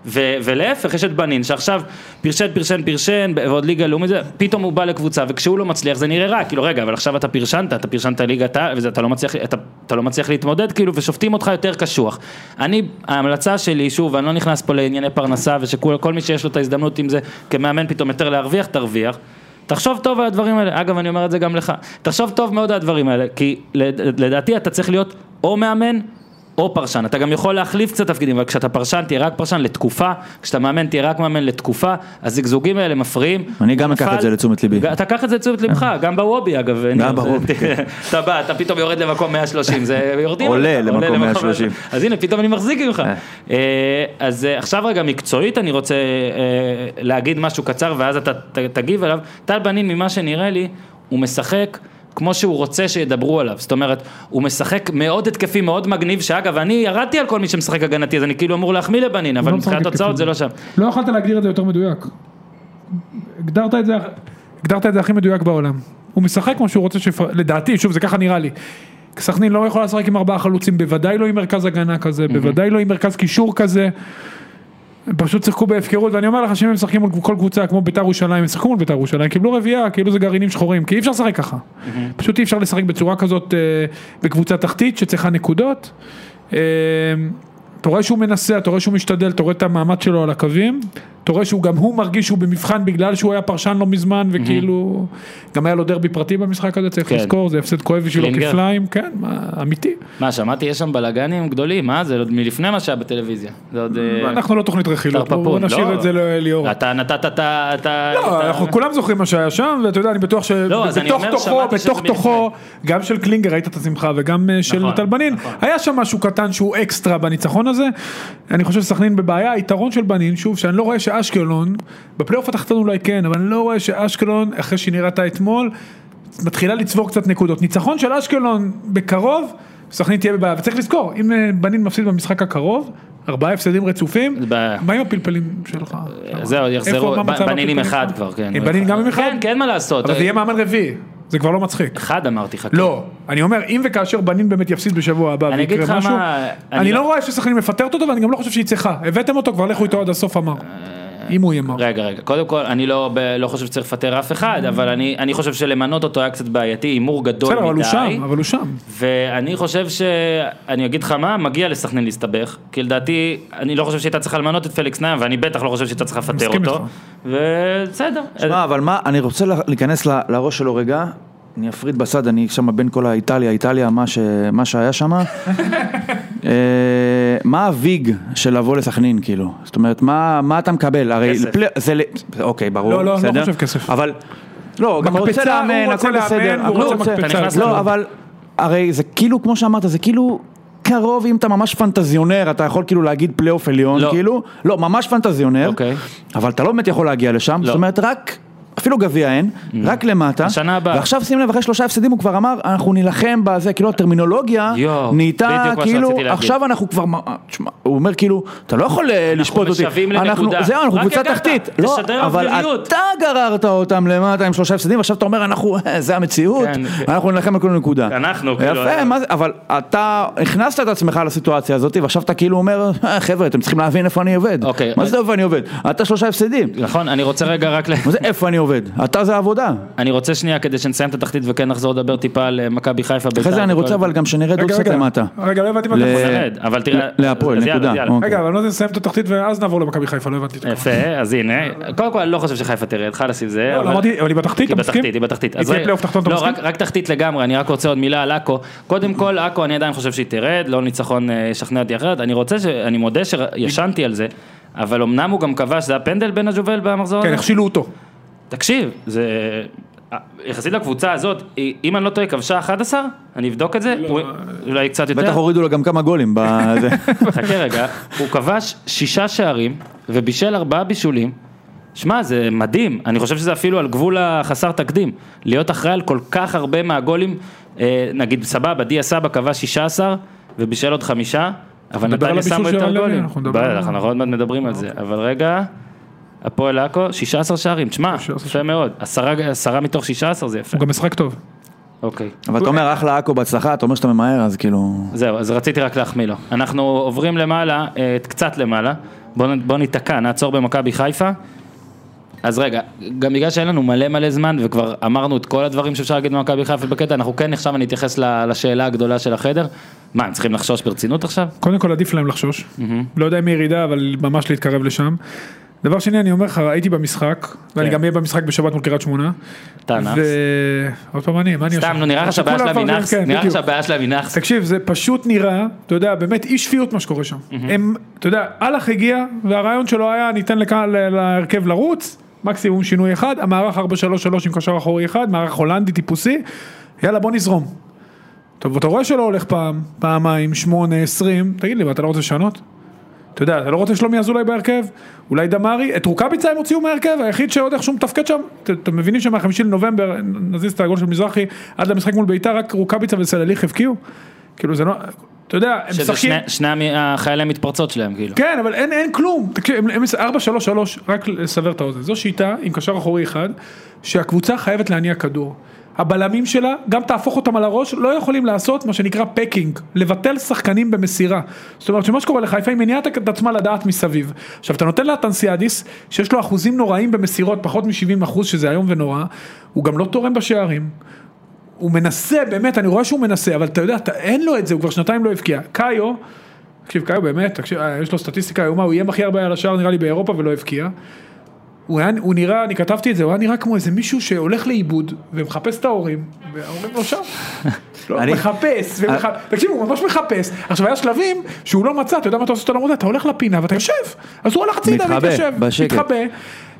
Speaker 1: ו- ולהפך, יש את בנין, שעכשיו פרשן, פרשן, פרשן, ב- ועוד ליגה לאומית, זה, פתאום הוא בא לקבוצה, וכשהוא לא מצליח זה נראה רע, כאילו רגע, אבל עכשיו אתה פרשנת, אתה פרשנת ליגת העל, וזה, אתה לא מצליח, אתה, אתה לא מצליח להתמודד, כאילו, ושופטים אותך יותר קשוח. אני, ההמלצה שלי, שוב, אני לא נכנס פה לענייני פרנסה, ושכל כל מי שיש לו את ההזדמנות עם זה, כמאמן פתאום יותר להרוויח, תרוויח. תחשוב טוב על הדברים האלה, אגב אני אומר את זה גם לך, תחשוב טוב מאוד על הדברים האלה, כי לד- לדעתי אתה צריך להיות או מאמן או פרשן, אתה גם יכול להחליף קצת תפקידים, אבל כשאתה פרשן תהיה רק פרשן לתקופה, כשאתה מאמן תהיה רק מאמן לתקופה, הזיגזוגים האלה מפריעים.
Speaker 3: אני גם אקח
Speaker 1: נפל-
Speaker 3: את זה לתשומת ליבי. אה.
Speaker 1: אתה קח את זה לתשומת ליבך, גם בוובי אגב. ניר, זה-
Speaker 3: בוובי,
Speaker 1: אתה בא, אתה פתאום יורד למקום 130, זה יורדים.
Speaker 3: עולה
Speaker 1: עליך,
Speaker 3: למקום 130.
Speaker 1: אז הנה, פתאום אני מחזיק ממך. אה, אז אה, עכשיו רגע מקצועית אני רוצה אה, להגיד משהו קצר ואז אתה ת- תגיב עליו. טל בנין ממה שנראה לי, הוא משחק. כמו שהוא רוצה שידברו עליו, זאת אומרת, הוא משחק מאוד התקפי, מאוד מגניב, שאגב, אני ירדתי על כל מי שמשחק הגנתי, אז אני כאילו אמור להחמיא לבנין, אבל
Speaker 2: לא
Speaker 1: מבחינת
Speaker 2: משחק
Speaker 1: תוצאות
Speaker 2: התקפי.
Speaker 1: זה לא שם.
Speaker 2: לא יכולת להגדיר את זה יותר מדויק. הגדרת את זה, הגדרת את זה הכי מדויק בעולם. הוא משחק כמו שהוא רוצה, שיפר... לדעתי, שוב, זה ככה נראה לי. סכנין לא יכולה לשחק עם ארבעה חלוצים, בוודאי לא עם מרכז הגנה כזה, בוודאי לא עם מרכז קישור כזה. הם פשוט שיחקו בהפקרות, ואני אומר לך שאם הם משחקים מול כל קבוצה כמו ביתר ירושלים, הם שיחקו מול ביתר ירושלים, קיבלו רביעייה, כאילו זה גרעינים שחורים, כי אי אפשר לשחק ככה. פשוט אי אפשר לשחק בצורה כזאת אה, בקבוצה תחתית שצריכה נקודות. אה, אתה רואה שהוא מנסה, אתה רואה שהוא משתדל, אתה רואה את המאמץ שלו על הקווים, אתה רואה שהוא גם הוא מרגיש שהוא במבחן בגלל שהוא היה פרשן לא מזמן, וכאילו, גם היה לו דרבי פרטי במשחק הזה, צריך
Speaker 1: כן.
Speaker 2: לזכור, זה הפסד כואב בשבילו
Speaker 1: קלינגר.
Speaker 2: כפליים, כן, מה, אמיתי.
Speaker 1: מה, שמעתי, יש שם בלאגנים גדולים, מה זה, עוד מלפני מה שהיה בטלוויזיה. זה עוד... אה,
Speaker 2: אנחנו לא תוכנית רכילות, בואו בואו
Speaker 1: תרפפון,
Speaker 2: נשאיר
Speaker 1: לא.
Speaker 2: את זה לליאור.
Speaker 1: אתה נתת את ה... את ה- את
Speaker 2: לא,
Speaker 1: ה- לא,
Speaker 2: אנחנו כולם זוכרים מה שהיה שם, ואתה יודע, אני בטוח
Speaker 1: אז אני
Speaker 2: שבתוך
Speaker 1: אומר,
Speaker 2: תוכו,
Speaker 1: שמעתי
Speaker 2: בתוך
Speaker 1: שזה
Speaker 2: תוכו, גם של קלינגר ראית את השמחה וגם אה, של
Speaker 1: נכון,
Speaker 2: טל בנין,
Speaker 1: נכון.
Speaker 2: היה שם משהו קטן שהוא אקסטרה בניצחון הזה. אני חושב שסכנין בבעיה, היתרון של בנין, שוב, שאני לא רואה שאשקלון, בפלייאוף התחתון אולי כן, אבל אני לא רואה שאשקלון, אחרי שהיא נראתה אתמול, מתחילה לצבור קצת נקודות. ניצחון של אשקלון בקרוב, סכנין תהיה בבעיה, וצריך לזכור, אם אה, בנין מפסיד במשחק הקרוב, ארבעה הפסדים רצופים,
Speaker 1: זה בעיה.
Speaker 2: מה עם הפלפלים שלך?
Speaker 1: אה, זהו,
Speaker 2: איפה,
Speaker 1: יחזרו,
Speaker 2: מה
Speaker 1: ב-
Speaker 2: מצב
Speaker 1: בנינים
Speaker 2: הפלפלים
Speaker 1: אחד
Speaker 2: שלך?
Speaker 1: כבר, כן.
Speaker 2: עם בנינים גם עם אחד?
Speaker 1: כן, כן, מה לעשות. אה,
Speaker 2: אבל זה יהיה מאמן רביעי, זה כבר לא מצחיק.
Speaker 1: אחד אמרתי, חכה.
Speaker 2: לא, אני אומר, אם וכאשר בנין באמת יפסיד בשבוע הבא
Speaker 1: אני אגיד לך
Speaker 2: ויקרה משהו,
Speaker 1: מה, אני
Speaker 2: אני
Speaker 1: לא- אה,
Speaker 2: לא רואה שסכנין מפטרת אותו ואני גם לא חושב שהיא צריכה, הבאתם אותו כבר, לכו איתו עד הסוף אמר. אם הוא יהיה מר.
Speaker 1: רגע, רגע, קודם כל, אני לא, ב- לא חושב שצריך לפטר אף אחד, אבל אני, אני חושב שלמנות אותו היה קצת בעייתי, הימור גדול
Speaker 2: בסדר,
Speaker 1: מדי.
Speaker 2: אבל הוא שם, אבל הוא שם.
Speaker 1: ואני חושב ש... אני אגיד לך מה, מגיע לסכנין להסתבך, כי לדעתי, אני לא חושב שהייתה צריכה למנות את פליקס נעים, ואני בטח לא חושב שהייתה צריכה לפטר
Speaker 2: מסכים
Speaker 1: אותו.
Speaker 2: איתך.
Speaker 1: ובסדר.
Speaker 3: שמע, אבל מה, אני רוצה לה- להיכנס ל- לראש שלו רגע, אני אפריד בצד, אני שם בין כל האיטליה, איטליה, מה, ש, מה שהיה שם. מה הוויג של לבוא לסכנין, כאילו? זאת אומרת, מה, מה אתה מקבל? הרי
Speaker 1: כסף.
Speaker 3: לפלי- זה ל... אוקיי, ברור,
Speaker 2: לא, לא, לא
Speaker 3: בסדר?
Speaker 2: חושב כסף.
Speaker 3: אבל... לא, הוא גם רוצה
Speaker 2: מקפצה,
Speaker 3: לאמן,
Speaker 2: הוא רוצה
Speaker 3: הכל
Speaker 2: לאמן,
Speaker 3: בסדר.
Speaker 2: והוא
Speaker 3: אבל
Speaker 2: רוצה
Speaker 3: הוא רוצה-
Speaker 2: מקפצה,
Speaker 1: אתה נכנס
Speaker 3: לא,
Speaker 1: לזה.
Speaker 3: אבל הרי זה כאילו, כמו שאמרת, זה כאילו... קרוב אם אתה ממש פנטזיונר, אתה יכול כאילו להגיד פלייאוף עליון,
Speaker 1: לא.
Speaker 3: כאילו, לא, ממש פנטזיונר,
Speaker 1: אוקיי.
Speaker 3: אבל אתה לא באמת יכול להגיע לשם,
Speaker 1: לא. Mm.
Speaker 3: זאת אומרת רק, אפילו גביע אין, רק למטה,
Speaker 1: השנה הבאה.
Speaker 3: ועכשיו שים לב אחרי שלושה הפסדים הוא כבר אמר אנחנו נילחם בזה, כאילו הטרמינולוגיה
Speaker 1: יואו,
Speaker 3: נהייתה
Speaker 1: בדיוק מה
Speaker 3: כאילו,
Speaker 1: שרציתי להגיד.
Speaker 3: עכשיו אנחנו כבר, מ- אה, תשמע, הוא אומר כאילו, אתה לא יכול אה, לשפוט אותי,
Speaker 1: משוועים
Speaker 3: אנחנו-
Speaker 1: לנקודה.
Speaker 3: זהו אנחנו
Speaker 1: רק
Speaker 3: קבוצה
Speaker 1: הגעת,
Speaker 3: תחתית, לא,
Speaker 1: תשדר
Speaker 3: אבל
Speaker 1: אוויריות.
Speaker 3: אתה גררת אותם למטה עם שלושה הפסדים, עכשיו אתה אומר אנחנו, אה, זה המציאות,
Speaker 1: כן, כן.
Speaker 3: אנחנו נילחם על כל נקודה,
Speaker 1: אנחנו, כאילו,
Speaker 3: יפה, מה זה, אבל אתה הכנסת את עצמך לסיטואציה הזאת ועכשיו אתה כאילו אומר, "אה, חבר'ה אתם צריכים להבין איפה אני עובד,
Speaker 1: אוקיי,
Speaker 3: מה
Speaker 1: אז-
Speaker 3: זה איפה אני עובד, אתה שלושה הפסדים,
Speaker 1: נכון, אני רוצה רגע רק ל...
Speaker 3: מה זה איפה אני עובד? אתה זה העבודה.
Speaker 1: אני רוצה שנייה כדי שנסיים את התחתית וכן נחזור לדבר טיפה על אה, מכבי חיפה.
Speaker 3: אחרי
Speaker 1: בית"ר
Speaker 3: זה אני
Speaker 1: וכל
Speaker 3: רוצה
Speaker 1: זה.
Speaker 3: אבל גם שנרד עוד
Speaker 2: רגע,
Speaker 3: קצת
Speaker 2: רגע,
Speaker 3: למטה.
Speaker 2: רגע, לא הבנתי מה
Speaker 3: ל-
Speaker 2: אתה חושב.
Speaker 1: נרד, אבל תראה...
Speaker 3: ל- להפועל,
Speaker 1: אז יאללה,
Speaker 3: נקודה.
Speaker 1: יאללה.
Speaker 3: אוקיי.
Speaker 2: רגע, אבל לא נסיים את התחתית ואז נעבור למכבי חיפה, לא הבנתי את הכוונה.
Speaker 1: יפה, אז הנה, קודם כל אני לא חושב שחיפה תרד, חלאס עם זה.
Speaker 2: לא, לא, אמרתי, אבל היא בתחתית,
Speaker 1: היא
Speaker 2: אתה מסכים?
Speaker 1: בתחתית, היא בתחתית.
Speaker 2: היא
Speaker 1: אז
Speaker 2: תהיה
Speaker 1: רגע-
Speaker 2: פלייאוף תחתון, אתה
Speaker 1: לא,
Speaker 2: מסכים?
Speaker 1: רק- רק תחתית לגמרי, אני רק רוצה עוד מילה על עכו. קודם כל, עכו, אני עדיין חושב שהיא תרד, לא ניצחון אה, ישכנע אותי אחרת. אני רוצה, ש- אני מודה שישנתי על זה, אבל אמנם הוא גם כבש, זה הפנדל בין הג'ובל במחזור
Speaker 2: כן,
Speaker 1: הזה?
Speaker 2: הכשילו אותו.
Speaker 1: תקשיב, זה... יחסית לקבוצה הזאת, היא- אם אני לא טועה, כבשה 11? אני אבדוק את זה?
Speaker 2: לא,
Speaker 1: הוא- אולי קצת יותר?
Speaker 3: בטח הורידו לו גם כמה גולים. בזה.
Speaker 1: חכה רגע, הוא כבש שישה שערים ובישל ארבעה בישולים. שמע, זה מדהים, אני חושב שזה אפילו על גבול החסר תקדים. להיות אחראי על כל כך הרבה מהגולים, אה, נגיד סבבה, דיה סבא כבש 16 ובישל עוד חמישה, אבל
Speaker 2: נדבר
Speaker 1: נתניה
Speaker 2: על הבישול
Speaker 1: שמו
Speaker 2: של
Speaker 1: יותר
Speaker 2: הלוי,
Speaker 1: גולים.
Speaker 2: אנחנו נדבר על
Speaker 1: בטח,
Speaker 2: זה.
Speaker 1: אנחנו עוד מעט מדברים על זה, אבל רגע, הפועל עכו, 16 שערים, תשמע,
Speaker 2: 16
Speaker 1: יפה מאוד, עשרה עשרה מתוך 16 זה יפה,
Speaker 2: הוא גם משחק טוב.
Speaker 1: אוקיי.
Speaker 3: אבל אתה אומר אחלה עכו בהצלחה, אתה אומר שאתה ממהר אז כאילו...
Speaker 1: זהו, אז רציתי רק להחמיא לו. אנחנו עוברים למעלה, אה, קצת למעלה. בוא, נ- בוא ניתקע, נעצור במכבי חיפה. אז רגע, גם בגלל שאין לנו מלא מלא זמן, וכבר אמרנו את כל הדברים שאפשר להגיד במכבי חיפה בקטע, אנחנו כן עכשיו אני אתייחס ל- לשאלה הגדולה של החדר. מה, הם צריכים לחשוש ברצינות עכשיו?
Speaker 2: קודם כל עדיף להם לחשוש, לא יודע אם ירידה אבל ממש להתקרב לשם. דבר שני אני אומר לך הייתי במשחק ואני
Speaker 1: כן.
Speaker 2: גם אהיה במשחק בשבת מול קריית שמונה.
Speaker 1: טענה.
Speaker 2: ו- עוד פעם אני, מה אני עושה?
Speaker 1: סתם, נו, נראה לך שהבעיה
Speaker 2: שכולם
Speaker 1: שלהם היא
Speaker 2: מפרגנים,
Speaker 1: נאחס?
Speaker 2: כן,
Speaker 1: נראה לך
Speaker 2: בדיוק.
Speaker 1: שהבעיה שלהם היא נאחס?
Speaker 2: תקשיב זה פשוט נראה, אתה יודע באמת אי שפיות מה שקורה שם. הם, אתה יודע, אהלך הגיע והרעיון שלו היה ניתן לקהל- ל- להרכב לרוץ, מקסימום שינוי אחד, המערך 433 עם קשר אחורי אחד, מערך הולנדי טיפוסי, יאללה בוא נזרום. טוב, אתה רואה שלא הולך פעם, פעמיים, שמונה, עשרים, תגיד לי, מה, אתה לא רוצה לשנות? אתה יודע, אתה לא רוצה שלומי אזולאי בהרכב? אולי דמארי? את רוקאביצה הם הוציאו מההרכב, היחיד שעוד איכשהו מתפקד שם? אתם- אתם מבינים שמהחמישי לנובמבר, נזיז את הגול של מזרחי, עד למשחק מול ביתר, רק רוקאביצה וסלליך הבקיעו? כאילו זה לא... אתה יודע, הם
Speaker 1: שזה
Speaker 2: משחקים...
Speaker 1: שני- שני המ- החיילי מתפרצות שלהם, כאילו.
Speaker 2: כן, אבל אין, אין כלום. תקשיב, הם- הם 4-3-3, רק לסבר את האוזן. זו שיטה עם קשר אחורי אחד, שהקבוצה חייבת להניע כדור. הבלמים שלה, גם תהפוך אותם על הראש, לא יכולים לעשות מה שנקרא פקינג, לבטל שחקנים במסירה. זאת אומרת שמה שקורה לחיפה היא מניעת את עצמה לדעת מסביב. עכשיו אתה נותן לה טנסיאדיס, שיש לו אחוזים נוראים במסירות, פחות מ-70 אחוז, שזה איום ונורא, הוא גם לא תורם בשערים. הוא מנסה, באמת, אני רואה שהוא מנסה, אבל אתה יודע, אתה, אין לו את זה, הוא כבר שנתיים לא הבקיע. קאיו, תקשיב, קאיו באמת, תקשיב, אה, יש לו סטטיסטיקה איומה, הוא איים הכי הרבה על השער נראה לי באירופה ולא הבקיע. הוא, היה, הוא נראה, אני כתבתי את זה, הוא היה נראה כמו איזה מישהו שהולך לאיבוד ומחפש את ההורים, וההורים לא שם. לא,
Speaker 3: אני-
Speaker 2: הוא מחפש, ומח... תקשיב, הוא ממש מחפש. עכשיו, היה שלבים שהוא לא מצא, אתה יודע מה אתה עושה שאתה לא מוצא, אתה הולך לפינה ואתה יושב. אז הוא הלך הצידה
Speaker 3: מתחבא,
Speaker 2: והתיישב,
Speaker 3: בשקט.
Speaker 2: מתחבא.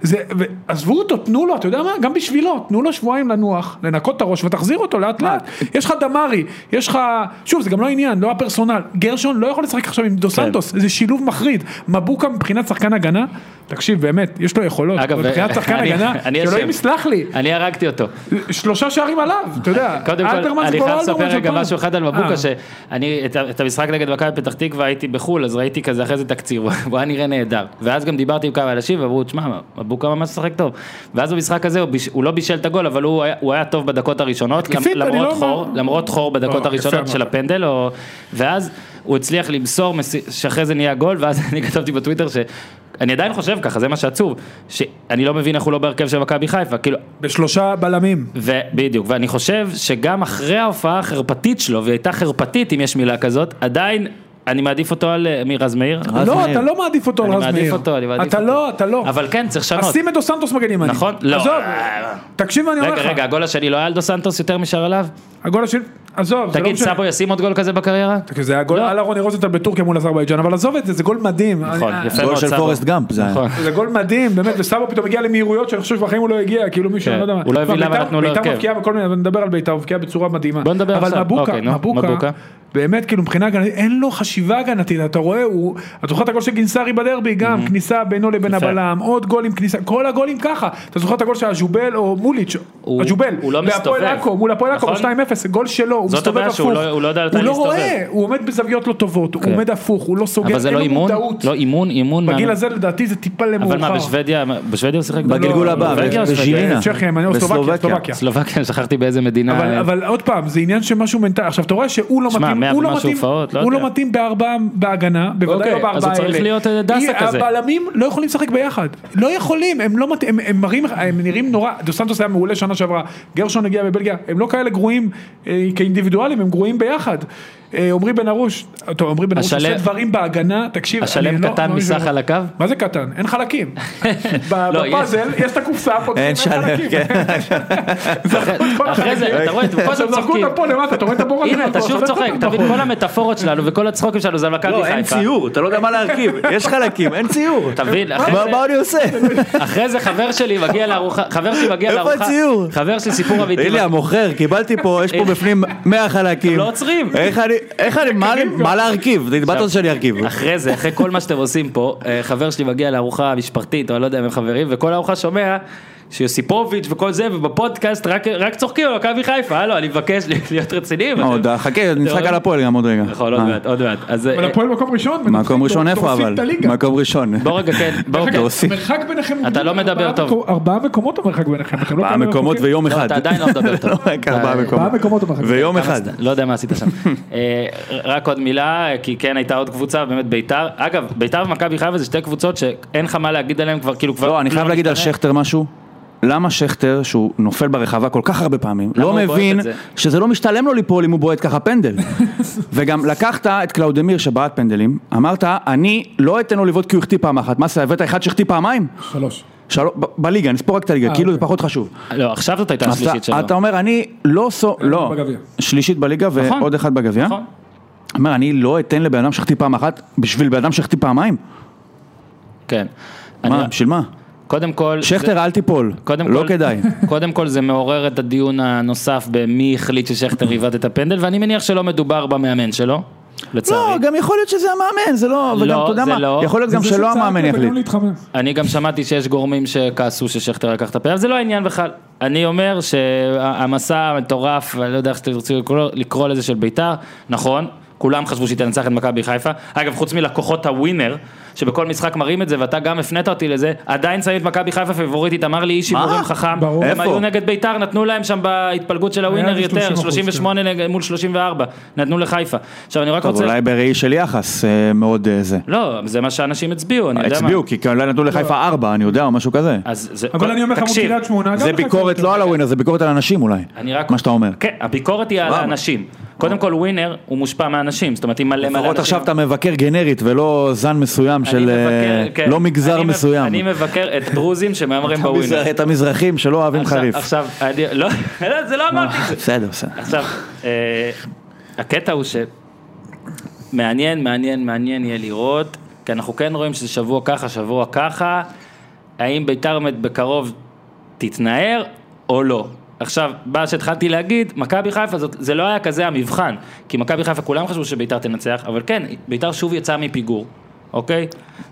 Speaker 2: זה, ו- עזבו אותו, תנו לו, אתה יודע מה? גם בשבילו, תנו לו שבועיים לנוח, לנקות את הראש ותחזיר אותו לאט לאט. יש לך דמארי, יש לך, שוב, זה גם לא עניין, לא הפרסונל. גרשון לא יכול לשחק עכשיו עם
Speaker 1: כן.
Speaker 2: דו סנטוס, זה שילוב מחריד. מבוקה מבחינת שחקן הגנה, תקשיב, באמת, יש לו יכולות.
Speaker 1: אגב, אה,
Speaker 2: אבל מבחינת שחקן
Speaker 1: אני-
Speaker 2: הגנה,
Speaker 1: אני
Speaker 2: שאלוהים
Speaker 1: אשם.
Speaker 2: יסלח לי,
Speaker 1: אני הרגתי אותו.
Speaker 2: שלושה שערים עליו, אתה יודע.
Speaker 1: קודם כל,
Speaker 2: אלברמן זה
Speaker 1: אני
Speaker 2: כמו
Speaker 1: חייב לספר
Speaker 2: אלברמן של
Speaker 1: רגע
Speaker 2: פעם.
Speaker 1: משהו אחד על
Speaker 2: אה.
Speaker 1: מבוקה, שאני את ה- את המשחק נגד מכבי פתח תקווה הייתי בחול, אז ראיתי כזה אחרי זה תקציר, והוא היה נראה נהדר. ואז גם דיברתי עם כמה אנשים, ואמרו, תשמע, מבוקה ממש משחק טוב. ואז במשחק הזה הוא ביש- הוא לא בישל את הגול, אבל הוא היה- הוא היה טוב בדקות הראשונות,
Speaker 2: התקפית,
Speaker 1: למ-
Speaker 2: אני
Speaker 1: למרות
Speaker 2: לא
Speaker 1: חור,
Speaker 2: אומר-
Speaker 1: למרות חור בדקות
Speaker 2: לא, יפה
Speaker 1: הראשונות
Speaker 2: אמרת.
Speaker 1: של הפנדל, או- ואז הוא הצליח למסור, מס- שאחרי זה נהיה גול, ואז אני כתבתי בטוויטר ש... אני עדיין חושב ככה, זה מה שעצוב, שאני לא מבין איך הוא לא בהרכב של מכבי חיפה, כאילו,
Speaker 2: בשלושה בלמים.
Speaker 1: ובדיוק, ואני חושב שגם אחרי ההופעה החרפתית שלו, והיא הייתה חרפתית אם יש מילה כזאת, עדיין אני מעדיף אותו על אה, מי, רז מאיר.
Speaker 3: רז
Speaker 2: לא,
Speaker 3: מאיר.
Speaker 2: אתה לא מעדיף אותו על
Speaker 1: אני
Speaker 2: רז מאיר.
Speaker 1: מעדיף אותו, אני מעדיף
Speaker 2: אתה
Speaker 1: אותו.
Speaker 2: לא, אתה לא.
Speaker 1: אבל כן, צריך לשנות.
Speaker 2: אז שים את דו סנטוס מגן ימני.
Speaker 1: נכון? לא.
Speaker 2: עזוב,
Speaker 1: אה,
Speaker 2: תקשיב מה אני אומר
Speaker 1: רגע,
Speaker 2: לך.
Speaker 1: רגע, הגול השני לא היה על דו סנטוס יותר משער עליו?
Speaker 2: הגול השני, עזוב, זה לא
Speaker 1: תגיד,
Speaker 2: משנה. כן,
Speaker 1: סאבו ישים עוד גול כזה בקריירה?
Speaker 2: כי זה היה גול
Speaker 1: לא.
Speaker 2: על רוני רוזנטל בטורקיה מול אזרבייג'אן, אבל עזוב את זה, זה גול מדהים.
Speaker 1: נכון,
Speaker 2: אני-
Speaker 1: יפה
Speaker 3: גול
Speaker 1: מאוד,
Speaker 3: של
Speaker 1: סאבו.
Speaker 3: פורסט גאמפ זה היה.
Speaker 1: נכון.
Speaker 2: זה גול מדהים, באמת, וסבא פתאום הגיע למהירויות שאני חושב שבחיים הוא לא הגיע, כאילו מישהו,
Speaker 1: כן,
Speaker 2: אני לא יודע מה.
Speaker 1: הוא לא הבין
Speaker 2: אבל
Speaker 1: למה
Speaker 2: בית"ר-
Speaker 1: נתנו לו
Speaker 2: בית"ר
Speaker 1: הרכב.
Speaker 2: מבקיעה בכל מיני, אבל נדבר על בית"ר, הוא מבקיע בצורה מדהימה.
Speaker 1: בוא נדבר עכשיו.
Speaker 2: אבל מבוקה,
Speaker 1: אוקיי, נו, מבוקה.
Speaker 2: מבוקה, באמת, כאילו מבחינה הגנתית, אין לו חשיבה הגנתית, אתה רואה, הוא, אתה זוכר את הגול של גינסארי בדרבי, גם כניסה בינו לבין
Speaker 1: Mm-hmm. יפה.
Speaker 2: הבלם, עוד גול עם כניסה, כל הגולים ככה, אתה זוכר את הגול של הג'ובל או מוליץ',
Speaker 1: הוא-
Speaker 2: הג'ובל,
Speaker 1: הוא לא
Speaker 2: בהפועל
Speaker 1: מסתובב.
Speaker 2: עכו, מול הפועל עכו,
Speaker 1: נכון?
Speaker 2: ב-2-0, גול שלו, הוא
Speaker 1: זאת
Speaker 2: מסתובב
Speaker 1: הבעיה
Speaker 2: הפוך,
Speaker 1: שהוא לא- הוא לא יודע
Speaker 2: הוא לא
Speaker 1: להסתובב.
Speaker 2: רואה, הוא עומד בזוויות לא טובות, הוא
Speaker 1: כן.
Speaker 2: עומד הפוך, הוא לא סוגר,
Speaker 1: אבל זה
Speaker 2: אין
Speaker 1: לא
Speaker 2: לו
Speaker 1: אימון?
Speaker 2: מודעות.
Speaker 1: לא אימון, אימון.
Speaker 2: בגיל
Speaker 1: מאמן.
Speaker 2: הזה לדעתי זה טיפה למאוחר.
Speaker 1: אבל מה, בשוודיה, בשוודיה הוא שיחק?
Speaker 3: בגלגול
Speaker 1: לא,
Speaker 3: הבא,
Speaker 1: בנורבגיה או
Speaker 3: בז'ילינה.
Speaker 1: שוודיה?
Speaker 2: צ'כיה, ימניה או סלובקיה, סלובקיה.
Speaker 1: סלובקיה, שכחתי באיזה מדינה.
Speaker 2: אבל,
Speaker 1: אה,
Speaker 2: אבל עוד פעם, זה עניין שמשהו מנטלי, עכשיו אתה רואה שהוא לא
Speaker 1: שמע,
Speaker 2: מתאים,
Speaker 1: מאה
Speaker 2: הוא לא
Speaker 1: ומשהו
Speaker 2: מתאים,
Speaker 1: הופעות, לא
Speaker 2: הוא
Speaker 1: יודע.
Speaker 2: לא מתאים בארבעה בהגנה, בוודאי
Speaker 1: אוקיי,
Speaker 2: לא בארבעה האלה.
Speaker 1: אז הוא צריך להיות, אה, דסה
Speaker 2: היא-
Speaker 1: כזה.
Speaker 2: הבלמים לא יכולים לשחק ביחד, לא יכולים, הם לא מתאים, הם- הם מראים, הם נראים נורא, דו סנטוס היה מעולה שנה שעברה, גרשון הגיע בבלגיה, הם לא כאלה גרועים אה, כאינדיבידואלים, הם גרועים ביחד. אה, עמרי בן ארוש, טוב עמרי בן ארוש
Speaker 1: השלם-
Speaker 2: עושה דברים בהגנה, תקשיב,
Speaker 1: השלם
Speaker 2: אני לא-
Speaker 1: קטן
Speaker 2: לא מישהו-
Speaker 1: מסך על הקו?
Speaker 2: מה זה קטן? אין חלקים. ב-
Speaker 1: לא, יש.
Speaker 2: בפאזל יש את הקופסה, פותחים,
Speaker 3: אין שלם, כן.
Speaker 1: אחרי- אחרי זה, אתה רואה, אתם כל
Speaker 2: עכשיו
Speaker 1: הזמן
Speaker 2: זרקו
Speaker 1: צוחקים.
Speaker 2: אותה פה למטה, אתה רואה את הבור הזה?
Speaker 1: הנה, אתה שוב צוחק, תבין, כל המטאפורות שלנו וכל הצחוקים שלנו זה על מכבי
Speaker 3: לא,
Speaker 1: חיפה.
Speaker 3: אין ציור, אתה לא יודע מה להרכיב, יש חלקים, אין ציור.
Speaker 1: תבין, אחרי
Speaker 3: מה
Speaker 1: זה-
Speaker 3: מה אני עושה?
Speaker 1: אחרי זה חבר שלי מגיע לארוחה, חבר שלי מגיע
Speaker 3: איפה
Speaker 1: לארוחה,
Speaker 3: הציור?
Speaker 1: חבר שלי סיפור אמיתי,
Speaker 3: הנה אמ- המוכר, קיבלתי פה, יש פה בפנים 100 חלקים.
Speaker 1: אתם לא עוצרים.
Speaker 3: איך אני, איך אני, מה אני- מה להרכיב? זה התבטא שאני ארכיב.
Speaker 1: אחרי זה, אחרי כל מה שאתם עושים פה, אה, חבר שלי מגיע לארוחה משפחתית, או אני לא יודע אם הם חברים, וכל הארוחה שומע שיוסיפוביץ' וכל זה, ובפודקאסט רק, רק צוחקים על מכבי חיפה, הלו, אני מבקש להיות רציניים.
Speaker 3: מה עוד, חכה, נשחק על הפועל גם עוד רגע.
Speaker 1: נכון, עוד
Speaker 3: אה.
Speaker 1: מעט, עוד מעט. אז אה,
Speaker 2: אבל הפועל מקום ראשון.
Speaker 3: מקום ראשון איפה
Speaker 2: דורסים
Speaker 3: אבל?
Speaker 2: את הליגה.
Speaker 3: מקום ראשון.
Speaker 1: בוא רגע, כן, בוא
Speaker 2: דרך
Speaker 1: רגע.
Speaker 2: אגב,
Speaker 3: דורסים.
Speaker 2: המרחק ביניכם הוא
Speaker 1: אתה
Speaker 2: בדיוק
Speaker 1: לא מדבר
Speaker 2: ארבעה
Speaker 1: טוב.
Speaker 2: מקו- ארבעה מקומות המרחק ביניכם. אתם לא כמה
Speaker 3: ארבעה מקומות
Speaker 2: רחוקים.
Speaker 3: ויום אחד.
Speaker 1: אתה עדיין לא מדבר טוב.
Speaker 3: לא, רק ארבעה
Speaker 1: אתה-
Speaker 2: ארבעה
Speaker 3: מקומות.
Speaker 2: מקומות המרחק.
Speaker 3: ויום
Speaker 1: כמה
Speaker 3: אחד.
Speaker 1: זמן? לא יודע מה עשית שם. אה, רק עוד מילה, כי כן הייתה עוד קבוצה, באמת ביתר. אגב, ביתר ומכבי חיפה זה שתי קבוצות שאין לך מה להגיד עליהן כבר, כאילו כבר...
Speaker 3: לא, אני חייב להגיד על
Speaker 1: משתנה.
Speaker 3: שכטר משהו. למה שכטר, שהוא נופל ברחבה כל כך הרבה פעמים, לא
Speaker 1: הוא בועט
Speaker 3: מבין
Speaker 1: את זה?
Speaker 3: שזה לא משתלם לו ליפול אם הוא בועט ככה פנדל. וגם לקחת את קלאודמיר שבעט פנדלים, אמרת, אני לא אתן לו לבעוט כי הוא החטיא פעם אחת. מה זה, הבאת אחד שהחטיא פעמיים?
Speaker 2: שלוש.
Speaker 3: של... ב- בליגה, נספור רק את הליגה,
Speaker 2: אה,
Speaker 3: כאילו זה
Speaker 2: אוקיי.
Speaker 3: פחות חשוב.
Speaker 1: לא, עכשיו זאת הייתה
Speaker 3: אז
Speaker 1: השלישית שלו.
Speaker 3: אתה, אתה אומר, אני לא סו... לא,
Speaker 2: בגביע.
Speaker 3: שלישית בליגה
Speaker 1: נכון.
Speaker 3: ועוד אחד בגביע.
Speaker 1: נכון?
Speaker 3: אומר, אני לא אתן לבן אדם שהחטיא פעם אחת, בשביל בן אדם שהחטיא פעמיים?
Speaker 1: כן.
Speaker 3: מה,
Speaker 1: אני-
Speaker 3: בשביל מה?
Speaker 1: קודם כל... זה-
Speaker 3: שכטר, אל תיפול,
Speaker 1: קודם
Speaker 3: לא
Speaker 1: כל,
Speaker 3: כדאי.
Speaker 1: קודם כל זה מעורר את הדיון הנוסף במי החליט ששכטר עיוות את הפנדל, ואני מניח שלא מדובר במאמן שלו, לצערי.
Speaker 3: לא, גם יכול להיות שזה המאמן, זה לא, וגם
Speaker 1: לא,
Speaker 3: אתה יודע
Speaker 1: זה לא.
Speaker 3: מה, יכול להיות
Speaker 2: זה
Speaker 3: גם
Speaker 2: זה
Speaker 3: שלא
Speaker 2: שצעק
Speaker 3: המאמן
Speaker 2: לו
Speaker 3: יחליט.
Speaker 2: בניון להתחמם.
Speaker 1: אני גם שמעתי שיש גורמים שכעסו ששכטר לקח את הפנדל, זה לא העניין בכלל. אני אומר שהמסע המטורף, אני לא יודע איך שאתם רוצים לקרוא- לקרוא לזה של בית"ר, נכון, כולם חשבו שהיא תנצח את מכבי חיפה. אגב, חוץ מלקוחות הווינר, שבכל משחק מראים את זה, ואתה גם הפנית אותי לזה, עדיין שמים את מכבי חיפה פיבוריטית, אמר לי איש
Speaker 3: מה?
Speaker 1: הימורים חכם.
Speaker 2: ברור.
Speaker 1: הם
Speaker 3: איפה?
Speaker 1: היו נגד בית"ר, נתנו להם שם בהתפלגות של הווינר
Speaker 2: איזה
Speaker 1: יותר,
Speaker 2: 30%,
Speaker 1: 38 נגד- מול 34, נתנו לחיפה. עכשיו אני רק
Speaker 3: טוב,
Speaker 1: רוצה...
Speaker 3: אולי בראי של יחס אה, מאוד אה, זה.
Speaker 1: לא, זה מה שאנשים הצביעו, אני יודע מה. לא.
Speaker 3: הצביעו, כי אולי נתנו לחיפה ארבע, אני יודע, או משהו כזה.
Speaker 1: אז זה...
Speaker 2: אבל אני אומר לך, מול
Speaker 1: תקשיב,
Speaker 2: קריית שמונה. גם
Speaker 3: זה
Speaker 2: לך
Speaker 3: ביקורת
Speaker 2: יותר.
Speaker 3: לא על הווינר, זה ביקורת על אנשים אולי.
Speaker 1: אני רק...
Speaker 3: מה שאתה אומר.
Speaker 1: כן, הביקורת היא על
Speaker 3: למה?
Speaker 1: האנשים. קודם כל ווינר הוא מושפע מהאנשים, זאת אומרת אם מלא מלא אנשים...
Speaker 3: לפחות עכשיו אתה מבקר גנרית ולא זן מסוים
Speaker 1: אני
Speaker 3: של אה,
Speaker 1: מבקר, כן.
Speaker 3: לא מגזר
Speaker 1: אני מב-
Speaker 3: מסוים.
Speaker 1: אני מבקר את דרוזים שמהמרים בווינר.
Speaker 3: את המזרחים שלא אוהבים
Speaker 1: עכשיו-
Speaker 3: חריף.
Speaker 1: עכשיו, אני- לא, לא, זה לא אמרתי את זה.
Speaker 3: בסדר, בסדר.
Speaker 1: עכשיו, אה, הקטע הוא ש... מעניין, מעניין, מעניין יהיה לראות, כי אנחנו כן רואים שזה שבוע ככה, שבוע ככה, האם ביתר באמת בקרוב תתנער או לא. עכשיו, מה שהתחלתי להגיד, מכבי חיפה, זאת, זה לא היה כזה המבחן, כי מכבי חיפה כולם חשבו שביתר תנצח, אבל כן, ביתר שוב יצאה מפיגור, אוקיי?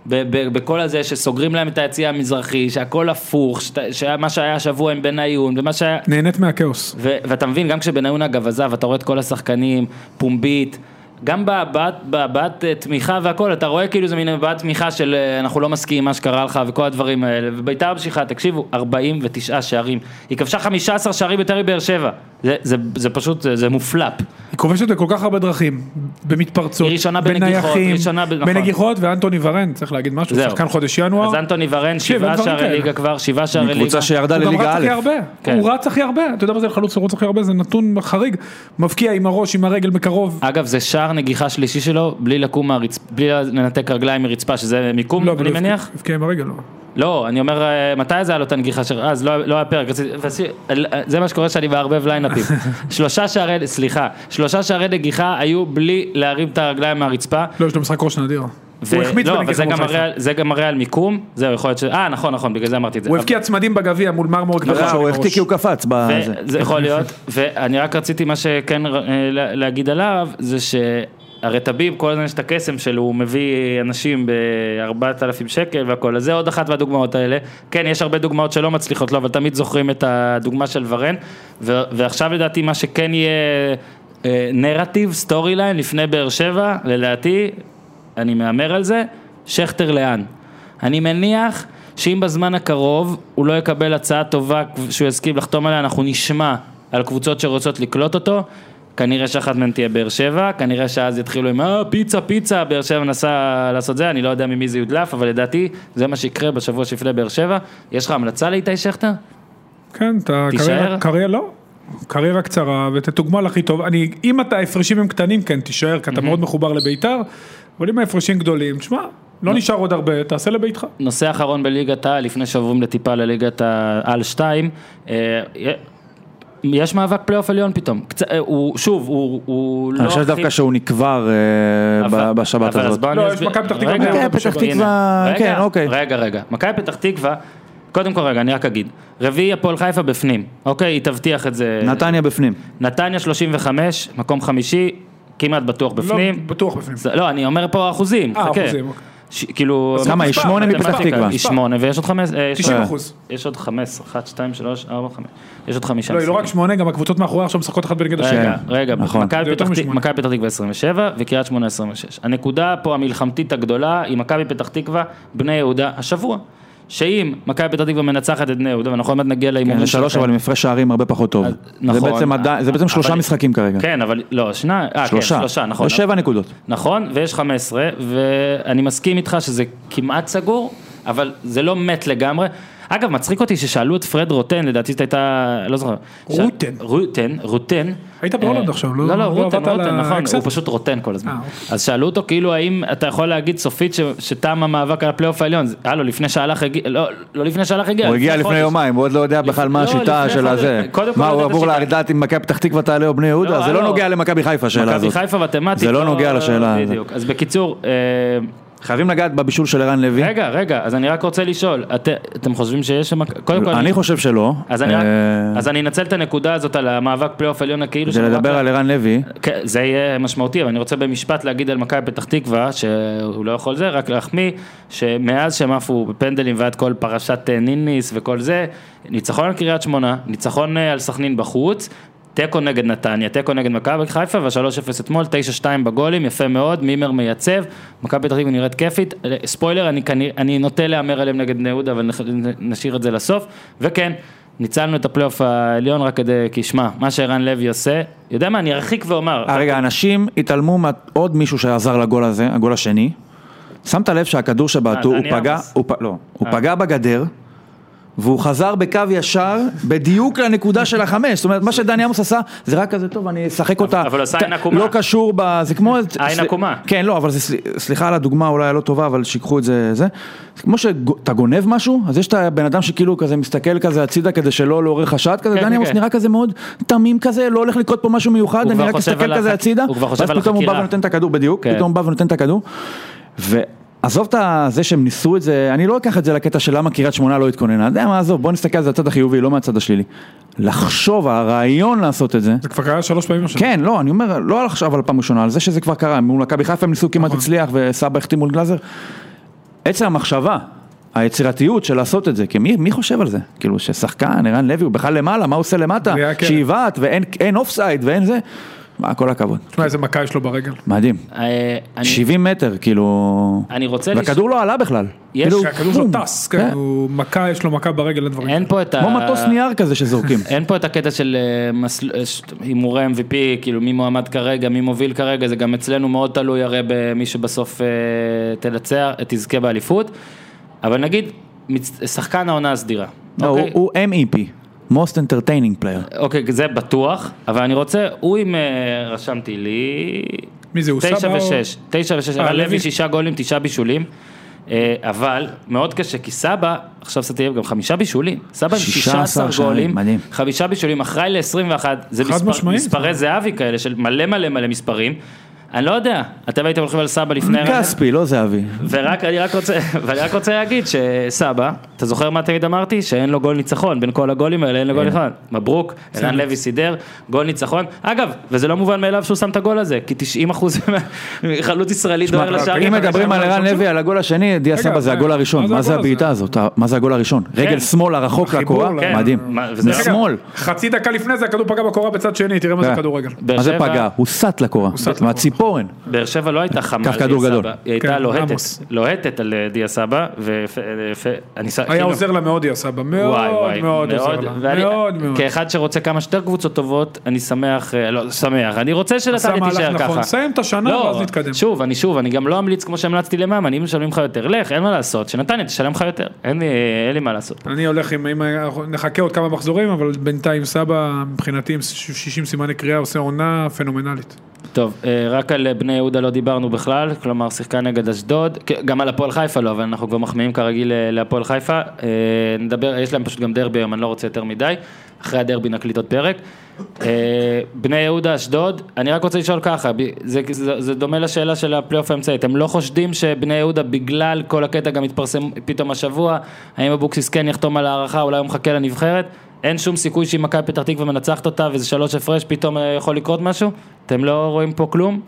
Speaker 1: ב- ב- בכל הזה שסוגרים להם את היציע המזרחי, שהכל הפוך, שת- שמה שהיה השבוע עם בניון, ומה שהיה...
Speaker 2: נהנית מהכאוס.
Speaker 1: ו- ואתה מבין, גם כשבניון אגב עזב, אתה רואה את כל השחקנים, פומבית, גם בהבעת בהבעת, אה, תמיכה והכל, אתה רואה כאילו זה מין הבעת תמיכה של אה, אנחנו לא מסכימים עם מה שקרה לך וכל הדברים האלה, וביתר ממשיכה, תקשיבו, 49 שערים, היא כבשה 15 שערים יותר מבאר שבע, זה, זה, זה פשוט, זה, זה מופלפ.
Speaker 2: היא כובשת בכל כך הרבה דרכים, במתפרצות,
Speaker 1: היא ראשונה בנגיחות,
Speaker 2: בנייחים,
Speaker 1: ראשונה ב- נכון.
Speaker 2: בנגיחות, ואנטוני ורן, צריך להגיד משהו,
Speaker 1: זהו.
Speaker 2: שחקן חודש ינואר,
Speaker 1: אז אנטוני ורן, שבעה
Speaker 2: דברים
Speaker 1: שערי
Speaker 2: כאלה.
Speaker 1: ליגה כבר, שבעה שערי ליגה.
Speaker 3: קבוצה שירדה
Speaker 2: הוא גם
Speaker 3: לליגה
Speaker 2: רץ הכי
Speaker 3: א'.
Speaker 2: הרבה,
Speaker 1: כן.
Speaker 2: הוא רץ הכי הרבה, אתה יודע מה זה חלוץ שרוץ הכי הרבה, זה נתון חריג, מבקיע עם הראש, עם הרגל מקרוב,
Speaker 1: אגב, זה שער נגיחה שלישי שלו, בלי לקום מהרצפה, בלי לנתק רגליים מרצפה, שזה מיקום,
Speaker 2: לא, אבל
Speaker 1: אה, אני
Speaker 2: הוא
Speaker 1: מניח?
Speaker 2: הבקיע- הבקיע עם הרגל, לא.
Speaker 1: לא, אני אומר, אה, מתי זה היה לו את הנגיחה של... אז לא לא היה פרק, רציתי- רציתי- אה, זה מה שקורה שאני מערבב ליינאפים. שלושה שערי, סליחה, שלושה שערי נגיחה היו בלי להרים את הרגליים מהרצפה.
Speaker 2: לא, יש לו משחק ראש נדיר,
Speaker 1: ו-
Speaker 2: הוא החמיץ
Speaker 1: לא,
Speaker 2: בנגיחה
Speaker 1: אבל זה
Speaker 2: מול
Speaker 1: גם
Speaker 2: חיפה.
Speaker 1: מראה על- זה גם מראה על מיקום, זהו, יכול להיות ש... אה, נכון, נכון, בגלל זה אמרתי את זה.
Speaker 2: הוא הבקיע צמדים בגביע מול מרמורק,
Speaker 3: לא,
Speaker 1: נכון.
Speaker 2: בראש
Speaker 3: הוא
Speaker 2: עם
Speaker 3: החטיא כי
Speaker 2: הראש.
Speaker 3: הוא קפץ. בזה.
Speaker 1: זה יכול להיות, ואני רק רציתי מה שכן אה, לה- להגיד עליו, זה שהרי טביב, כל הזמן יש את הקסם שלו, הוא מביא אנשים ב-4,000 שקל והכל, אז זה עוד אחת מהדוגמאות האלה. כן, יש הרבה דוגמאות שלא מצליחות לו, אבל תמיד זוכרים את הדוגמה של ורן, ו- ועכשיו לדעתי מה שכן יהיה אה, נרטיב, סטורי ליין, לפני באר שבע, לדעתי, אני מהמר על זה, שכטר לאן? אני מניח שאם בזמן הקרוב הוא לא יקבל הצעה טובה שהוא יסכים לחתום עליה, אנחנו נשמע על קבוצות שרוצות לקלוט אותו. כנראה שאחת מהן תהיה באר שבע, כנראה שאז יתחילו עם אה, פיצה, פיצה, באר שבע מנסה לעשות זה, אני לא יודע ממי זה יודלף, אבל לדעתי זה מה שיקרה בשבוע שלפני באר שבע. יש לך המלצה לאיתי שכטר?
Speaker 2: כן, אתה
Speaker 1: תישאר?
Speaker 2: קריירה- קריירה, לא. קריירה קצרה ותתוגמל הכי טוב. אני, אם אתה, ההפרשים הם קטנים, כן, תישאר, כי אתה מאוד מחובר לביתר, אבל אם ההפרשים גדולים, תשמע, לא נשאר עוד הרבה, תעשה לביתך. לא,
Speaker 1: נושא אחרון בליגת העל, לפני שעוברים לטיפה לליגת העל 2, יש מאבק פלייאוף עליון פתאום. קצ... אה, הוא, שוב, הוא, הוא לא
Speaker 3: אני חושב דווקא שהוא נקבר אה,
Speaker 1: אבל-
Speaker 3: ב- בשבת
Speaker 1: אבל אז
Speaker 3: הזאת.
Speaker 1: בוא אני
Speaker 2: לא, יש
Speaker 1: אסביר-
Speaker 2: מכבי פתח תקווה
Speaker 1: רגע,
Speaker 2: מכבי
Speaker 1: הנה.
Speaker 3: פתח תקווה,
Speaker 1: רגע,
Speaker 3: כן, אוקיי.
Speaker 1: רגע, רגע. מכבי פתח תקווה, קודם כל רגע, אני רק אגיד. רביעי הפועל חיפה בפנים, אוקיי? היא תבטיח את זה.
Speaker 3: נתניה בפנים.
Speaker 1: כן, נתניה 35, מקום חמישי, כמעט בטוח בפנים.
Speaker 2: לא, בטוח בפנים.
Speaker 1: זה- לא, אני אומר פה אחוזים,
Speaker 2: אה,
Speaker 1: חכה.
Speaker 2: אחוזים, אוקיי.
Speaker 1: ש- כאילו...
Speaker 2: אז
Speaker 3: כמה, היא
Speaker 2: מספר,
Speaker 3: שמונה
Speaker 2: מתמטיקה,
Speaker 3: מפתח תקווה.
Speaker 1: היא
Speaker 2: מספר.
Speaker 1: שמונה ויש עוד חמש... אה, יש עוד-
Speaker 2: 90 אחוז.
Speaker 1: יש עוד חמש, אחת, שתיים, שלוש, ארבע, חמש. יש עוד חמישה.
Speaker 2: לא, היא לא
Speaker 1: משחקים.
Speaker 2: רק שמונה, גם הקבוצות מאחוריה עכשיו משחקות אחת בנגד השנייה.
Speaker 1: רגע, רגע,
Speaker 3: נכון.
Speaker 1: מכבי
Speaker 2: זה יותר
Speaker 1: פתח תק-
Speaker 2: משמונה.
Speaker 1: מכבי פתח תקווה 27 וקריית שמונה 26. הנקודה פה המלחמתית הגדולה היא מכבי פתח תקווה, בני יהודה, השבוע. שאם מכבי פתח תקווה מנצחת את בני יהודה, ואנחנו עוד מעט נגיע להימורים
Speaker 3: כן, שלוש, אבל עם הפרש שערים הרבה פחות טוב. זה
Speaker 1: נכון.
Speaker 3: בעצם עדיין- זה בעצם שלושה
Speaker 1: אבל-
Speaker 3: משחקים כרגע.
Speaker 1: כן, אבל לא, שנה, אה, כן,
Speaker 3: שלושה.
Speaker 1: שלושה, נכון.
Speaker 3: יש שבע נקודות.
Speaker 1: נכון, ויש 15, ואני מסכים איתך שזה כמעט סגור, אבל זה לא מת לגמרי. אגב, מצחיק אותי ששאלו את פרד רוטן, לדעתי זאת הייתה, לא זוכר.
Speaker 2: רוטן.
Speaker 1: ש... רוטן, רוטן.
Speaker 2: היית בהולנד
Speaker 1: אה,
Speaker 2: עכשיו, לא-
Speaker 1: לא, לא,
Speaker 2: לא
Speaker 1: רוטן,
Speaker 2: עבדת על
Speaker 1: רוטן, נכון,
Speaker 2: האקסט?
Speaker 1: הוא פשוט רוטן כל הזמן.
Speaker 2: אה, אוקיי.
Speaker 1: אז שאלו אותו כאילו, האם אתה יכול להגיד סופית ש- שתם המאבק על הפלייאוף העליון? זה- הלו, לפני שהלך הגיע, לא, לא לפני שהלך הגיע,
Speaker 3: הוא הגיע לפני
Speaker 1: חודש.
Speaker 3: יומיים, הוא עוד לא יודע בכלל מה
Speaker 1: לא,
Speaker 3: השיטה
Speaker 1: לפני
Speaker 3: של
Speaker 1: חודש.
Speaker 3: הזה.
Speaker 1: קודם כל
Speaker 3: מה,
Speaker 1: לא
Speaker 3: הוא
Speaker 1: יודע את
Speaker 3: אמור
Speaker 1: השיטה.
Speaker 3: לדעת אם מכבי פתח תקווה תעלה או בני יהודה?
Speaker 1: לא,
Speaker 3: זה לא
Speaker 1: הלו.
Speaker 3: נוגע למכבי חיפה השאלה
Speaker 1: מכבי
Speaker 3: הזאת.
Speaker 1: חיפה מתמטית.
Speaker 3: זה לא נוגע לשאלה הזאת.
Speaker 1: בדיוק, אז בקיצור, אה,
Speaker 3: חייבים לגעת בבישול של ערן לוי.
Speaker 1: רגע, רגע, אז אני רק רוצה לשאול, את, אתם חושבים שיש שם... קודם כל,
Speaker 3: אני חושב שלא.
Speaker 1: אז אני, רק,
Speaker 3: אה,
Speaker 1: אז אני אנצל את הנקודה הזאת על המאבק פלייאוף עליון הכאילו...
Speaker 3: זה
Speaker 1: שהוא
Speaker 3: לדבר
Speaker 1: רק-
Speaker 3: על ערן לוי.
Speaker 1: כן, זה יהיה משמעותי, אבל אני רוצה במשפט להגיד על מכבי פתח תקווה, שהוא לא יכול זה, רק להחמיא, שמאז שהם עפו בפנדלים ועד כל פרשת אה, ניניס וכל זה, ניצחון על קריית שמונה, ניצחון אה, על סכנין בחוץ. תיקו נגד נתניה, תיקו נגד מכבי חיפה וה-3-0 אתמול, 9-2 בגולים, יפה מאוד, מימר מייצב, מכבי פתח תקווה נראית כיפית, אה, ספוילר, אני, כנראה, אני נוטה להמר עליהם נגד בני יהודה, אבל נח- נשאיר את זה לסוף, וכן, ניצלנו את הפלייאוף העליון רק כדי, כי שמע, מה שערן לוי עושה, יודע מה, אני ארחיק ואומר,
Speaker 3: אה, רגע, אנשים התעלמו מעוד מישהו שעזר לגול הזה, הגול השני. שמת לב שהכדור
Speaker 1: אה,
Speaker 3: שבעט, הוא הוא
Speaker 1: דני
Speaker 3: פגע,
Speaker 1: עמוס. אה.
Speaker 3: הוא פ- לא, הוא פגע בגדר, והוא חזר בקו ישר, בדיוק לנקודה של החמש. זאת אומרת, מה שדני עמוס עשה, זה רק כזה, טוב, אני אשחק אותה.
Speaker 1: אבל הוא עשה
Speaker 3: ת-
Speaker 1: עין עקומה.
Speaker 3: לא קשור ב... זה כמו...
Speaker 1: עין
Speaker 3: סל-
Speaker 1: עקומה.
Speaker 3: כן, לא, אבל זה, סל- סליחה על הדוגמה אולי הלא טובה, אבל שיקחו את זה, זה. זה כמו שאתה גונב משהו, אז יש את הבן אדם שכאילו כזה מסתכל כזה הצידה כדי שלא לעורר חשד כזה,
Speaker 1: כן,
Speaker 3: דני עמוס
Speaker 1: כן.
Speaker 3: נראה כזה מאוד תמים כזה, לא הולך לקרות פה משהו מיוחד.
Speaker 1: הוא
Speaker 3: אני
Speaker 1: כבר
Speaker 3: רק
Speaker 1: חושב על
Speaker 3: אסתכל כזה
Speaker 1: החק-
Speaker 3: הצידה,
Speaker 1: הוא כבר
Speaker 3: ואז
Speaker 1: חושב על
Speaker 3: פתאום הוא בא
Speaker 1: החקירה.
Speaker 3: ונותן את הכדור, בדיוק,
Speaker 1: כן.
Speaker 3: פתאום הוא בא ונותן את הכדור. ועזוב את זה שהם ניסו את זה, אני לא אקח את זה לקטע של למה קריית שמונה לא התכוננה, אתה יודע מה, עזוב, בוא נסתכל על זה הצד החיובי, לא מהצד השלילי. לחשוב, הרעיון לעשות את זה,
Speaker 2: זה כבר קרה שלוש פעמים עכשיו.
Speaker 3: כן, לא, אני אומר, לא על עכשיו על פעם ראשונה, על זה שזה כבר קרה, מול מכבי חיפה הם ניסו
Speaker 2: נכון.
Speaker 3: כמעט הצליח וסבא החתים מול גלאזר. עצם המחשבה, היצירתיות של לעשות את זה, כי מי, מי חושב על זה? כאילו ששחקן, ערן לוי, הוא בכלל למעלה, מה הוא עושה למטה?
Speaker 2: זה היה כן. כלא.
Speaker 3: שיבעט ואין אין אוף סייד ואין זה. מה, כל הכבוד.
Speaker 2: תשמע איזה מכה יש לו ברגל.
Speaker 3: מדהים.
Speaker 1: אה, אני-
Speaker 3: 70 מטר, כאילו...
Speaker 1: אני רוצה... לש-
Speaker 3: והכדור לא עלה בכלל.
Speaker 1: יש-
Speaker 3: כאילו,
Speaker 2: הכדור שלו
Speaker 3: בום.
Speaker 2: טס, כן, הוא מכה, יש לו מכה ברגל לדברים.
Speaker 1: אה. אין פה את ה...
Speaker 3: כמו מטוס נייר כזה שזורקים.
Speaker 1: אין פה את הקטע של אה, מסל- אה, ש- הימורי MVP, כאילו מי מועמד כרגע, מי מוביל כרגע, זה גם אצלנו מאוד תלוי הרי במי שבסוף אה, תנצח, אה, תזכה באליפות. אבל נגיד, מצ- שחקן העונה הסדירה.
Speaker 3: לא, הוא-
Speaker 1: אוקיי?
Speaker 3: הוא MEP, Most Entertaining Player.
Speaker 1: אוקיי, זה בטוח, אבל אני רוצה, הוא עם, אה, רשמתי לי...
Speaker 2: מי זה, הוא סבא
Speaker 1: תשע
Speaker 2: או-
Speaker 1: ושש, תשע ושש,
Speaker 2: אה,
Speaker 1: אבל
Speaker 2: לוי?
Speaker 1: לוי שישה גולים, תשעה בישולים, אה, אבל מאוד קשה, כי סבא, עכשיו שמתי לב גם חמישה בישולים, סבא עם
Speaker 3: 16
Speaker 1: 16
Speaker 3: שערים,
Speaker 1: גולים,
Speaker 3: מדהים.
Speaker 1: חמישה בישולים, אחראי ל-21, זה
Speaker 2: חד
Speaker 1: מספר-
Speaker 2: משמעית.
Speaker 1: מספרי זהבי כאלה של מלא מלא מלא מספרים, אני לא יודע, אתם הייתם הולכים על סבא לפני...
Speaker 3: כספי, לא זהבי.
Speaker 1: ורק, אני רק רוצה, ואני רק רוצה להגיד שסבא, אתה זוכר מה תמיד אמרתי? שאין לו גול ניצחון, בין כל הגולים האלה אין לו
Speaker 2: כן.
Speaker 1: גול ניצחון. מברוק, ערן לוי סידר, גול ניצחון. אגב, וזה לא מובן מאליו שהוא שם את הגול הזה, כי 90 אחוז חלוץ ישראלי דוהר
Speaker 2: אבל
Speaker 1: לשער.
Speaker 3: אם
Speaker 2: רגע,
Speaker 3: מדברים
Speaker 2: רגע,
Speaker 3: על
Speaker 2: רגע,
Speaker 3: ערן
Speaker 2: רגע,
Speaker 3: לוי, על הגול השני, דיה
Speaker 2: רגע,
Speaker 3: סבא זה
Speaker 2: רגע,
Speaker 3: הגול הראשון.
Speaker 2: מה זה
Speaker 3: מה זה
Speaker 2: הגול הזה? כן.
Speaker 3: הבעיטה הזאת? מה זה הגול הראשון? רגל שמאל הרחוק
Speaker 2: החיבור,
Speaker 3: לקורה?
Speaker 1: כן.
Speaker 3: מדהים.
Speaker 1: מה, וזה-
Speaker 2: רגע,
Speaker 3: משמאל.
Speaker 2: חצי דקה לפני זה הכדור פגע בקורה בצד שני, תראה מה זה
Speaker 1: אה.
Speaker 3: כן.
Speaker 2: כדורגל.
Speaker 1: באר
Speaker 3: מה זה
Speaker 1: שבע-
Speaker 3: פגע? הוא סט לקורה.
Speaker 2: סט
Speaker 3: מהציפורן.
Speaker 1: באר שבע לא הייתה חמה על דיה
Speaker 3: כדור גדול.
Speaker 1: סבא, היא הייתה
Speaker 2: כן,
Speaker 1: לוהטת,
Speaker 2: עמוס.
Speaker 1: לוהטת על אה, דיה סבא, ואני...
Speaker 2: היה עוזר לה מאוד, יא סבא,
Speaker 1: כאילו, וואי
Speaker 2: מאוד
Speaker 1: וואי,
Speaker 2: מאוד עוזר לה.
Speaker 1: ואני- כן,
Speaker 2: מאוד מאוד.
Speaker 1: כאחד שרוצה כמה שיותר קבוצות טובות, אני שמח, אה, לא, שמח, אני רוצה
Speaker 2: עשה
Speaker 1: שנתניה
Speaker 2: מהלך
Speaker 1: תישאר
Speaker 2: נכון.
Speaker 1: ככה.
Speaker 2: סיים את השנה
Speaker 1: לא,
Speaker 2: ואז נתקדם.
Speaker 1: שוב, אני שוב, אני גם לא אמליץ כמו שהמלצתי לממן, אם משלמים לך יותר, לך, אין מה לעשות, שנתניה תשלם לך יותר, אין לי, אין לי מה לעשות.
Speaker 2: אני הולך עם, עם, אנחנו נחכה עוד כמה מחזורים, אבל בינתיים סבא מבחינתי עם 60 סימני קריאה עושה עונה פנומנלית.
Speaker 1: טוב, אה, רק על אה, בני יהודה לא דיברנו בכלל, כלומר שיחקה נגד אשדוד, כ- גם על הפועל חיפה לא, אבל אנחנו כבר מחמיאים כרגיל אה, להפועל חיפה, אה, נדבר, יש להם פשוט גם דרבי היום, אני לא רוצה יותר מדי, אחרי הדרבי נקליט עוד פרק. אה, בני יהודה, אשדוד, אני רק רוצה לשאול ככה, ב- זה, זה, זה דומה לשאלה של הפלייאוף האמצעי, אתם לא חושדים שבני יהודה בגלל כל הקטע גם התפרסם פתאום השבוע, האם אבוקסיס כן יחתום על הערכה, אולי הוא מחכה לנבחרת? אין שום סיכוי שאם מכבי פתח תקווה מנצחת אותה וזה שלוש הפרש, פתאום אה, יכול לקרות משהו? אתם לא רואים פה כלום?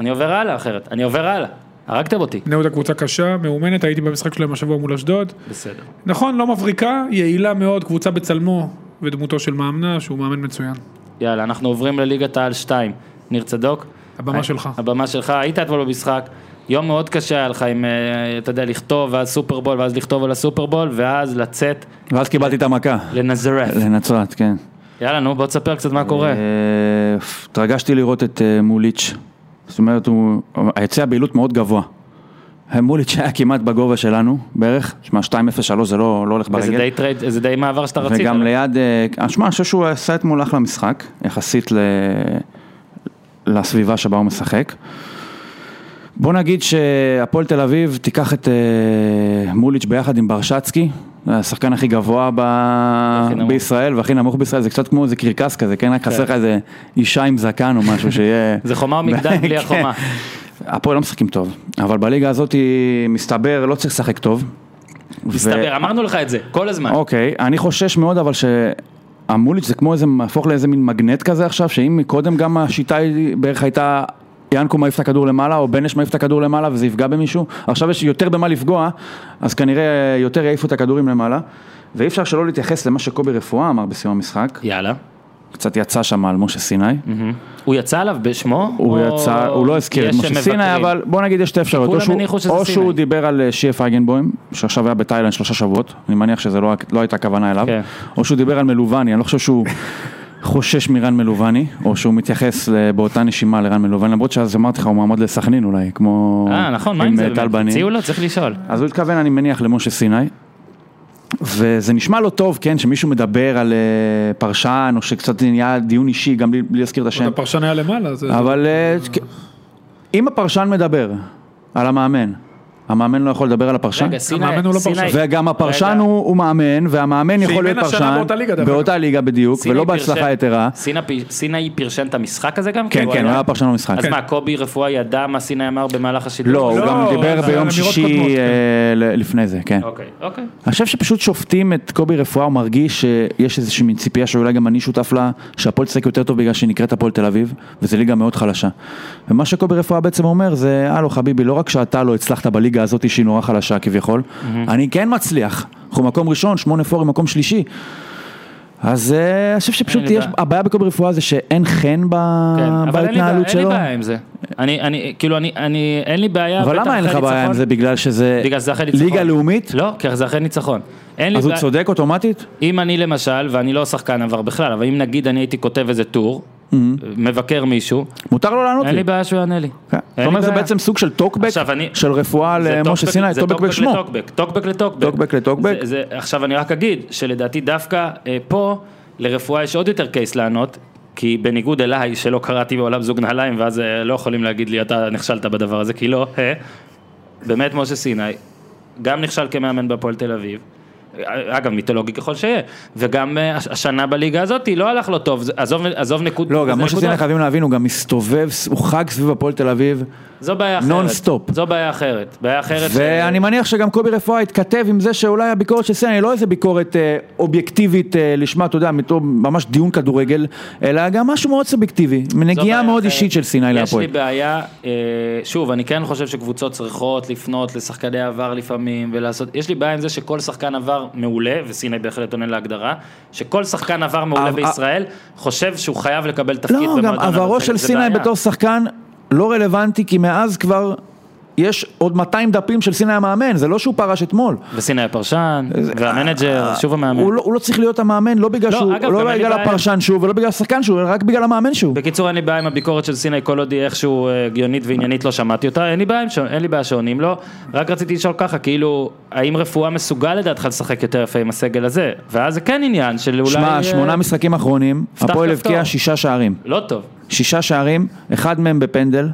Speaker 1: אני עובר הלאה אחרת, אני עובר הלאה. הרגתם אותי.
Speaker 2: בני יהודה קבוצה קשה, מאומנת, הייתי במשחק שלהם השבוע מול אשדוד.
Speaker 1: בסדר.
Speaker 2: נכון, לא מבריקה, יעילה מאוד, קבוצה בצלמו, ודמותו של מאמנה, שהוא מאמן מצוין.
Speaker 3: כן.
Speaker 1: יאללה, אנחנו עוברים לליגת העל 2. ניר צדוק. אה,
Speaker 2: הבמה שלך.
Speaker 1: הבמה שלך, היית אתמול במשחק. יום מאוד קשה היה לך עם, אה, אתה יודע, לכתוב, ואז סופרבול, ואז לכתוב על הסופרבול, ואז לצאת
Speaker 3: ואז קיבלתי את המכה.
Speaker 1: לנזרף.
Speaker 3: לנצרת, כן.
Speaker 1: יאללה, נו, בוא תספר קצת מה קורה.
Speaker 3: אה, התרגשתי לראות את אה, מוליץ'. זאת אומרת, הוא... היצע הבהילות מאוד גבוה. אה, מוליץ' היה כמעט בגובה שלנו, בערך. שמע, 2.03 זה לא, לא הולך
Speaker 1: וזה
Speaker 3: ברגל.
Speaker 1: די טרייד, זה די מעבר שאתה רצית.
Speaker 3: וגם ליד, אה, שמע, אני חושב שהוא עשה אתמול אחלה משחק, יחסית ל... לסביבה שבה הוא משחק. בוא נגיד שהפועל תל אביב תיקח את אה, מוליץ' ביחד עם ברשצקי, זה השחקן הכי גבוה ב...
Speaker 1: נמוך.
Speaker 3: בישראל והכי נמוך בישראל, זה קצת כמו איזה קרקס כזה, כן? רק חסר לך איזה אישה עם זקן או משהו שיהיה...
Speaker 1: זה חומה ומגדל בלי
Speaker 3: כן.
Speaker 1: החומה.
Speaker 3: הפועל לא משחקים טוב, אבל בליגה הזאת מסתבר לא צריך לשחק טוב. ו-
Speaker 1: מסתבר, אמרנו לך את זה, כל הזמן.
Speaker 3: אוקיי, אני חושש מאוד אבל שהמוליץ' זה כמו איזה, הפוך לאיזה מין מגנט כזה עכשיו, שאם מקודם גם השיטה היא בערך הייתה ינקו מעיף את הכדור למעלה, או בנש מעיף את הכדור למעלה וזה יפגע במישהו, עכשיו יש יותר במה לפגוע, אז כנראה יותר יעיפו את הכדורים למעלה. ואי אפשר שלא להתייחס למה שקובי רפואה אמר בסיום המשחק,
Speaker 1: יאללה.
Speaker 3: קצת יצא שם על משה סיני.
Speaker 1: הוא יצא עליו בשמו?
Speaker 3: הוא
Speaker 1: או-
Speaker 3: יצא, הוא לא הזכיר את
Speaker 1: יש
Speaker 3: משה
Speaker 1: שמבקרים?
Speaker 3: סיני, אבל בוא נגיד יש שתי אפשרויות, או
Speaker 1: כולם
Speaker 3: שהוא-
Speaker 1: הניחו שזה
Speaker 3: או
Speaker 1: סיני.
Speaker 3: שהוא דיבר על אה, שיף אייגנבוים, שעכשיו היה בתאילנד שלושה שבועות, אני מניח שזה לא לא הייתה הכוונה אליו,
Speaker 1: כן.
Speaker 3: או שהוא דיבר על מלובני, אני לא חושב שהוא חושש מרן מלובני, או שהוא מתייחס ל- באותה נשימה לרן מלובני, למרות שאז אמרתי לך הוא מועמד לסכנין אולי, כמו
Speaker 1: אה, נכון, מה עם זה?
Speaker 3: אה, טל בנין.
Speaker 1: הציעו לו, צריך לשאול.
Speaker 3: אז הוא התכוון, אני מניח, למשה סיני. וזה נשמע לא טוב, כן, שמישהו מדבר על אה, פרשן, או שקצת נהיה דיון אישי, גם בלי בלי להזכיר את השם.
Speaker 2: עוד הפרשן היה למעלה, זה...
Speaker 3: אבל אה, כ- אם הפרשן מדבר על המאמן, המאמן לא יכול לדבר על הפרשן?
Speaker 1: רגע, סיני,
Speaker 2: המאמן הוא לא
Speaker 1: סיני-
Speaker 2: פרשן.
Speaker 3: וגם הפרשן
Speaker 1: רגע,
Speaker 3: הוא הוא מאמן, והמאמן יכול
Speaker 2: שאימן
Speaker 3: להיות
Speaker 2: השנה
Speaker 3: פרשן,
Speaker 2: באותה ליגה, דרך
Speaker 3: באותה ליגה בדיוק,
Speaker 1: סיני
Speaker 3: ולא
Speaker 1: פרשן-
Speaker 3: בהצלחה יתרה.
Speaker 1: סיני פ- סיני פרשן את המשחק הזה גם?
Speaker 3: כן,
Speaker 1: כאילו,
Speaker 3: כן, הוא היה פרשן במשחק.
Speaker 1: אז
Speaker 3: כן.
Speaker 1: מה, קובי רפואה ידע מה סיני אמר במהלך השידור?
Speaker 3: לא, הוא
Speaker 2: לא,
Speaker 3: גם דיבר
Speaker 2: זה
Speaker 3: ביום
Speaker 2: אמירות קודמות,
Speaker 3: שישי
Speaker 2: כן.
Speaker 3: אה, ל- לפני זה, כן.
Speaker 1: אוקיי, אוקיי.
Speaker 3: אני חושב שפשוט שופטים את קובי רפואה, הוא מרגיש שיש איזושהי מין ציפייה שאולי גם אני שותף לה, שהפועל תשחק יותר טוב בגלל שהיא נקראת הפועל תל אביב, וזו ליגה מאוד חלשה. ומה שקובי רפואה בעצם אומר זה, הלו חביבי, לא רק שאתה לא הצלחת בליגה הזאת שהיא נורא חלשה כביכול, אני כן מצליח, אנחנו מקום ראשון, שמונה פורים, מקום שלישי. אז אה, אני חושב שפשוט
Speaker 1: אין לי
Speaker 3: יש,
Speaker 1: בעיה.
Speaker 3: הבעיה בכל ברפואה זה שאין חן ב-
Speaker 1: כן, אבל אין לי בעיה-
Speaker 3: בהתנהלות
Speaker 1: אין לי
Speaker 3: שלו.
Speaker 1: בעיה עם זה. אני, אני, כאילו, אני, אני, אין לי בעיה.
Speaker 3: אבל
Speaker 1: בטח
Speaker 3: למה אין לך
Speaker 1: אחרי
Speaker 3: בעיה עם
Speaker 1: ניצחון.
Speaker 3: זה? בגלל שזה
Speaker 1: בגלל שזה אחרי ניצחון.
Speaker 3: ליגה לאומית?
Speaker 1: לא, כי זה אחרי ניצחון. אין לי
Speaker 3: אז הוא
Speaker 1: בעיה.
Speaker 3: צודק אוטומטית?
Speaker 1: אם אני למשל, ואני לא שחקן עבר בכלל, אבל אם נגיד אני הייתי כותב איזה טור,
Speaker 3: Mm-hmm.
Speaker 1: מבקר מישהו,
Speaker 3: מותר לו לענות
Speaker 1: אין
Speaker 3: לי.
Speaker 1: לי בעיה שהוא יענה לי.
Speaker 3: כן.
Speaker 1: אין
Speaker 3: זאת אומרת
Speaker 1: לי
Speaker 3: זה
Speaker 1: בעיה.
Speaker 3: בעצם סוג של טוקבק
Speaker 1: עכשיו, אני-
Speaker 3: של רפואה
Speaker 1: זה
Speaker 3: למשה
Speaker 1: טוקבק-
Speaker 3: סיני,
Speaker 1: זה
Speaker 3: טוקבק בשמו.
Speaker 1: לטוקבק, טוקבק לטוקבק.
Speaker 3: טוקבק לטוקבק.
Speaker 1: זה- זה- עכשיו אני רק אגיד שלדעתי דווקא אה, פה לרפואה יש עוד יותר קייס לענות. כי בניגוד אליי, שלא קראתי בעולם זוג נעליים, ואז אה, לא יכולים להגיד לי, אתה נכשלת בדבר הזה, כי לא, אה, באמת משה סיני, גם נכשל כמאמן בהפועל תל אביב, אה, אגב, מיתולוגי ככל שיהיה, וגם אה, הש- השנה בליגה הזאת לא הלך לו טוב, זה- עזוב, עזוב נקוד,
Speaker 3: לא, גם
Speaker 1: זה
Speaker 3: משה
Speaker 1: נקודה.
Speaker 3: סיני חייבים להבין, הוא גם מסתובב, הוא חג סביב הפועל תל אביב,
Speaker 1: זו בעיה אחרת.
Speaker 3: נונסטופ.
Speaker 1: זו בעיה אחרת. בעיה אחרת.
Speaker 3: ואני מניח שגם קובי רפואה התכתב עם זה שאולי הביקורת של סיני היא לא איזה ביקורת אה, אובייקטיבית אה, לשמה, אתה יודע, מתור- ממש דיון כדורגל, אלא גם משהו מאוד סובייקטיבי,
Speaker 1: זו
Speaker 3: נגיעה
Speaker 1: בעיה
Speaker 3: מאוד
Speaker 1: אחרת.
Speaker 3: אישית של סיני להפועל.
Speaker 1: יש לי בעיה, אה, שוב, אני כן חושב שקבוצות צריכות לפנות לשחקני עבר לפעמים ולעשות, יש לי בעיה עם זה שכל שחקן עבר מעולה, וסיני בהחלט עונה להגדרה, שכל שחקן עבר מעולה
Speaker 3: אבל-
Speaker 1: בישראל חושב שהוא חייב לקבל תפקיד
Speaker 3: לא,
Speaker 1: במועדון.
Speaker 3: גם עברו
Speaker 1: הזה,
Speaker 3: של
Speaker 1: זה
Speaker 3: סיני
Speaker 1: בעיה.
Speaker 3: בתור שחקן לא רלוונטי, כי מאז כבר יש עוד 200 דפים של סיני המאמן, זה לא שהוא פרש אתמול.
Speaker 1: וסיני הפרשן, והמנג'ר, שוב המאמן.
Speaker 3: הוא לא- הוא לא צריך להיות המאמן, לא בגלל
Speaker 1: לא,
Speaker 3: שהוא,
Speaker 1: אגב, גם
Speaker 3: לא
Speaker 1: אין לי
Speaker 3: בגלל
Speaker 1: בעיה.
Speaker 3: הפרשן שהוא ולא בגלל השחקן שהוא, אלא רק בגלל המאמן שהוא.
Speaker 1: בקיצור, אין לי בעיה עם הביקורת של סיני, כל עוד היא איכשהו אה, הגיונית ועניינית, לא שמעתי אותה, אין לי בעיה, עם ש- אין לי בעיה שעונים לו. רק רציתי לשאול ככה, כאילו, האם רפואה מסוגל לדעתך לשחק יותר יפה עם הסגל הזה? ואז זה כן עניין של אולי...
Speaker 3: שמע,
Speaker 1: אה,
Speaker 3: שמונה משחקים אחרונים,
Speaker 1: פתח
Speaker 3: הפועל
Speaker 1: כפתור.
Speaker 3: הבקיע שישה שערים.
Speaker 1: לא טוב.
Speaker 3: שישה שערים, אחד מהם בפנדל,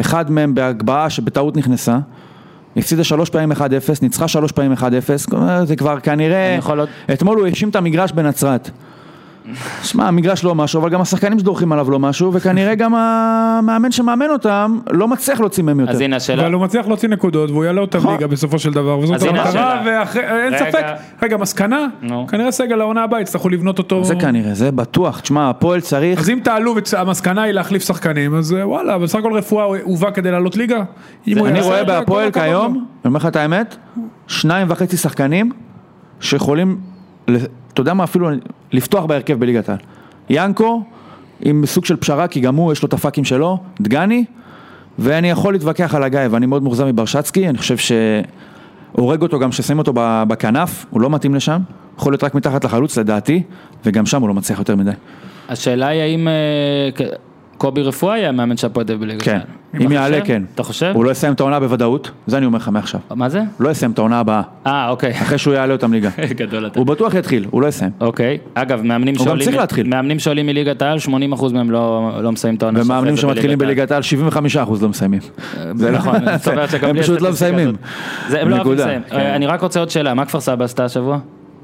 Speaker 3: אחד מהם בהגבהה שבטעות נכנסה. הפסידה שלוש פעמים 1-0, ניצחה שלוש פעמים 1-0, כלומר, זה כבר כנראה...
Speaker 1: אני יכול עוד-
Speaker 3: אתמול הוא האשים את המגרש בנצרת. שמע, המגרש לא משהו, אבל גם השחקנים שדורכים עליו לא משהו, וכנראה גם המאמן שמאמן אותם לא מצליח להוציא מהם יותר.
Speaker 1: אז הנה השאלה.
Speaker 2: אבל הוא מצליח להוציא נקודות והוא יעלה
Speaker 3: נכון.
Speaker 2: אותם ליגה בסופו של דבר, וזאת
Speaker 1: אז הנה
Speaker 2: המטרה,
Speaker 1: השאלה.
Speaker 2: ואין
Speaker 1: רגע.
Speaker 2: ספק, רגע, מסקנה,
Speaker 1: נו.
Speaker 2: כנראה סגל העונה הבאה יצטרכו לבנות אותו.
Speaker 3: זה כנראה, זה בטוח. תשמע, הפועל צריך...
Speaker 2: אז אם תעלו והמסקנה היא להחליף שחקנים, אז אה, וואלה, אבל בסך הכל רפואה הובא כדי לעלות ליגה. אם הוא
Speaker 3: אני
Speaker 2: יעשה
Speaker 3: רואה
Speaker 2: את זה, כל
Speaker 3: בהפועל
Speaker 2: הכבוד
Speaker 3: כיום,
Speaker 2: לו.
Speaker 3: אני אומר לך את האמת, שניים וחצי שחקנים שיכולים, ל- אתה יודע מה אפילו, לפתוח בהרכב בליגת העל. ינקו, עם סוג של פשרה, כי גם הוא יש לו את הפאקים שלו, דגני, ואני יכול להתווכח על הגיא, ואני מאוד מאוכזב מברשצקי, אני חושב שהורג אותו גם כששמים אותו ב- בכנף, הוא לא מתאים לשם, יכול להיות רק מתחת לחלוץ לדעתי, וגם שם הוא לא מצליח יותר מדי.
Speaker 1: השאלה היא האם אה, ק- קובי רפואה יהיה המאמן של הפועל תל אביב בליגה
Speaker 3: כן,
Speaker 1: שלנו. אתה
Speaker 3: אם יעלה
Speaker 1: חושב?
Speaker 3: כן.
Speaker 1: אתה חושב?
Speaker 3: הוא לא יסיים את העונה בוודאות, זה אני אומר לך מעכשיו.
Speaker 1: מה זה?
Speaker 3: לא יסיים את העונה הבאה.
Speaker 1: אה, אוקיי.
Speaker 3: אחרי שהוא יעלה אותם ליגה.
Speaker 1: גדול אתה.
Speaker 3: הוא בטוח יתחיל, הוא לא יסיים.
Speaker 1: אוקיי, אגב, מאמנים
Speaker 3: גם
Speaker 1: שעולים,
Speaker 3: צריך להתחיל.
Speaker 1: מאמנים שעולים מליגת העל, 80% מהם לא, לא מסיימים את העונה
Speaker 3: ומאמנים
Speaker 1: שאחרי זה
Speaker 3: שמתחילים בליגת העל, 75% לא מסיימים. זה
Speaker 1: נכון,
Speaker 3: לא-
Speaker 1: זאת אומרת שגם
Speaker 3: הם
Speaker 1: בלי
Speaker 3: פשוט לא
Speaker 1: הסטטיסטיקה
Speaker 3: מסיימים.
Speaker 1: הזאת. זה, הם לא אוהבים
Speaker 3: נקודה,
Speaker 1: לסיים.
Speaker 3: כן.
Speaker 1: אה, אני רק רוצה עוד שאלה, מה כפר סבא עשתה השבוע?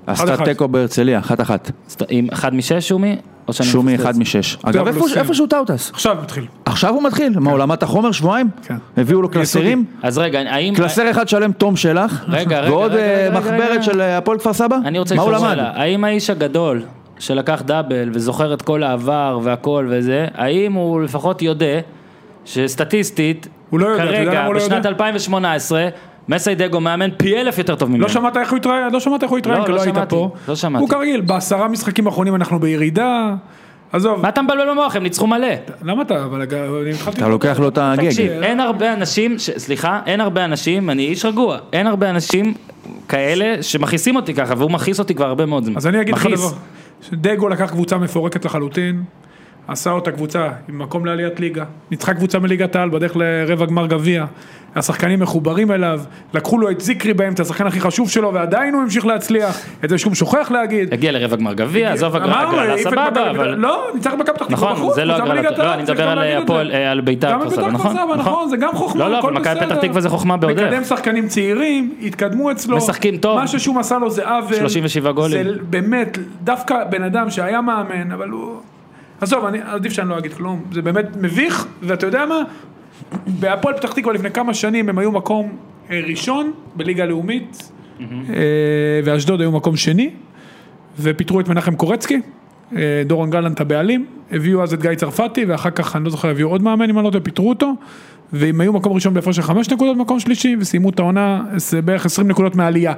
Speaker 3: עשתה
Speaker 2: אחד.
Speaker 3: תיקו בהרצליה, אחת אחת.
Speaker 1: עשת- עם אחד משש שומי? או שאני
Speaker 3: שומי
Speaker 1: מפספס?
Speaker 3: אחד משש. אגב,
Speaker 2: אבל
Speaker 3: איפה-
Speaker 2: הוא סיים.
Speaker 3: איפה שהוא טאוטס?
Speaker 2: עכשיו מתחיל.
Speaker 3: עכשיו הוא מתחיל, מה הוא למד את החומר שבועיים?
Speaker 2: כן.
Speaker 3: הביאו לו קלסרים?
Speaker 1: אז רגע, האם...
Speaker 3: קלסר אחד שלם תום שלח,
Speaker 1: רגע, רגע,
Speaker 3: ועוד
Speaker 1: רגע,
Speaker 3: אה,
Speaker 1: רגע, רגע.
Speaker 3: מחברת של אה, הפועל כפר סבא?
Speaker 1: אני רוצה
Speaker 3: מה הוא
Speaker 1: לשאול
Speaker 3: למד?
Speaker 1: שאלה, האם האיש הגדול שלקח דאבל וזוכר את כל העבר והכל וזה, האם הוא לפחות יודע שסטטיסטית,
Speaker 2: הוא לא יודע, אתה יודע למה
Speaker 1: כרגע,
Speaker 2: הוא לא
Speaker 1: בשנת
Speaker 2: יודע?
Speaker 1: 2018, מסיידגו מאמן פי אלף יותר טוב ממנו.
Speaker 2: לא שמעת איך הוא התראיין? לא שמעת איך הוא התראיין?
Speaker 1: כן. לא,
Speaker 2: כי
Speaker 1: לא
Speaker 2: לא היית
Speaker 1: שמעתי,
Speaker 2: פה.
Speaker 1: לא שמעתי.
Speaker 2: הוא כרגיל, בעשרה משחקים האחרונים אנחנו בירידה. עזוב,
Speaker 1: מה אתה מבלבל במוח? הם ניצחו מלא.
Speaker 2: למה אתה, אבל אגב, אני התחלתי...
Speaker 3: אתה לוקח לו את
Speaker 1: תקשיב,
Speaker 2: כן.
Speaker 3: הגג.
Speaker 1: אין הרבה אנשים, ש... סליחה, אין הרבה אנשים, אני איש רגוע, אין הרבה אנשים כאלה שמכעיסים אותי ככה, והוא מכעיס אותי כבר הרבה מאוד זמן.
Speaker 2: אז אני אגיד לך
Speaker 1: מכעיס.
Speaker 2: דבר. שדגו לקח קבוצה מפורקת לחלוטין, עשה אותה קבוצה עם מקום לעליית ליגה, ניצחה קבוצה מליגת העל בדרך לרבע גמר גביע, השחקנים מחוברים אליו, לקחו לו את זיקרי באמצע, השחקן הכי חשוב שלו, ועדיין הוא המשיך להצליח, את זה שהוא שוכח להגיד.
Speaker 1: הגיע לרבע גמר גביע, אה, עזוב הגרלה,
Speaker 2: אמרנו,
Speaker 1: הגרלה
Speaker 2: העיף את
Speaker 1: סבבה,
Speaker 2: מכבי-
Speaker 1: אבל...
Speaker 2: לא, ניצח במכבי פתח תקווה
Speaker 1: נכון,
Speaker 2: בחוץ,
Speaker 1: זה לא
Speaker 2: קבוצה
Speaker 1: הגרלה,
Speaker 2: מליגת העל,
Speaker 1: לא, אני
Speaker 2: צריך
Speaker 1: מדבר
Speaker 2: גם
Speaker 1: על
Speaker 2: להגיד את
Speaker 1: הפועל,
Speaker 2: זה.
Speaker 1: אה, על ביתר
Speaker 2: גם
Speaker 1: כפר
Speaker 2: ביתר
Speaker 1: סבא,
Speaker 2: כפר
Speaker 1: נכון?
Speaker 2: סבא, נכון, זה גם חוכמה,
Speaker 1: לא, לא,
Speaker 2: הכל
Speaker 1: אבל מכבי
Speaker 2: בסדר.
Speaker 1: פתח תקווה זה חוכמה בעודף.
Speaker 2: מקדם שחקנים צעירים, התקדמו אצלו.
Speaker 1: משחקים טוב.
Speaker 2: מה ששום עשה לו זה עוול.
Speaker 1: 37 גולים.
Speaker 2: זה באמת, דווקא בן אדם שהיה מאמן, אבל הוא... עזוב, אני- עדיף שאני לא אגיד כלום, זה באמת מביך, ואתה יודע מה? בהפועל פתח תקווה לפני כמה שנים הם היו מקום אה, ראשון בליגה הלאומית, אה, ואשדוד היו מקום שני, ופיטרו את מנחם קורצקי, אה, דורון גלנט הבעלים, הביאו אז את גיא צרפתי, ואחר כך, אני לא זוכר, הביאו עוד מאמן, אם אני לא טועה, פיטרו אותו, והם היו מקום ראשון בהפרש של חמש נקודות, מקום שלישי, וסיימו את העונה זה בערך 20 נקודות מעלייה.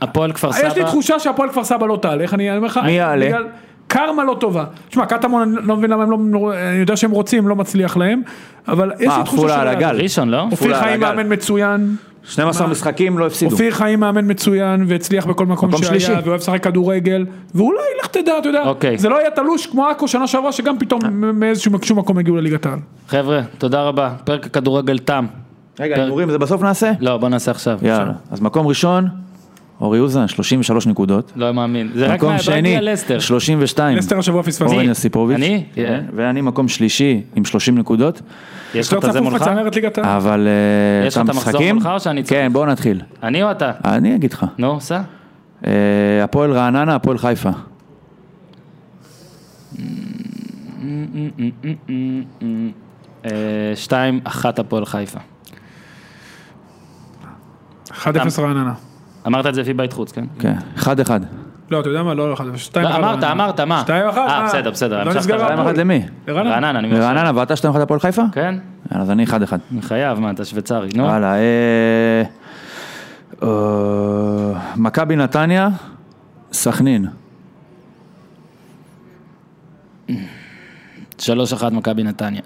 Speaker 1: הפועל כפר סבא.
Speaker 2: אה, יש לי תחושה שהפועל כפר סבא לא תעלה, איך אני אני אומר לך?
Speaker 3: מי יעלה?
Speaker 2: בגלל קרמה לא טובה. תשמע, קטמון, אני לא מבין למה הם לא... נור- אני יודע שהם רוצים, לא מצליח להם, אבל יש לי
Speaker 3: אה,
Speaker 2: תחושה
Speaker 3: עפולה על
Speaker 2: שלא יעלה.
Speaker 3: הגל.
Speaker 1: ראשון, לא?
Speaker 2: אופיר
Speaker 3: עפולה על
Speaker 2: חיים
Speaker 3: הגל.
Speaker 2: מאמן מצוין,
Speaker 3: 12 משחקים לא הפסידו.
Speaker 2: אופיר חיים מאמן מצוין והצליח בכל מקום
Speaker 3: מקום
Speaker 2: שהיה,
Speaker 3: שלישי.
Speaker 2: ואוהב לשחק כדורגל, ואולי לך תדע, אתה יודע,
Speaker 1: אוקיי.
Speaker 2: זה לא היה תלוש כמו עכו שנה שעברה, שגם פתאום
Speaker 3: אה.
Speaker 2: מאיזשהו מקשור מקום הגיעו לליגת העל.
Speaker 1: חבר'ה, תודה רבה. פרק הכדורגל תם.
Speaker 3: רגע, הימורים זה בסוף נעשה?
Speaker 1: לא, בוא נעשה עכשיו.
Speaker 3: יאללה. אז מקום ראשון, אורי אוזן, 33 נקודות.
Speaker 1: לא מאמין. זה רק
Speaker 3: מקום
Speaker 1: מהדרגי
Speaker 3: שני,
Speaker 1: הלסטר.
Speaker 3: 32.
Speaker 2: לסטר לא השבוע פספסתי.
Speaker 3: כן. אורן יוסיפוביץ'.
Speaker 1: אני? אה.
Speaker 3: כן, ואני מקום שלישי עם 30 נקודות.
Speaker 1: יש
Speaker 2: לא
Speaker 1: לך את זה
Speaker 2: צפוף
Speaker 1: מולך?
Speaker 2: בצמרת ליגת העל.
Speaker 3: אבל אה,
Speaker 1: יש לך את המחזור
Speaker 3: המשחקים-
Speaker 1: מולך או שאני צריך?
Speaker 3: כן, בואו נתחיל.
Speaker 1: אני או אתה?
Speaker 3: אני אגיד לך.
Speaker 1: נו, סע.
Speaker 3: אה, הפועל רעננה, הפועל חיפה.
Speaker 1: אה, שתיים, אחת הפועל חיפה.
Speaker 2: 1-0
Speaker 3: אה.
Speaker 2: רעננה.
Speaker 1: אמרת את זה לפי בית חוץ, כן?
Speaker 3: כן, 1-1.
Speaker 2: לא, אתה יודע מה, לא, לא, 1-0, 2-1.
Speaker 1: לא, אמרת,
Speaker 2: רעננה.
Speaker 1: אמרת, מה?
Speaker 2: 2-1.
Speaker 1: אה, בסדר, בסדר,
Speaker 2: לא
Speaker 1: המשכת.
Speaker 2: נסגר
Speaker 3: 2-1 למי?
Speaker 2: לרעננה.
Speaker 1: רעננה, אוקיי. לא, אני מבין.
Speaker 3: לרעננה, ואתה 2-1 הפועל חיפה?
Speaker 1: כן? אה.
Speaker 3: יאללה, אז אני 1-1.
Speaker 1: אני חייב, מה, אתה שוויצרי, נו?
Speaker 3: הלאה. אה, אה, מכבי נתניה, סכנין.
Speaker 1: שלוש אחת מכבי נתניה.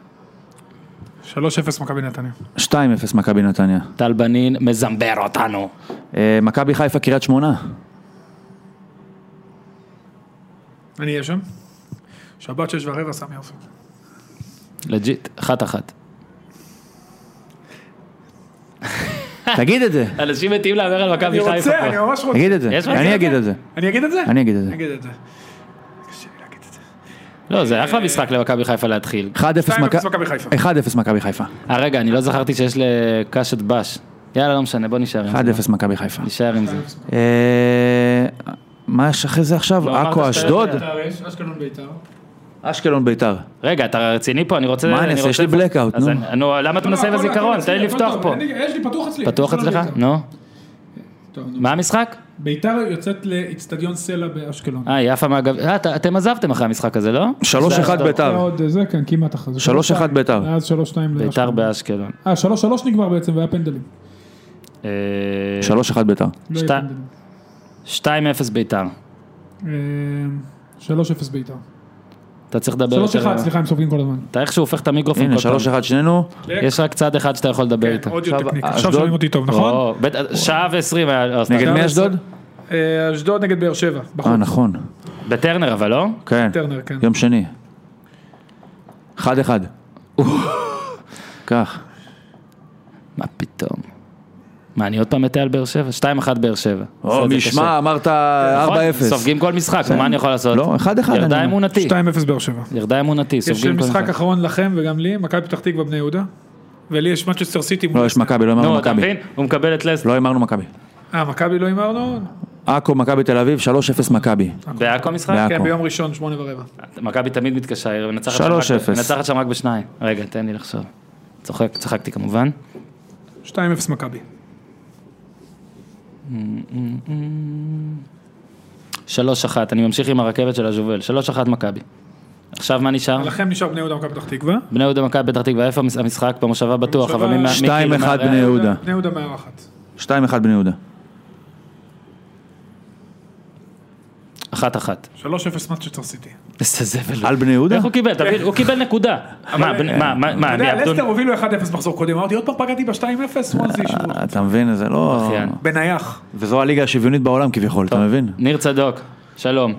Speaker 2: 3-0 מכבי נתניה.
Speaker 3: 2-0 מכבי נתניה.
Speaker 1: טל בנין מזמבר אותנו.
Speaker 3: אה, מכבי חיפה, קריית שמונה.
Speaker 2: אני אהיה שם. שבת שש ורבע, סמי עופר.
Speaker 1: לג'יט, אחת אחת.
Speaker 3: תגיד את זה.
Speaker 1: אנשים מתים להמר על מכבי
Speaker 2: אני
Speaker 1: חיפה.
Speaker 2: רוצה,
Speaker 1: פה.
Speaker 2: אני ממש רוצה.
Speaker 3: תגיד את זה.
Speaker 1: יש מצב?
Speaker 3: אני אגיד את זה.
Speaker 2: אני אגיד את זה?
Speaker 3: אני אגיד את זה.
Speaker 2: אגיד את זה. קשה לי להגיד את זה.
Speaker 1: לא, זה אחלה משחק למכבי חיפה להתחיל.
Speaker 3: 1-0
Speaker 2: 2-0
Speaker 3: מכבי
Speaker 2: מכבי חיפה.
Speaker 3: 1-0 מכבי חיפה.
Speaker 1: אה, רגע, אני לא זכרתי שיש לקאשת בש. יאללה, לא משנה, בוא נשאר עם זה.
Speaker 3: 1-0 מכבי חיפה.
Speaker 1: נשאר עם זה.
Speaker 3: אה, מה יש אחרי זה עכשיו?
Speaker 1: לא, אמרת
Speaker 3: עכו,
Speaker 1: שאתה
Speaker 3: אשדוד?
Speaker 1: יודע.
Speaker 2: אשקלון בית"ר.
Speaker 3: אשקלון, ביתר.
Speaker 1: רגע, אתה רציני פה? אני רוצה...
Speaker 3: מה אני אעשה? יש לי
Speaker 1: רוצה-
Speaker 3: blackout,
Speaker 1: אז
Speaker 3: נו.
Speaker 1: אני- נו, למה
Speaker 2: לא,
Speaker 1: אתה מנסה בזיכרון? תן לי לפתוח פה.
Speaker 2: יש לי פתוח אצלי.
Speaker 1: פתוח
Speaker 2: אשקלון
Speaker 1: אצלך?
Speaker 2: בית"ר.
Speaker 1: נו.
Speaker 2: טוב, נו.
Speaker 1: מה המשחק?
Speaker 2: בית"ר יוצאת לאיצטדיון סלע באשקלון.
Speaker 1: אה, יפה מהגב... אה, אתה- אתם עזבתם אחרי המשחק הזה, לא?
Speaker 3: 3-1
Speaker 1: זה-
Speaker 2: היה
Speaker 3: ביתר.
Speaker 2: עוד זה, כן, כמעט אחרי זה.
Speaker 3: 3-1
Speaker 2: שתיים.
Speaker 3: בית"ר.
Speaker 2: אז 3-2
Speaker 1: ביתר
Speaker 2: לאשקלון.
Speaker 1: באשקלון.
Speaker 2: אה, 3-3 נגמר בעצם, והיה פנדלים.
Speaker 1: אה,
Speaker 3: 3-1 ביתר.
Speaker 2: לא היה
Speaker 1: שתיים.
Speaker 2: פנדלים.
Speaker 1: 2-0 ביתר.
Speaker 2: אה, 3-0 בית"ר.
Speaker 1: אתה צריך לדבר...
Speaker 2: 3-1,
Speaker 1: לא, יותר-
Speaker 2: סליחה, הם סופגים כל הזמן.
Speaker 1: אתה איכשהו הופך את המיקרופון
Speaker 3: הנה,
Speaker 1: כל פעם.
Speaker 3: 3-1 שנינו.
Speaker 1: יש רק צד אחד שאתה יכול לדבר איתו.
Speaker 2: כן, עוד יותר
Speaker 3: עכשיו,
Speaker 2: טכניקה.
Speaker 3: אשדוד?
Speaker 2: עכשיו שומעים אותי טוב, נכון?
Speaker 1: או, בטח, שעה ועשרים היה... לא, סתם.
Speaker 3: נגד מי אשדוד?
Speaker 2: אה, אשדוד נגד באר שבע, בחוץ.
Speaker 3: אה, נכון.
Speaker 1: בטרנר אבל לא?
Speaker 3: כן.
Speaker 2: טרנר, כן.
Speaker 3: יום שני. 1-1. כך.
Speaker 1: מה פתאום. מה, אני עוד פעם מטה על באר שבע? 2-1 באר שבע.
Speaker 3: או,
Speaker 1: בסדר, קשה.
Speaker 3: משמע, אמרת
Speaker 1: נכון,
Speaker 3: 4-0.
Speaker 1: סופגים כל משחק, נו, מה אני יכול לעשות?
Speaker 3: לא, 1-1 אני
Speaker 1: ירדה
Speaker 3: אומר.
Speaker 1: אמונתי.
Speaker 2: 2-0 באר שבע.
Speaker 1: ירדה אמונתי,
Speaker 2: יש אה,
Speaker 1: סופגים כל משחק.
Speaker 2: משחק אחרון לכם וגם לי, מכבי פתח תקווה בני יהודה. ולי יש מצ'סטר סיטי. מול
Speaker 3: לא, יש מכבי, לא אמרנו
Speaker 1: נו, אתה
Speaker 3: מכבי.
Speaker 1: מבין? הוא מקבל את לסטר.
Speaker 3: לא אמרנו מכבי.
Speaker 2: אה, מכבי לא הימרנו?
Speaker 3: עכו, מכבי תל אביב, 3-0 מכבי.
Speaker 1: בעכו משחק?
Speaker 3: בעכו.
Speaker 2: כן, ביום ראשון, שמונה ורבע.
Speaker 1: מכבי תמיד מתקשה, היא מנצחת שם רק-
Speaker 3: 3-0.
Speaker 1: מנצחת שם רק בשניים. רגע, תן לי לחשוב. צוחק, צחקתי כמובן.
Speaker 2: 2-0 מכבי.
Speaker 3: אה.
Speaker 1: 3-1, אני ממשיך עם הרכבת של הז'ובל. 3-1 מכבי. עכשיו מה נשאר?
Speaker 2: לכם נשאר בני יהודה מכבי פתח תקווה.
Speaker 1: בני יהודה מכבי פתח תקווה, איפה המש- המשחק? במושבה בטוח,
Speaker 2: במושבה-
Speaker 1: אבל מי מה... מי כאילו
Speaker 3: 2-1
Speaker 1: מהרעיון?
Speaker 3: בני יהודה.
Speaker 2: בני יהודה מארחת.
Speaker 3: 2-1 בני יהודה.
Speaker 1: 1-1.
Speaker 2: 3-0 מצ'סטר סיטי.
Speaker 1: איזה זבל.
Speaker 3: על בני יהודה? אה,
Speaker 1: איך הוא קיבל? תבין, הוא קיבל נקודה. מה, בני- מה, מה, מה,
Speaker 2: אתה
Speaker 1: אני
Speaker 2: יודע, לסטר
Speaker 1: אבדון?
Speaker 2: הובילו 1-0 מחזור קודם, אמרתי עוד פעם פגעתי ב-2-0, וואנזי ישבו.
Speaker 3: אה, אתה מבין, זה לא...
Speaker 1: אחיין.
Speaker 2: בנייח.
Speaker 3: וזו הליגה השוויונית בעולם כביכול, אתה מבין?
Speaker 1: ניר צדוק, שלום.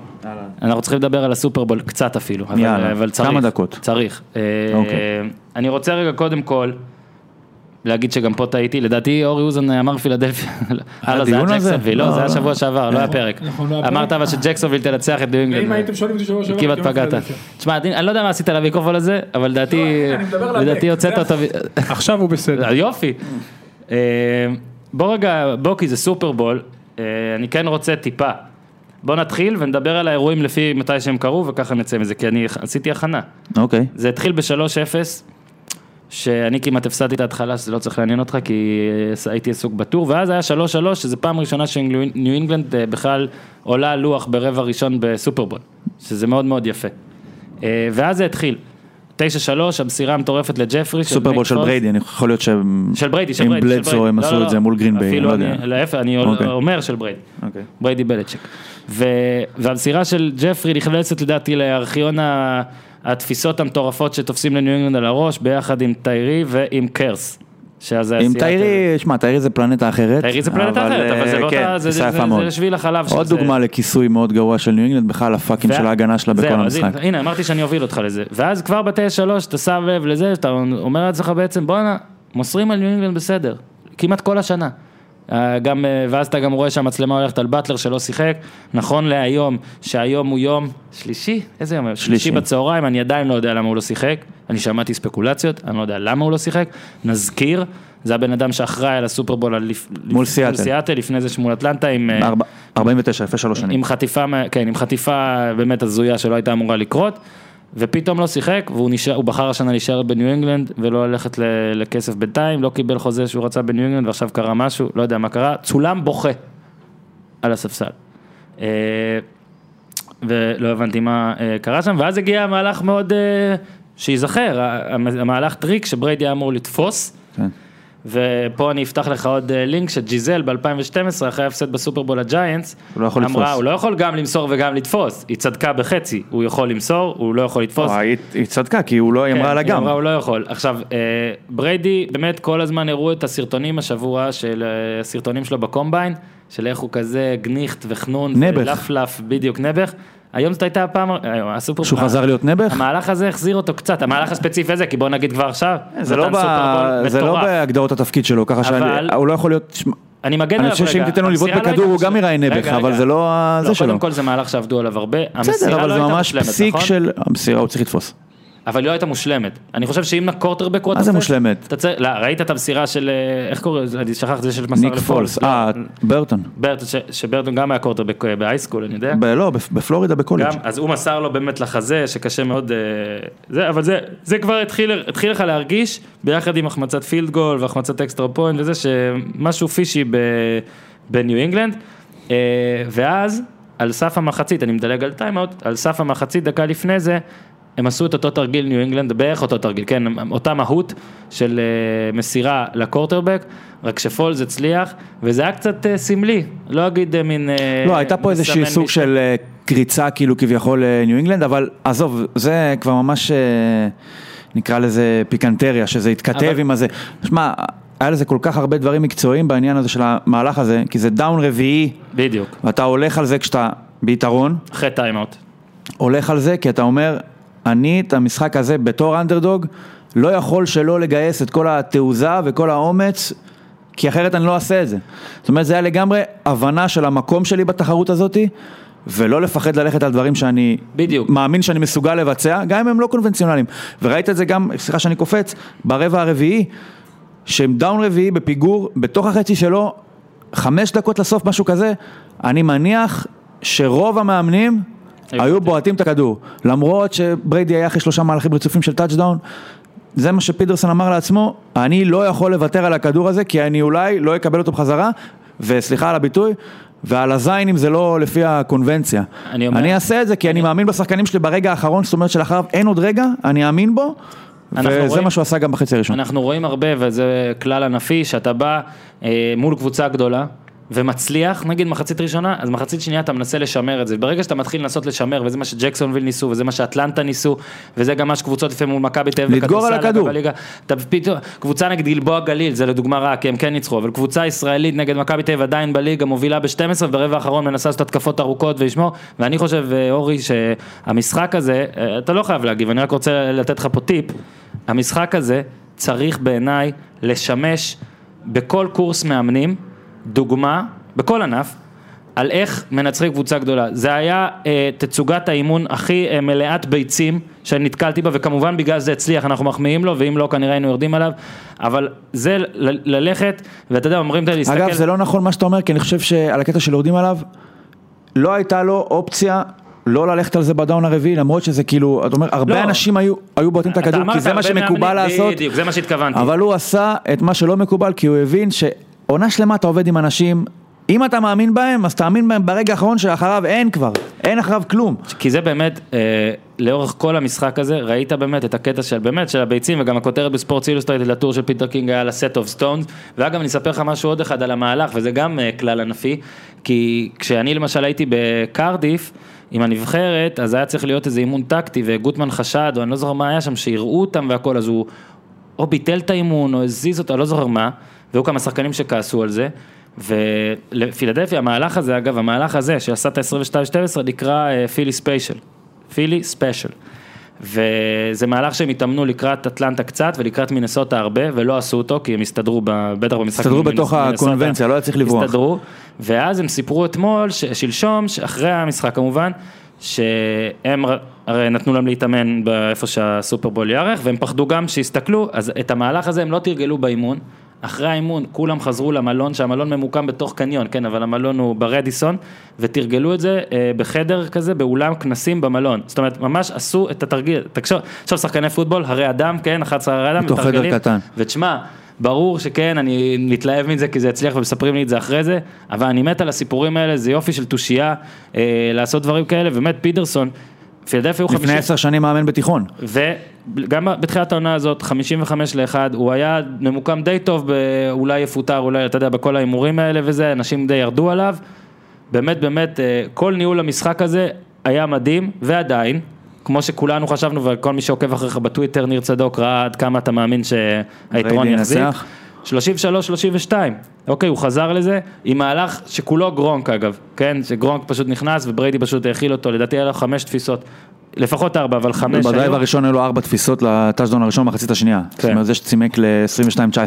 Speaker 1: אנחנו צריכים לדבר על הסופרבול קצת אפילו, אבל-
Speaker 3: יאללה,
Speaker 1: אבל צריך.
Speaker 3: כמה דקות.
Speaker 1: צריך. אה,
Speaker 3: אוקיי.
Speaker 1: אני רוצה רגע קודם כל להגיד שגם פה טעיתי, לדעתי אורי אוזן אמר פילדלפיה, הלאה זה היה
Speaker 3: הדיון הזה?
Speaker 1: ג'קסונוויל, לא
Speaker 3: לא,
Speaker 1: זה היה
Speaker 3: לא.
Speaker 1: שבוע שעבר, לא היה פרק.
Speaker 2: נכון, לא היה
Speaker 1: אמרת
Speaker 2: פרק.
Speaker 1: אבל שג'קסונוויל תנצח את ניו
Speaker 2: אם
Speaker 1: אינגלנד.
Speaker 2: הייתם שואלים אותי שבוע שעבר,
Speaker 1: כן, אה. כמעט
Speaker 2: הייתי אומר
Speaker 1: פגעת.
Speaker 2: פילדלפיה.
Speaker 1: תשמע, אני אני לא יודע מה עשית למיקרופון הזה, אבל לדעתי,
Speaker 2: לא, אני מדבר על
Speaker 1: לדעתי
Speaker 2: הבק,
Speaker 1: הוצאת
Speaker 2: זה
Speaker 1: אותו.
Speaker 2: "כן." עכשיו הוא בסדר.
Speaker 1: אה, יופי. אה, בוא רגע, בוא כי זה סופרבול, אה, אני כן רוצה טיפה. בוא נתחיל ונדבר על האירועים לפי מתי שהם קרו וככה נצא מזה, כי אני עשיתי הכנה.
Speaker 3: אוקיי.
Speaker 1: זה התחיל ב-3-0, שאני כמעט הפסדתי את ההתחלה, שזה לא צריך לעניין אותך, כי אה, הייתי עסוק בטור, ואז היה 3-3, שזו פעם ראשונה שניו אינגלנד אה, בכלל עולה על לוח ברבע ראשון בסופרבול, שזה מאוד מאוד יפה. אה, ואז זה התחיל. 9-3, המסירה המטורפת לג'פרי. של
Speaker 3: סופרבול
Speaker 1: ניק
Speaker 3: של
Speaker 1: פולס.
Speaker 3: בריידי, אני יכול להיות שהם...
Speaker 1: של בריידי, של
Speaker 3: עם
Speaker 1: בריידי. של
Speaker 3: בלדסו
Speaker 1: בריידי.
Speaker 3: הם
Speaker 1: לא,
Speaker 3: עשו
Speaker 1: לא,
Speaker 3: את זה מול גרין ביי,
Speaker 1: אפילו
Speaker 3: לא
Speaker 1: אני-
Speaker 3: יודע.
Speaker 1: להפך, אני
Speaker 3: אוקיי.
Speaker 1: אומר של בריידי.
Speaker 3: אוקיי.
Speaker 1: בריידי בלצ'יק. ו... והמסירה של ג'פרי נכנסת לדעתי לארכיון ה... התפיסות המטורפות שתופסים לניו אינגלנד על הראש, ביחד עם טיירי ועם קרס. שאז
Speaker 3: עם
Speaker 1: העשייה-
Speaker 3: טיירי, שמע, טיירי זה פלנטה אחרת.
Speaker 1: טיירי זה פלנטה אחרת, אבל זה
Speaker 3: אה,
Speaker 1: באותה,
Speaker 3: כן,
Speaker 1: זה,
Speaker 3: טיסה
Speaker 1: זה,
Speaker 3: יפה
Speaker 1: זה,
Speaker 3: מאוד.
Speaker 1: זה שביל החלב של
Speaker 3: עוד
Speaker 1: זה.
Speaker 3: דוגמה לכיסוי מאוד גרוע של ניו אינגלנד, בכלל הפאקים
Speaker 1: וה-
Speaker 3: של ההגנה שלה בכל
Speaker 1: זהו, אז
Speaker 3: המשחק.
Speaker 1: הנה, הנה, אמרתי שאני אוביל אותך לזה. ואז כבר בתשע שלוש, אתה שם לב לזה, אתה אומר לעצמך בעצם, בואנה, מוסרים על ניו אינגלנד בסדר, כמעט כל השנה. אה, גם, אה, ואז אתה גם רואה שהמצלמה הולכת על באטלר שלא שיחק, נכון להיום, שהיום הוא יום שלישי, איזה יום היום? שלישי בצהריים, אני עדיין לא יודע למה הוא לא שיחק, אני שמעתי ספקולציות, אני לא יודע למה הוא לא שיחק, נזכיר, זה הבן אדם שאחראי על הסופרבול על לפ-
Speaker 3: מול סיאטל.
Speaker 1: לפני זה שמול אטלנטה עם... אה,
Speaker 3: ארבע- 49, יפה שלוש שנים.
Speaker 1: עם חטיפה, מה- כן, עם חטיפה באמת הזויה שלא הייתה אמורה לקרות, ופתאום לא שיחק, והוא נשאר, הוא בחר השנה להישאר בניו אינגלנד, ולא ללכת ל- לכסף בינתיים, לא קיבל חוזה שהוא רצה בניו אינגלנד, ועכשיו קרה משהו, לא יודע מה קרה, צולם בוכה על הספסל. אה, ולא הבנתי מה אה, קרה שם, ואז הגיע המהלך מאוד, אה, שייזכר, ה- המ- המהלך טריק שבריידי היה אמור לתפוס.
Speaker 3: כן.
Speaker 1: ופה אני אפתח לך עוד אה, לינק שג'יזל ב-2012 אחרי ההפסד בסופרבול לג'יינטס,
Speaker 3: הוא לא יכול
Speaker 1: אמרה,
Speaker 3: לתפוס.
Speaker 1: הוא לא יכול גם למסור וגם לתפוס, היא צדקה בחצי, הוא יכול למסור, הוא לא יכול לתפוס.
Speaker 3: וואי, היא- היא צדקה, כי הוא לא היא
Speaker 1: כן,
Speaker 3: אמרה על
Speaker 1: היא
Speaker 3: הגם.
Speaker 1: אמרה, הוא לא יכול. עכשיו, אה, בריידי, באמת כל הזמן הראו את הסרטונים השבוע של אה, הסרטונים שלו בקומביין, של איך הוא כזה גניחט וחנון,
Speaker 3: נעבך.
Speaker 1: ולפלף, בדיוק נעבך. היום זאת הייתה הפעם, אה, הסופר...
Speaker 3: שהוא חזר להיות נעבך?
Speaker 1: המהלך הזה החזיר אותו קצת, המהלך הספציפי הזה, כי בוא נגיד כבר עכשיו,
Speaker 3: זה לא
Speaker 1: אה, נתן
Speaker 3: ב-
Speaker 1: סופרבול
Speaker 3: זה לא
Speaker 1: מטורף.
Speaker 3: בהגדרות התפקיד שלו, ככה
Speaker 1: אבל-
Speaker 3: שאני... הוא לא יכול להיות... שמע,
Speaker 1: אני מגן עליו רגע.
Speaker 3: אני חושב שאם תיתן לו לבעוט
Speaker 1: המסירה לא
Speaker 3: בכדור,
Speaker 1: הייתה
Speaker 3: הוא גם
Speaker 1: מושלמת.
Speaker 3: יראה נעבך,
Speaker 1: רגע,
Speaker 3: אבל
Speaker 1: רגע.
Speaker 3: זה לא ה- זה
Speaker 1: לא, קודם
Speaker 3: שלו.
Speaker 1: כל זה מהלך שעבדו עליו הרבה. המסירה
Speaker 3: בסדר, אבל
Speaker 1: לא
Speaker 3: זה
Speaker 1: הייתה
Speaker 3: ממש
Speaker 1: מושלמת,
Speaker 3: פסיק
Speaker 1: נכון?
Speaker 3: של... המסירה, הוא צריך לתפוס.
Speaker 1: אבל היא לא הייתה מושלמת. אני חושב שאם לקורטרבק הוא...
Speaker 3: מה זה
Speaker 1: התופס,
Speaker 3: מושלמת?
Speaker 1: אתה צריך- לא, ראית את המסירה של... אה, איך קוראים לזה? אני שכחתי זה של מסר
Speaker 3: ניק פולס, אה, ברטון.
Speaker 1: ברטון, ש- שברטון גם היה קורטרבק אה, בהייסקול, אני יודע.
Speaker 3: ב- לא, בפ- בפלורידה
Speaker 1: גם, אה,
Speaker 3: בקולג'.
Speaker 1: אז הוא מסר לו באמת לחזה, שקשה מאוד, אה, זה, אבל זה, זה כבר התחיל, התחיל לך להרגיש, ביחד עם החמצת פילד גול והחמצת אקסטרה פוינט וזה, שמשהו פישי ב, בניו אינגלנד, אה, ואז על סף המחצית, אני מדלג על טיימאוט, על סף המחצית, דקה לפני זה, הם עשו את אותו תרגיל ניו אינגלנד, בערך אותו תרגיל, כן, אותה מהות של אה, מסירה לקורטרבק, רק שפולס הצליח, וזה היה קצת אה, סמלי, לא אגיד אה, מין... אה,
Speaker 3: לא, הייתה פה איזשהי
Speaker 1: מסמן
Speaker 3: סוג
Speaker 1: מישהו.
Speaker 3: של אה, קריצה כאילו כביכול אה, ניו אינגלנד, אבל עזוב, זה כבר ממש אה, נקרא לזה פיקנטריה, שזה התכתב
Speaker 1: אבל-
Speaker 3: עם הזה. שמע, היה לזה כל כך הרבה דברים מקצועיים בעניין הזה של המהלך הזה, כי זה דאון רביעי,
Speaker 1: בדיוק,
Speaker 3: ואתה הולך על זה כשאתה ביתרון,
Speaker 1: אחרי טיימאוט.
Speaker 3: הולך על זה כי אתה אומר, אני את המשחק הזה בתור אנדרדוג, לא יכול שלא לגייס את כל התעוזה וכל האומץ, כי אחרת אני לא אעשה את זה. זאת אומרת, זה היה לגמרי הבנה של המקום שלי בתחרות הזאתי, ולא לפחד ללכת על דברים שאני
Speaker 1: בדיוק.
Speaker 3: מאמין שאני מסוגל לבצע, גם אם הם לא קונבנציונליים. וראית את זה גם, סליחה שאני קופץ, ברבע הרביעי, שהם דאון רביעי בפיגור, בתוך החצי שלו, חמש דקות לסוף, משהו כזה, אני מניח שרוב המאמנים
Speaker 1: היו
Speaker 3: היו בועטים את הכדור. למרות שבריידי היה אחרי שלושה מהלכים רצופים של טאצ'דאון, זה מה שפידרסון אמר לעצמו, אני לא יכול לוותר על הכדור הזה, כי אני אולי לא אקבל אותו בחזרה, וסליחה על הביטוי, ועל הזין אם זה לא לפי הקונבנציה.
Speaker 1: אני אומר-
Speaker 3: אני אעשה את זה, כי אני מאמין בשחקנים שלי ברגע האחרון, זאת אומרת שלאחריו אין עוד רגע, אני אאמין בו,
Speaker 1: אנחנו
Speaker 3: וזה
Speaker 1: רואים-
Speaker 3: מה שהוא עשה גם בחצי הראשון.
Speaker 1: אנחנו רואים הרבה, וזה כלל ענפי, שאתה בא אה, מול קבוצה גדולה. ומצליח, נגיד מחצית ראשונה, אז מחצית שנייה אתה מנסה לשמר את זה. ברגע שאתה מתחיל לנסות לשמר, וזה מה שג'קסונוויל ניסו, וזה מה שאטלנטה ניסו, וזה גם מה שקבוצות לפעמים מול מכבי תל אביב,
Speaker 3: לדגור על
Speaker 1: בכדורסל,
Speaker 3: הכדור.
Speaker 1: בליגה, אתה פתאום, קבוצה נגד גלבוע גליל, זה לדוגמה רע, כי הם כן ניצחו, אבל קבוצה ישראלית נגד מכבי תל אביב עדיין בליגה, מובילה ב-12, וברבע האחרון מנסה לעשות התקפות ארוכות ולשמור, ואני חושב, אה, אורי, שהמשחק הזה, אה, אתה לא חייב להגיב, אני רק רוצה לתת לך פה טיפ, המשחק הזה צריך בעיניי לשמש בכל קורס מאמנים, דוגמה, בכל ענף, על איך מנצחים קבוצה גדולה. זה היה אה, תצוגת האימון הכי אה, מלאת ביצים שנתקלתי בה, וכמובן בגלל זה הצליח, אנחנו מחמיאים לו, ואם לא כנראה היינו יורדים עליו, אבל זה ל- ל- ללכת, ואתה יודע, אומרים לי להסתכל...
Speaker 3: אגב, זה לא נכון מה שאתה אומר, כי אני חושב שעל הקטע של יורדים עליו, לא הייתה לו אופציה לא ללכת על זה בדאון הרביעי, למרות שזה כאילו, אתה אומר,
Speaker 1: לא.
Speaker 3: הרבה אנשים היו היו בועטים את
Speaker 1: אתה
Speaker 3: הכדור,
Speaker 1: אמרת
Speaker 3: כי זה מה
Speaker 1: הרבה
Speaker 3: שמקובל
Speaker 1: מאמנים-
Speaker 3: לעשות,
Speaker 1: בדיוק, זה מה שהתכוונתי.
Speaker 3: אבל הוא עשה את מה שלא מקובל, כי הוא הבין שעונה שלמה אתה עובד עם אנשים אם אתה מאמין בהם, אז תאמין בהם ברגע האחרון שאחריו אין כבר, אין אחריו כלום.
Speaker 1: כי זה באמת, אה, לאורך כל המשחק הזה, ראית באמת את הקטע של באמת, של הביצים, וגם הכותרת בספורט סילוסטרייט לטור של פיטר קינג היה על הסט אוף סטונס, ואגב, אני אספר לך משהו עוד אחד על המהלך, וזה גם אה, כלל ענפי, כי כשאני למשל הייתי בקרדיף, עם הנבחרת, אז היה צריך להיות איזה אימון טקטי, וגוטמן חשד, או אני לא זוכר מה היה שם, שיראו אותם והכל, אז הוא או ביטל את האימון, או הזיז אותו, אני לא זוכר מה, והיו כמה שחקנים שכעסו על זה. ולפילדלפיה, המהלך הזה, אגב, המהלך הזה, שעשה את ה-22-12, נקרא אה, פילי ספיישל. פילי ספיישל. וזה מהלך שהם התאמנו לקראת אטלנטה קצת ולקראת מינסוטה הרבה, ולא עשו אותו, כי הם הסתדרו, ב- בטח במשחק.
Speaker 3: הסתדרו
Speaker 1: עם מינס-
Speaker 3: בתוך
Speaker 1: מינסוטה.
Speaker 3: הקונבנציה, לא היה צריך לברוח.
Speaker 1: הסתדרו, ואז הם סיפרו אתמול, ש- שלשום, ש- אחרי המשחק כמובן, שהם ר- הרי נתנו להם להתאמן באיפה שהסופרבול יארך, והם פחדו גם שיסתכלו, אז את המהלך הזה הם לא תרגלו באימון. אחרי האימון כולם חזרו למלון, שהמלון ממוקם בתוך קניון, כן, אבל המלון הוא ברדיסון, ותרגלו את זה אה, בחדר כזה, באולם כנסים במלון. זאת אומרת, ממש עשו את התרגיל. תקשור, עכשיו שחקני פוטבול, הרי אדם, כן, 11 הרי אדם,
Speaker 3: בתוך חדר
Speaker 1: מתרגלים.
Speaker 3: קטן.
Speaker 1: ותשמע, ברור שכן, אני מתלהב מזה כי זה הצליח ומספרים לי את זה אחרי זה, אבל אני מת על הסיפורים האלה, זה יופי של תושייה אה, לעשות דברים כאלה, באמת פידרסון, פילדלפי הוא
Speaker 3: לפני עשר שנים מאמן בתיכון.
Speaker 1: וגם בתחילת העונה הזאת, 55 ל-1, הוא היה ממוקם די טוב, אולי יפוטר, אולי, אתה יודע, בכל ההימורים האלה וזה, אנשים די ירדו עליו. באמת, באמת, אה, כל ניהול המשחק הזה היה מדהים, ועדיין, כמו שכולנו חשבנו, וכל מי שעוקב אחריך בטוויטר, ניר צדוק, ראה עד כמה אתה מאמין שהיתרון
Speaker 3: בריידי
Speaker 1: יחזיק.
Speaker 3: ינצח.
Speaker 1: 33-32, אוקיי, הוא חזר לזה, עם מהלך שכולו גרונק אגב, כן, שגרונק פשוט נכנס ובריידי פשוט האכיל אותו, לדעתי היה לו חמש תפיסות, לפחות ארבע, אבל חמש
Speaker 3: בדרייב
Speaker 1: היו.
Speaker 3: הראשון היו לו ארבע תפיסות לטאשדון הראשון במחצית השנייה. זאת
Speaker 1: כן.
Speaker 3: אומרת, זה שצימק ל-22-19.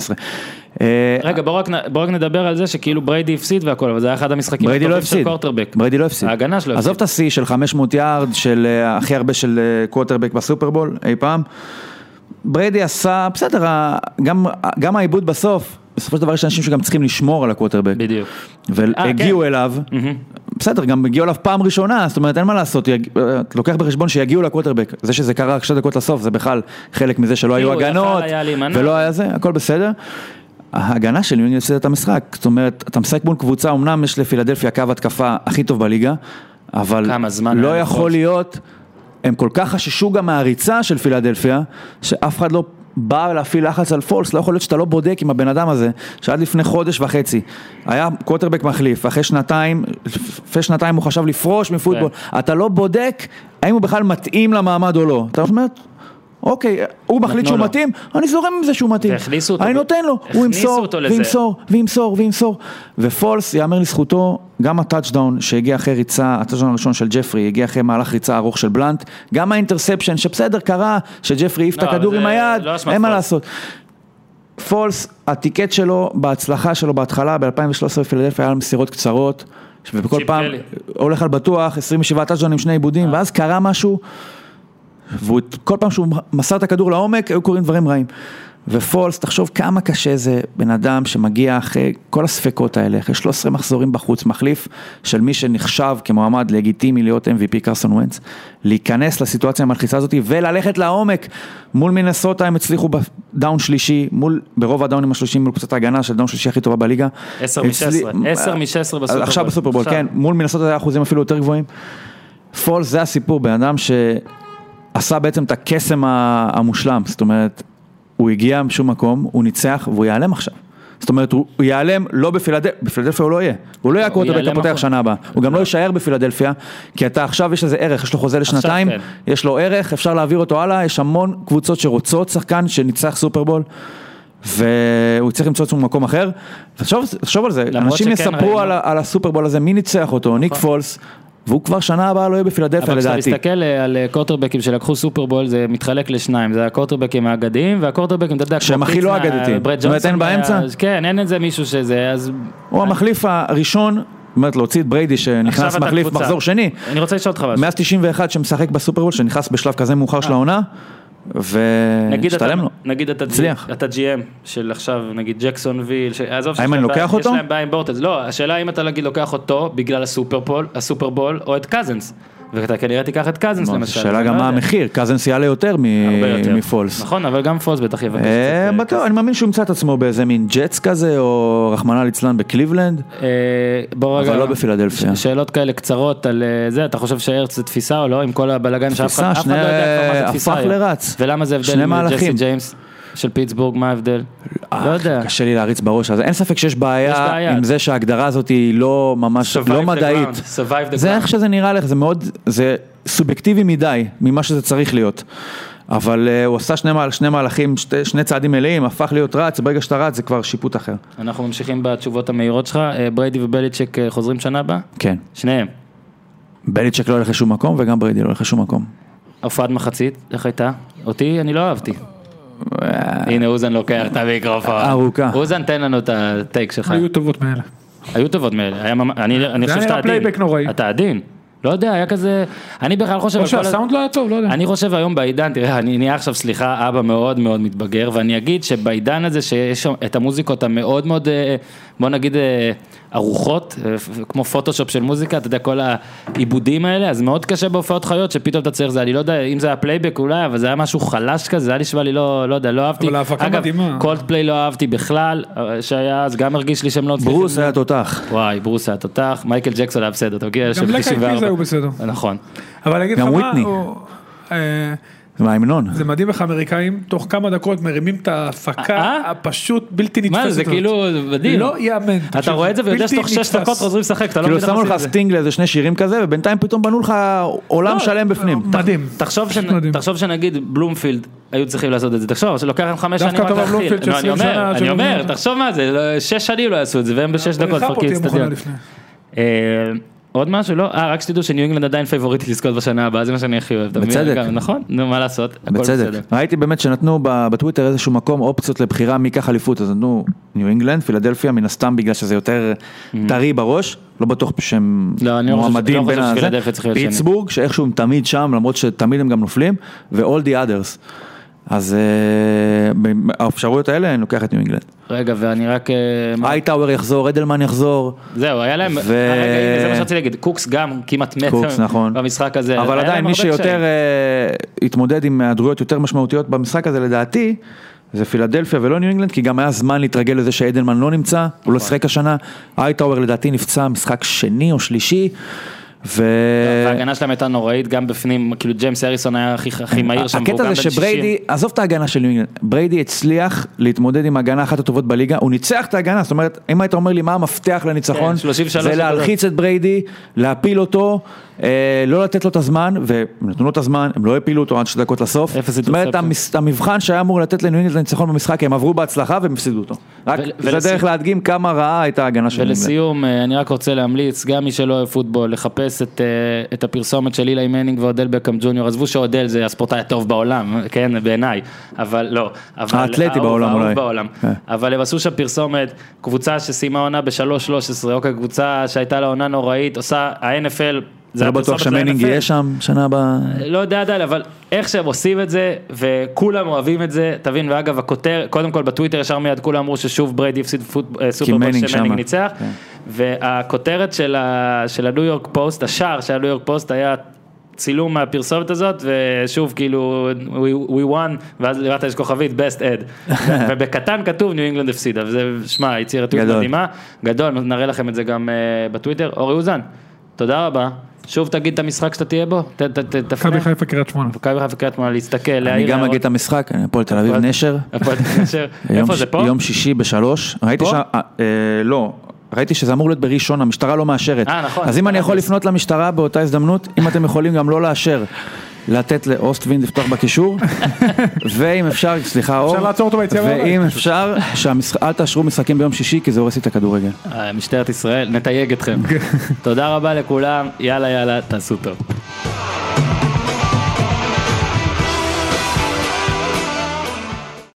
Speaker 3: אה,
Speaker 1: רגע, בואו רק, נ- בוא רק נדבר על זה שכאילו בריידי הפסיד והכל, אבל זה היה אחד המשחקים
Speaker 3: בריידי לא
Speaker 1: הטובים של
Speaker 3: הפסיד,
Speaker 1: קורטרבק.
Speaker 3: בריידי לא הפסיד,
Speaker 1: ההגנה שלו
Speaker 3: עזוב
Speaker 1: הפסיד.
Speaker 3: את השיא של 500 יארד, של אה, הכי הרבה של אה, קווטרבק בסופרבול אי פעם, בריידי עשה, בסדר, ה- גם- גם העיבוד בסוף, בסופו של דבר יש אנשים שגם צריכים לשמור על הקווטרבק,
Speaker 1: בדיוק. אה, כן.
Speaker 3: והגיעו אליו, בסדר, גם הגיעו אליו פעם ראשונה, זאת אומרת אין מה לעשות, יג- אה, לוקח בחשבון שיגיעו לקווטרבק, זה שזה קרה רק שתי דקות לסוף, זה בכלל חלק מזה שלא היו
Speaker 1: כאילו, יכל
Speaker 3: הגנות,
Speaker 1: היה להימנע.
Speaker 3: ולא היה זה, הכל בסדר. ההגנה של יוניון הפסידה את המשחק, זאת אומרת, אתה משחק מול קבוצה, אמנם יש לפילדלפיה קו התקפה הכי טוב בליגה, אבל
Speaker 1: כמה זמן
Speaker 3: לא
Speaker 1: היה
Speaker 3: יכול
Speaker 1: לכבוש?
Speaker 3: להיות, הם כל כך חששו גם מהריצה של פילדלפיה, שאף אחד לא בא להפעיל לחץ על פולס, לא יכול להיות שאתה לא בודק עם הבן אדם הזה, שעד לפני חודש וחצי היה קווטרבק מחליף, אחרי שנתיים, לפני שנתיים הוא חשב לפרוש מפוטבול,
Speaker 1: כן.
Speaker 3: אתה לא בודק האם הוא בכלל מתאים למעמד או לא, אתה אומר... אוקיי, הוא מחליט
Speaker 1: נתנו
Speaker 3: שהוא
Speaker 1: לו.
Speaker 3: מתאים, אני זורם עם זה שהוא מתאים.
Speaker 1: לא, והכניסו אותו
Speaker 3: אני
Speaker 1: ב-
Speaker 3: נותן לו, הוא
Speaker 1: הכניסו
Speaker 3: ימסור,
Speaker 1: אותו לזה.
Speaker 3: וימסור, וימסור, וימסור. ופולס, יאמר לזכותו, גם הטאצ'דאון שהגיע אחרי ריצה, הטאצ'דאון הראשון של ג'פרי, הגיע אחרי מהלך ריצה ארוך של בלנט, גם האינטרספשן, שבסדר, קרה, שג'פרי העיף את
Speaker 1: לא,
Speaker 3: הכדור
Speaker 1: זה
Speaker 3: עם היד,
Speaker 1: לא אשמת
Speaker 3: אין מה
Speaker 1: פולס.
Speaker 3: לעשות. פולס, הטיקט שלו, בהצלחה שלו בהתחלה, ב-2013 בפילדלפיה היה לו מסירות קצרות, ובכל
Speaker 1: צ'יפ
Speaker 3: פעם
Speaker 1: קלי.
Speaker 3: הולך על בטוח, 27 טאצ'דאון עם שני
Speaker 1: אה.
Speaker 3: עיבודים, ואז קרה משהו, וכל פעם שהוא מסר את הכדור לעומק, היו קורים דברים רעים. ופולס, תחשוב כמה קשה זה בן אדם שמגיע אחרי כל הספקות האלה, אחרי 13 מחזורים בחוץ, מחליף של מי שנחשב כמועמד לגיטימי להיות MVP קרסון ונץ, להיכנס לסיטואציה המלחיצה הזאת וללכת לעומק. מול מינסוטה הם הצליחו בדאון שלישי, מול, ברוב הדאונים השלישיים מול קבוצת ההגנה של דאון שלישי הכי טובה בליגה.
Speaker 1: עשר מ- 16,
Speaker 3: הצלי-
Speaker 1: עשר מ- 16 בסופרבול.
Speaker 3: עכשיו בסופרבול,
Speaker 1: עכשיו.
Speaker 3: כן, מול מינסוטה זה היה אחוזים אפילו יותר גבוהים. פולס זה הסיפור, בן אדם שעשה בעצם את הקסם ה- המושלם, זאת אומרת, הוא הגיע משום מקום, הוא ניצח והוא ייעלם עכשיו. זאת אומרת, הוא הוא ייעלם לא בפילדלפיה, בפילדלפיה הוא לא יהיה. הוא לא יהיה הקוטרבק
Speaker 1: ייעלם
Speaker 3: הפותח
Speaker 1: אחורה.
Speaker 3: שנה הבאה. הוא גם לא יישאר בפילדלפיה, כי אתה עכשיו יש לזה ערך, יש לו חוזה לשנתיים,
Speaker 1: כן.
Speaker 3: יש לו ערך, אפשר להעביר אותו הלאה, יש המון קבוצות שרוצות שחקן שניצח סופרבול. והוא צריך למצוא עצמו במקום אחר, ותחשוב תחשוב על זה,
Speaker 1: למרות
Speaker 3: אנשים
Speaker 1: שכן
Speaker 3: יספרו
Speaker 1: ראינו-
Speaker 3: על, ה- על הסופרבול הזה, מי ניצח אותו, ניק פולס, והוא כבר שנה הבאה לא יהיה בפילדלפיה
Speaker 1: נכון. אבל כשאתה
Speaker 3: לדעתי.
Speaker 1: מסתכל אה, על אה, קורטרבקים שלקחו סופרבול, זה מתחלק לשניים, זה הקורטרבקים האגדיים, והקורטרבקים, אתה יודע, כמו
Speaker 3: שהם הכי לא
Speaker 1: פיטסנה,
Speaker 3: אגדתיים.
Speaker 1: ברד
Speaker 3: זאת אומרת, אין
Speaker 1: ג'ונסון היה-
Speaker 3: באמצע?
Speaker 1: אז כן, אין איזה מישהו שזה, אז...
Speaker 3: הוא המחליף הראשון, זאת אומרת להוציא את בריידי שנכנס
Speaker 1: עכשיו אתה
Speaker 3: מחליף
Speaker 1: קבוצה.
Speaker 3: מחזור שני,
Speaker 1: אני רוצה לשאול אותך משהו.
Speaker 3: מאז 91 שמשחק בסופרבול, שנכנס בשלב כזה מאוחר של העונה,
Speaker 1: אה. נגיד אתה,
Speaker 3: והשתלם לו.
Speaker 1: נגיד אתה,
Speaker 3: הצליח.
Speaker 1: אתה GM של עכשיו נגיד ג'קסון ויל, ש... עזוב, שיש
Speaker 3: אני
Speaker 1: להם
Speaker 3: לוקח
Speaker 1: בעיה-
Speaker 3: אותו?
Speaker 1: יש להם בעיה עם בורטז, לא, השאלה אם אתה נגיד לוקח אותו בגלל הסופרבול, הסופרבול או את קזנס, ואתה כנראה תיקח את קזינס
Speaker 3: כלומר,
Speaker 1: למשל.
Speaker 3: שאלה
Speaker 1: אני
Speaker 3: גם
Speaker 1: לא
Speaker 3: מה
Speaker 1: יודע.
Speaker 3: המחיר, קזנס יעלה יותר מ-
Speaker 1: הרבה יותר.
Speaker 3: מפולס.
Speaker 1: נכון, אבל גם פולס בטח יבקש.
Speaker 3: אה,
Speaker 1: קצת, אה,
Speaker 3: בטוח, אני מאמין שהוא ימצא את עצמו באיזה מין ג'טס כזה, או רחמנא ליצלן בקליבלנד.
Speaker 1: אה, בוא
Speaker 3: אבל
Speaker 1: רגע,
Speaker 3: לא בפילדלפיה.
Speaker 1: ש- שאלות כאלה קצרות על אה, זה, אתה חושב שהרץ זה תפיסה או לא, עם כל הבלאגן שאף אחד
Speaker 3: תפיסה,
Speaker 1: אף אחד לא
Speaker 3: שני
Speaker 1: יודע כבר מה זה
Speaker 3: אה,
Speaker 1: תפיסה
Speaker 3: הפך
Speaker 1: היום.
Speaker 3: לרץ.
Speaker 1: ולמה זה
Speaker 3: שני
Speaker 1: הבדל מג'סי
Speaker 3: מהלכים.
Speaker 1: ג'יימס של פיטסבורג, מה ההבדל? לא
Speaker 3: אה,
Speaker 1: יודע.
Speaker 3: קשה לי להריץ בראש הזה, אין ספק שיש
Speaker 1: יש
Speaker 3: בעיה
Speaker 1: בעיה.
Speaker 3: עם זה שההגדרה הזאת היא לא ממש,
Speaker 1: Survive
Speaker 3: לא
Speaker 1: the
Speaker 3: מדעית.
Speaker 1: ground, survive the
Speaker 3: זה
Speaker 1: ground.
Speaker 3: איך שזה נראה לך, זה מאוד, זה סובייקטיבי מדי ממה שזה צריך להיות. אבל אה, הוא עשה שני, מה- שני מהלכים, שתי, שני צעדים מלאים, הפך להיות רץ, ברגע שאתה רץ זה כבר שיפוט אחר.
Speaker 1: אנחנו ממשיכים בתשובות המהירות שלך, אה, בריידי ובליצ'ק אה, חוזרים שנה הבאה?
Speaker 3: כן.
Speaker 1: שניהם.
Speaker 3: בליצ'ק לא הולך לשום מקום וגם בריידי לא הולך לשום מקום.
Speaker 1: הופעת מחצית, איך הייתה? אותי אני לא אהבתי. הנה אוזן לוקח את המיקרופון.
Speaker 3: ארוכה.
Speaker 1: אוזן תן לנו את הטייק שלך.
Speaker 2: היו טובות מאלה.
Speaker 1: היו טובות מאלה, היה ממש, אני, אני
Speaker 2: זה
Speaker 1: חושב
Speaker 2: היה
Speaker 1: שאתה עדין.
Speaker 2: פלייבק נוראי.
Speaker 1: אתה עדין. לא יודע, היה כזה, אני בכלל חושב,
Speaker 2: או
Speaker 1: על כל ה-
Speaker 2: שהסאונד לא היה טוב, לא יודע.
Speaker 1: אני חושב היום בעידן, תראה, אני נהיה עכשיו, סליחה, אבא מאוד מאוד מתבגר, ואני אגיד שבעידן הזה שיש שם את המוזיקות המאוד מאוד, אה, בוא נגיד, אה, ארוחות, אה, פ- כמו פוטושופ של מוזיקה, אתה יודע, כל העיבודים האלה, אז מאוד קשה בהופעות חיות, שפתאום אתה צריך זה, אני לא יודע אם זה היה פלייבק אולי, אבל זה היה משהו חלש כזה, זה היה נשמע לי לא, לא יודע, לא אהבתי.
Speaker 2: אבל ההפקה מדהימה.
Speaker 1: אגב, קולדפליי לא אהבתי בכלל, אה, שהיה אז גם הרגיש לי שהם לא מצליחים.
Speaker 3: ברוס היה תותח.
Speaker 1: וואי, ברוס היה תותח, מייקל ג'קסון היה בסדר, אתה מכיר? של
Speaker 2: גם בלק אייד
Speaker 1: 94.
Speaker 2: פיז היו בסדר.
Speaker 1: נכון.
Speaker 2: אבל אני אגיד לך
Speaker 3: גם
Speaker 2: מה,
Speaker 3: וויטני.
Speaker 2: הוא- אה,
Speaker 3: זה מההמנון.
Speaker 2: זה מדהים איך האמריקאים תוך כמה דקות מרימים את ההפקה
Speaker 1: אה?
Speaker 2: הפשוט בלתי נתפסת.
Speaker 1: מה זה
Speaker 2: הזאת.
Speaker 1: כאילו מדהים.
Speaker 2: לא יאמן.
Speaker 1: אתה
Speaker 2: תקשיב,
Speaker 1: רואה את זה ויודע
Speaker 2: בלתי
Speaker 1: שתוך 6
Speaker 2: נתפס.
Speaker 1: דקות חוזרים לשחק, אתה לא מבין
Speaker 3: כאילו
Speaker 1: איך
Speaker 3: שמו
Speaker 1: עושים
Speaker 3: לך
Speaker 1: את זה. לא,
Speaker 3: סטינג לאיזה שני שירים כזה, ובינתיים פתאום בנו לך עולם שלם בפנים.
Speaker 2: לא, מדהים.
Speaker 1: תחשוב, שנ-
Speaker 2: פשוט מדהים.
Speaker 1: תחשוב שנגיד בלומפילד היו צריכים לעשות את זה, תחשוב שלוקח להם חמש
Speaker 2: דווקא
Speaker 1: שנים רק
Speaker 2: טובה
Speaker 1: להכיל,
Speaker 2: בלומפילד של
Speaker 1: לא, אני
Speaker 2: 20 שנה,
Speaker 1: אומר,
Speaker 2: של-
Speaker 1: אני אומר, תחשוב מה זה, לא, שש שנים לא יעשו את זה והם בשש דקות
Speaker 2: הבריחה פה
Speaker 1: מפרקים
Speaker 2: תהיה מוכנה
Speaker 1: אצטדיון.
Speaker 2: לפני.
Speaker 1: אה, עוד משהו? לא? אה, רק שתדעו שניו אינגלנד עדיין פייבוריטי לזכות בשנה הבאה, זה מה שאני הכי אוהב. אתה מבין?
Speaker 3: בצדק.
Speaker 1: גם, נכון? נו, מה לעשות? הכל
Speaker 3: בצדק. ראיתי באמת שנתנו ב- בטוויטר איזשהו מקום אופציות לבחירה מי ייקח אליפות, אז נתנו ניו אינגלנד, פילדלפיה, מן הסתם בגלל שזה יותר טרי בראש, לא בטוח שהם
Speaker 1: Mm-hmm. לא, אני לא חושב- לא
Speaker 3: מועמדים
Speaker 1: חושב
Speaker 3: בין הזה,
Speaker 1: שפילדלפיה צריך להיות שני.
Speaker 3: פיטסבורג, שאיכשהו הם תמיד שם, למרות שתמיד הם גם נופלים, ו-all the others. אז אה, ב- האפשרויות האלה, אני לוקח את ניו אינגלנד.
Speaker 1: רגע, ואני רק... אה, מה-
Speaker 3: אייטאוור יחזור, אדלמן יחזור,
Speaker 1: זהו, היה להם...
Speaker 3: ו-
Speaker 1: אה, רגע, הנה, זה מה שרציתי להגיד, קוקס גם כמעט מת
Speaker 3: קוקס, נכון.
Speaker 1: במשחק הזה.
Speaker 3: אבל
Speaker 1: היה
Speaker 3: עדיין
Speaker 1: להם
Speaker 3: מי
Speaker 1: הרבה קשיים.
Speaker 3: שיותר אה, התמודד עם היעדרויות יותר משמעותיות במשחק הזה לדעתי, זה פילדלפיה ולא ניו אינגלנד, כי גם היה זמן להתרגל לזה שאיידלמן לא נמצא, הוא לא
Speaker 1: נכון.
Speaker 3: שיחק השנה, אייטאוור לדעתי נפצע משחק שני או שלישי, ו...
Speaker 1: ההגנה שלהם הייתה נוראית גם בפנים, כאילו ג'יימס אריסון היה הכי הכי מהיר שם, והוא
Speaker 3: הקטע
Speaker 1: גם
Speaker 3: זה
Speaker 1: בן 60.
Speaker 3: שבריידי, עזוב את ההגנה של ניו אינגלנד, בריידי הצליח להתמודד עם ההגנה אחת הטובות בליגה, הוא ניצח את ההגנה, זאת אומרת, אם היית אומר לי מה המפתח לניצחון,
Speaker 1: כן, 33
Speaker 3: זה
Speaker 1: נקודות.
Speaker 3: להלחיץ את בריידי, להפיל אותו, אה, לא לתת לו את הזמן, ונתנו לו את הזמן, הם לא הפילו אותו עד שתי דקות לסוף,
Speaker 1: אפס
Speaker 3: זאת אומרת,
Speaker 1: אינטרספציה.
Speaker 3: המס- המבחן שהיה אמור לתת לניו אינגלנד ניצחון במשחק, הם עברו בהצלחה והם הפסידו אותו. רק,
Speaker 1: ול-
Speaker 3: זה
Speaker 1: ולסיום-
Speaker 3: דרך להדגים כמה רעה הייתה ההגנה של ניו אינגלנד.
Speaker 1: ולסיום, אה, אני רק רוצה להמליץ, גם מי שלא אוהב פוטבול, לחפש את, אה, את הפרסומת של אילי מנינג ואודל בקאם ג'וניור, עזבו שאודל זה הספורטאי הטוב בעולם, כן, בעיניי, אבל לא. אבל
Speaker 3: האתלטי
Speaker 1: האהוב-
Speaker 3: בעולם
Speaker 1: האהוב
Speaker 3: אולי.
Speaker 1: בעולם.
Speaker 3: כן.
Speaker 1: אבל הם עשו שם פרסומת, קבוצה שסיימה עונה ב-3-13, אוקיי, קבוצה שהייתה לה עונה נוראית, עושה ה-NFL, זה
Speaker 3: לא
Speaker 1: הפרסומת
Speaker 3: בטוח
Speaker 1: של
Speaker 3: שמנינג
Speaker 1: ה-NFL.
Speaker 3: יהיה שם שנה הבאה.
Speaker 1: לא יודע עדיין, אבל איך שהם עושים את זה, וכולם אוהבים את זה, תבין, ואגב, הכותר, קודם כל בטוויטר ישר מיד כולם אמרו ששוב בריידי הפסיד פוט- אה, סופרבול
Speaker 3: מנינג
Speaker 1: שמנינג
Speaker 3: שמה.
Speaker 1: ניצח,
Speaker 3: כן.
Speaker 1: והכותרת של, ה, של הניו יורק פוסט, השער של הניו יורק פוסט היה צילום מהפרסומת הזאת, ושוב כאילו, we, we won, ואז למטה יש כוכבית, best ad, ו- ובקטן כתוב ניו אינגלנד הפסידה, וזה, שמע, יצירתיות
Speaker 3: גדול.
Speaker 1: מדהימה, אה, גדול, נראה לכם את זה גם אה, בטוויטר, אורי אוזן, תודה רבה. שוב תגיד את המשחק שאתה תהיה בו, ת, ת, ת, תפנה.
Speaker 2: מכבי חיפה קריית שמונה.
Speaker 1: מכבי חיפה קריית שמונה להסתכל,
Speaker 3: אני גם אגיד את המשחק, אני הפועל תל אביב נשר.
Speaker 1: הפועל תל אביב.
Speaker 3: יום
Speaker 1: איפה
Speaker 3: ש-
Speaker 1: זה פה?
Speaker 3: יום שישי בשלוש, ראיתי
Speaker 1: פה?
Speaker 3: ש... אה, אה, לא, ראיתי שזה אמור להיות בראשון, המשטרה לא מאשרת.
Speaker 1: אה, נכון.
Speaker 3: אז אם אני יכול
Speaker 1: אז-
Speaker 3: לפנות למשטרה באותה הזדמנות, אם אתם יכולים גם לא לאשר, לתת לאוסטווין לפתוח בקישור, ואם אפשר, סליחה אור,
Speaker 2: לעצור אותו ביציאה מהבית.
Speaker 3: ואם אפשר, שהמשחק- אל תאשרו משחקים ביום שישי, כי זה הורס לי את הכדורגל.
Speaker 1: אה, משטרת ישראל, נתייג אתכם. תודה רבה לכולם, יאללה יאללה, תעשו טוב.